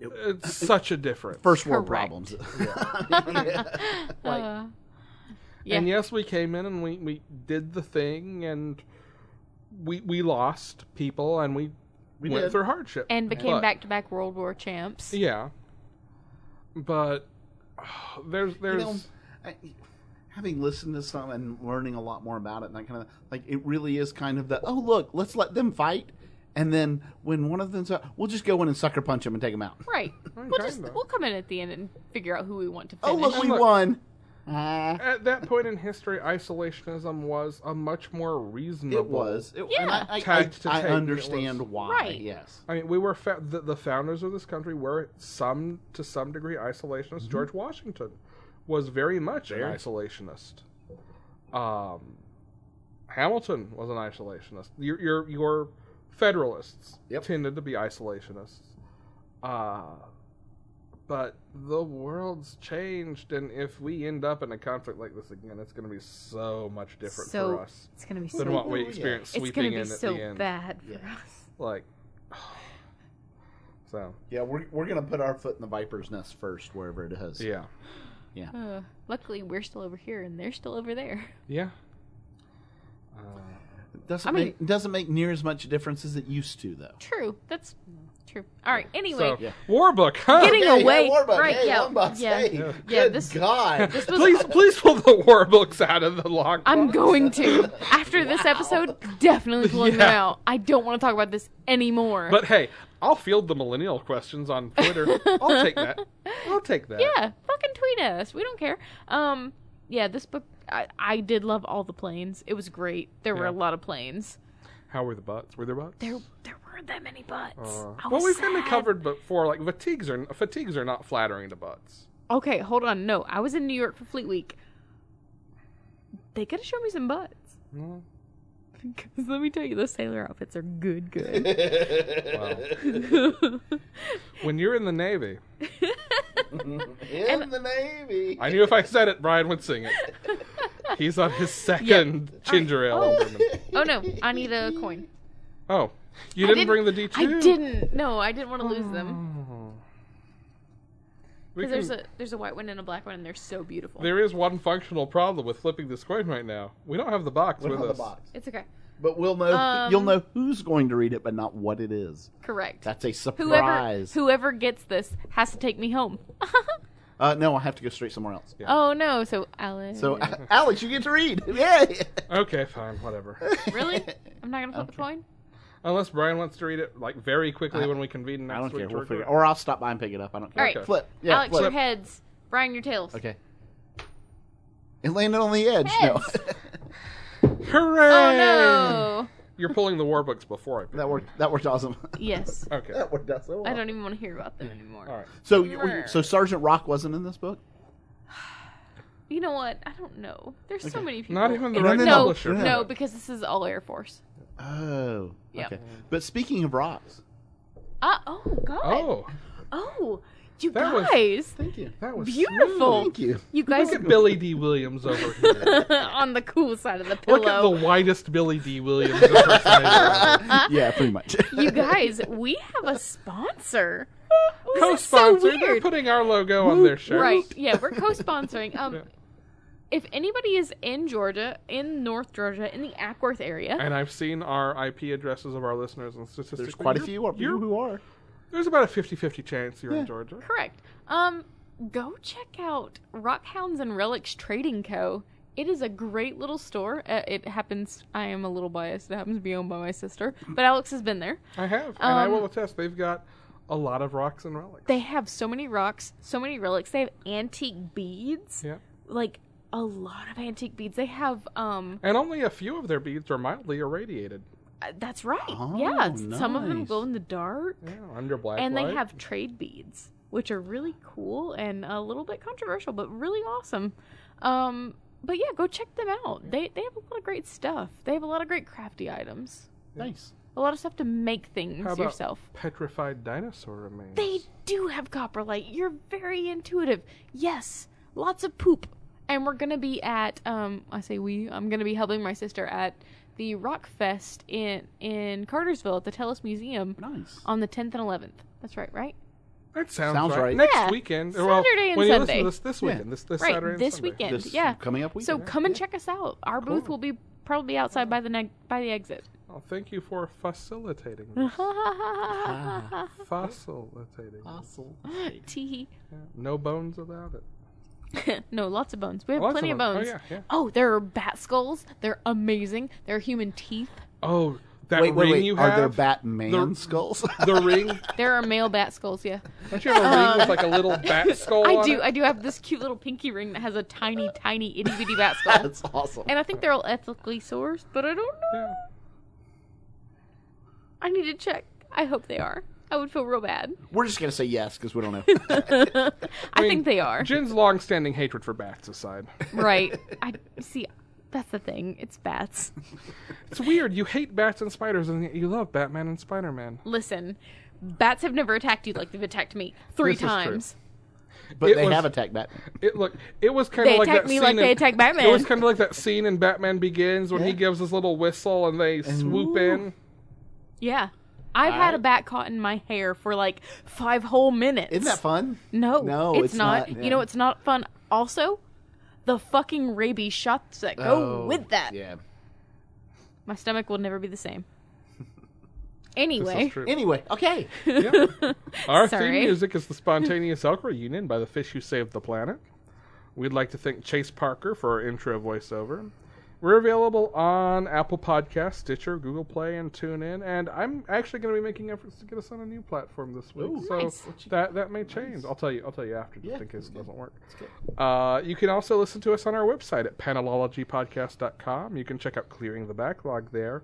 Speaker 1: it's such a difference.
Speaker 2: First world
Speaker 3: Correct.
Speaker 2: problems.
Speaker 3: Uh, yeah.
Speaker 1: And yes, we came in and we, we did the thing and we we lost people and we,
Speaker 2: We
Speaker 1: went
Speaker 2: did.
Speaker 1: through hardship.
Speaker 3: and became
Speaker 1: But-
Speaker 3: back to back World War champs.
Speaker 1: Yeah. But there's
Speaker 2: You
Speaker 1: there's
Speaker 2: know, I, having listened to some and learning a lot more about it and that kind of like it really is kind of the oh look let's let them fight and then when one of them's out, we'll just go in and sucker punch them and take them out.
Speaker 3: Right. We'll just
Speaker 1: kinda.
Speaker 3: we'll come in at the end and figure out who we want to
Speaker 2: Oh
Speaker 3: finish.
Speaker 2: look we
Speaker 1: Look.
Speaker 2: won. Ah.
Speaker 1: at that point in history, isolationism was a much more reasonable.
Speaker 2: It was. It, and I, I,
Speaker 1: Tagged to
Speaker 2: I,
Speaker 1: tape, it
Speaker 2: understand
Speaker 1: was.
Speaker 2: why.
Speaker 3: Right.
Speaker 2: Yes.
Speaker 1: I mean, we were fa- the, the founders of this country were some to some degree isolationists. George Washington was very much an isolationist. Um, Hamilton was an isolationist. Your your, your Federalists
Speaker 2: Yep.
Speaker 1: tended to be isolationists. Uh, but the world's changed, and if we end up in a conflict like this again, it's going to be so much different
Speaker 3: so
Speaker 1: for us
Speaker 3: it's gonna be so
Speaker 1: than what we
Speaker 2: yeah.
Speaker 1: experienced
Speaker 3: it's
Speaker 1: sweeping
Speaker 3: gonna be
Speaker 1: in at
Speaker 3: so
Speaker 1: the end.
Speaker 3: bad for
Speaker 2: Yeah.
Speaker 3: us.
Speaker 1: Like, so
Speaker 2: Yeah, we're we're gonna put our foot in the viper's nest first, wherever it is.
Speaker 1: yeah.
Speaker 3: Uh, luckily, we're still over here and they're still over there.
Speaker 1: Yeah.
Speaker 2: Doesn't
Speaker 3: I mean-
Speaker 2: make doesn't make near as much difference as it used to though.
Speaker 3: True. That's true. All right. Anyway,
Speaker 1: so, Warbuck, huh?
Speaker 3: Getting-
Speaker 2: Yeah,
Speaker 3: away.
Speaker 2: yeah, Warbucks.
Speaker 3: Right,
Speaker 2: Hey,
Speaker 3: yeah,
Speaker 2: Warbucks.
Speaker 3: yeah.
Speaker 2: Hey,
Speaker 1: Yeah.
Speaker 3: Yeah,
Speaker 2: good
Speaker 3: this-
Speaker 2: God.
Speaker 3: this was.
Speaker 1: please, please pull the Warbooks out of the lockbox.
Speaker 3: I'm going to after this episode. Definitely pulling them
Speaker 1: Yeah.
Speaker 3: out. I don't want to talk about this anymore.
Speaker 1: But hey, I'll field the millennial questions on Twitter. I'll take that. I'll take that.
Speaker 3: yeah, fucking tweet us. We don't care. Um, yeah, this book. I, I did love all the planes. It was great. There were a
Speaker 1: Yeah.
Speaker 3: lot of planes.
Speaker 1: How were the butts? Were there butts?
Speaker 3: There, there weren't that many butts.
Speaker 1: Uh,
Speaker 3: I
Speaker 1: well,
Speaker 3: was
Speaker 1: we've kind
Speaker 3: sad.
Speaker 1: of covered before. Like fatigues are fatigues are not flattering to butts.
Speaker 3: Okay, hold on. No, I was in New York for Fleet Week. They could have shown me some butts.
Speaker 1: Mm.
Speaker 3: Because let me tell you, those sailor outfits are good, good.
Speaker 1: Wow. when you're in the navy,
Speaker 2: in the Navy.
Speaker 1: I knew if I said it, Brian would sing it. He's on his second ginger ale.
Speaker 3: Oh.
Speaker 1: Alderman.
Speaker 3: oh no, I need a coin.
Speaker 1: Oh, you
Speaker 3: I
Speaker 1: didn't, bring the D two.
Speaker 3: I didn't. No, I didn't want to lose them.
Speaker 1: We
Speaker 3: Because there's
Speaker 1: can-
Speaker 3: a there's a white one and a black one, and they're so beautiful.
Speaker 1: There is one functional problem with flipping this coin right now. We don't have the box
Speaker 2: We don't
Speaker 1: with
Speaker 2: have the
Speaker 1: us.
Speaker 2: box.
Speaker 3: It's okay.
Speaker 2: But we'll know.
Speaker 3: Um,
Speaker 2: you'll know who's going to read it, but not what it is.
Speaker 3: Correct.
Speaker 2: That's a
Speaker 3: whoever
Speaker 2: surprise.
Speaker 3: whoever gets this has to take me home.
Speaker 2: uh, no, I have to go straight somewhere else.
Speaker 3: oh no, so Alice.
Speaker 2: So, Alex, you get to read. Yay!
Speaker 1: Okay, fine, whatever.
Speaker 3: really, I'm not gonna flip the coin.
Speaker 1: Unless Brian wants to read it like very quickly when we convene next
Speaker 2: I don't
Speaker 1: week.
Speaker 2: care.
Speaker 1: to
Speaker 2: We'll
Speaker 1: record.
Speaker 2: figure. Or I'll stop by and pick it up. I don't care.
Speaker 3: Alright. Okay.
Speaker 2: Flip. Yeah.
Speaker 3: Alex,
Speaker 2: flip.
Speaker 3: your heads. Brian, your tails.
Speaker 2: Okay. It landed on the edge. No.
Speaker 1: Hooray!
Speaker 3: Oh no.
Speaker 1: You're pulling the war books before I. pick
Speaker 2: That
Speaker 1: them.
Speaker 2: worked. That worked awesome.
Speaker 3: Yes.
Speaker 1: Okay.
Speaker 2: that worked out so well.
Speaker 3: I don't even want to hear about them anymore.
Speaker 1: All right.
Speaker 2: So, you- were you- so Sergeant Rock wasn't in this book.
Speaker 3: You know what? I don't know. There's so many people.
Speaker 1: Not even the
Speaker 3: in-
Speaker 1: right
Speaker 3: no,
Speaker 1: publisher.
Speaker 3: No, because this is all Air Force.
Speaker 2: Oh,
Speaker 3: Yep.
Speaker 2: okay. But speaking of rocks,
Speaker 3: Uh, oh God.
Speaker 1: Oh,
Speaker 3: Oh, you
Speaker 1: That was-
Speaker 3: guys.
Speaker 2: thank you,
Speaker 1: that was
Speaker 3: Beautiful.
Speaker 2: thank you.
Speaker 3: You guys
Speaker 1: Look at Billy D. Williams over here.
Speaker 3: on the cool side of the
Speaker 1: Look at the
Speaker 3: pillow.
Speaker 1: widest Billy D. Williams impersonator. ever.
Speaker 2: yeah, pretty much.
Speaker 3: you guys, we have a sponsor. This is so
Speaker 1: Co-sponsor. They're
Speaker 3: weird.
Speaker 1: putting our logo on their shirt.
Speaker 3: Right. Yeah, we're co-sponsoring. Um,
Speaker 1: Yeah.
Speaker 3: if anybody is in Georgia, in North Georgia, in the Ackworth area,
Speaker 1: And I've seen our IP addresses of our listeners and statistics.
Speaker 2: There's quite a few of you
Speaker 1: You're,
Speaker 2: who are.
Speaker 1: there's about a 50-50 chance you're in Georgia.
Speaker 3: correct. Um, go check out Rockhounds and Relics Trading Co. It is a great little store. Uh, it happens. I am a little biased. It happens to be owned by my sister, but Alex has been there.
Speaker 1: I have, and I
Speaker 3: Um,
Speaker 1: will attest. They've got a lot of rocks and relics.
Speaker 3: They have so many rocks, so many relics. They have antique beads,
Speaker 1: yeah.
Speaker 3: like a lot of antique beads. They have um,
Speaker 1: And only a few of their beads are mildly irradiated.
Speaker 3: uh, that's right.
Speaker 2: Oh,
Speaker 3: yeah, some of them
Speaker 2: nice.
Speaker 3: glow in the dark.
Speaker 1: Yeah, under black
Speaker 3: and they
Speaker 1: light.
Speaker 3: have trade beads, which are really cool and a little bit controversial, but really awesome. Um, but yeah, go check them out. They they have a lot of great stuff. They have a lot of great crafty items.
Speaker 2: Nice.
Speaker 3: A lot of stuff to make things
Speaker 1: How about-
Speaker 3: yourself.
Speaker 1: petrified dinosaur remains.
Speaker 3: They do have Copperlight. You're very intuitive. Yes, lots of poop. And we're gonna be at um I say we I'm gonna be helping my sister at the Rock Fest in in Cartersville at the Tellus Museum
Speaker 2: Nice.
Speaker 3: on the 10th and 11th. That's right, right?
Speaker 1: That sounds,
Speaker 2: Sounds
Speaker 1: right.
Speaker 2: right.
Speaker 1: Next
Speaker 3: Yeah.
Speaker 1: weekend, or
Speaker 3: Saturday
Speaker 1: well,
Speaker 3: and
Speaker 1: when you listen
Speaker 3: Sunday.
Speaker 1: to this, this
Speaker 2: Yeah.
Speaker 1: weekend, this, this
Speaker 3: right
Speaker 1: Saturday and
Speaker 3: this
Speaker 1: Sunday.
Speaker 3: weekend
Speaker 2: This
Speaker 3: yeah
Speaker 2: coming up
Speaker 3: so
Speaker 2: weekend.
Speaker 3: come and check us out our booth
Speaker 1: Cool.
Speaker 3: will be probably outside by the neg- by the exit
Speaker 1: Well, thank you for facilitating this. facilitating.
Speaker 3: Tee
Speaker 1: Yeah. No bones without it.
Speaker 3: hee. no lots of bones we have
Speaker 1: Lots
Speaker 3: plenty of
Speaker 1: of them.
Speaker 3: bones
Speaker 1: Oh, yeah, yeah.
Speaker 3: Oh, there are bat skulls they're amazing they're human teeth
Speaker 1: Oh, that
Speaker 2: Wait,
Speaker 1: ring
Speaker 2: wait, wait.
Speaker 1: you
Speaker 2: Are
Speaker 1: have.
Speaker 2: there Batman
Speaker 1: The-
Speaker 2: skulls?
Speaker 1: the ring.
Speaker 3: there are male bat skulls yeah
Speaker 1: Don't you have a ring with like a little bat skull?
Speaker 3: Uh, i
Speaker 1: on
Speaker 3: do
Speaker 1: it?
Speaker 3: i do have this cute little pinky ring that has a tiny tiny itty-bitty bat skull
Speaker 2: That's awesome.
Speaker 3: and i think they're all ethically sourced but i don't know
Speaker 1: Yeah.
Speaker 3: i need to check i hope they are i would feel real bad
Speaker 2: We're just gonna say yes because we don't know.
Speaker 3: i
Speaker 1: mean,
Speaker 3: think they are
Speaker 1: Jin's long-standing hatred for bats aside,
Speaker 3: Right. I see. That's the thing. It's bats.
Speaker 1: it's weird. You hate bats and spiders, and yet you love Batman and Spider-Man.
Speaker 3: Listen, bats have never attacked you like they've attacked me three
Speaker 1: This is true.
Speaker 3: times.
Speaker 2: But
Speaker 1: It
Speaker 2: they
Speaker 1: was-
Speaker 2: have attacked Batman.
Speaker 1: It look, it was kind
Speaker 3: They
Speaker 1: of like
Speaker 3: attack
Speaker 1: that
Speaker 3: me
Speaker 1: scene
Speaker 3: like
Speaker 1: in-
Speaker 3: they attack Batman.
Speaker 1: It was kind of like that scene in Batman Begins when he
Speaker 2: Yeah.
Speaker 1: gives his little whistle and they swoop in.
Speaker 3: Yeah. I've had a
Speaker 2: I-
Speaker 3: bat caught in my hair for like five whole minutes.
Speaker 2: Isn't that fun?
Speaker 3: No,
Speaker 2: No,
Speaker 3: it's,
Speaker 2: it's
Speaker 3: not.
Speaker 2: not,
Speaker 3: You know,
Speaker 2: yeah.
Speaker 3: it's not fun. Also, the fucking rabies shots that go
Speaker 2: Oh,
Speaker 3: with that.
Speaker 2: Yeah.
Speaker 3: My stomach will never be the same.
Speaker 1: This
Speaker 3: Anyway,
Speaker 1: is true.
Speaker 2: Anyway, okay.
Speaker 1: Our
Speaker 3: Sorry.
Speaker 1: theme music is the Spontaneous Elk Reunion by the Fish Who Saved the Planet. We'd like to thank Chase Parker for our intro voiceover. We're available on Apple Podcasts, Stitcher, Google Play, and TuneIn. And I'm actually going to be making efforts to get us on a new platform this week, so
Speaker 3: Nice.
Speaker 1: that that may change. I'll tell you. I'll tell you after, just
Speaker 2: Yeah,
Speaker 1: in case it doesn't work.
Speaker 2: good.
Speaker 1: Uh, you can also listen to us on our website at panelologypodcast.com. You can check out Clearing the Backlog there.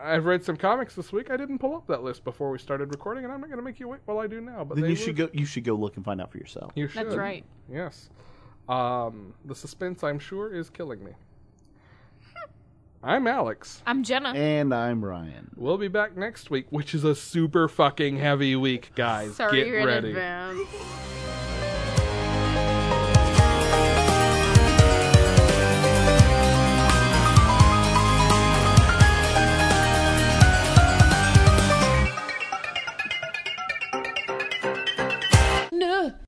Speaker 1: I've read some comics this week. I didn't pull up that list before we started recording, and I'm not going to make you wait while I do now. But
Speaker 2: Then
Speaker 1: they
Speaker 2: you
Speaker 1: were-
Speaker 2: should go. You should go look and find out for yourself.
Speaker 1: You should.
Speaker 3: that's right.
Speaker 1: Yes. Um, the suspense, I'm sure, is killing me. I'm Alex.
Speaker 3: I'm Jenna.
Speaker 2: And I'm Ryan.
Speaker 1: We'll be back next week, which is a super fucking heavy week, guys.
Speaker 3: Sorry
Speaker 1: Get
Speaker 3: in
Speaker 1: ready.
Speaker 3: advance.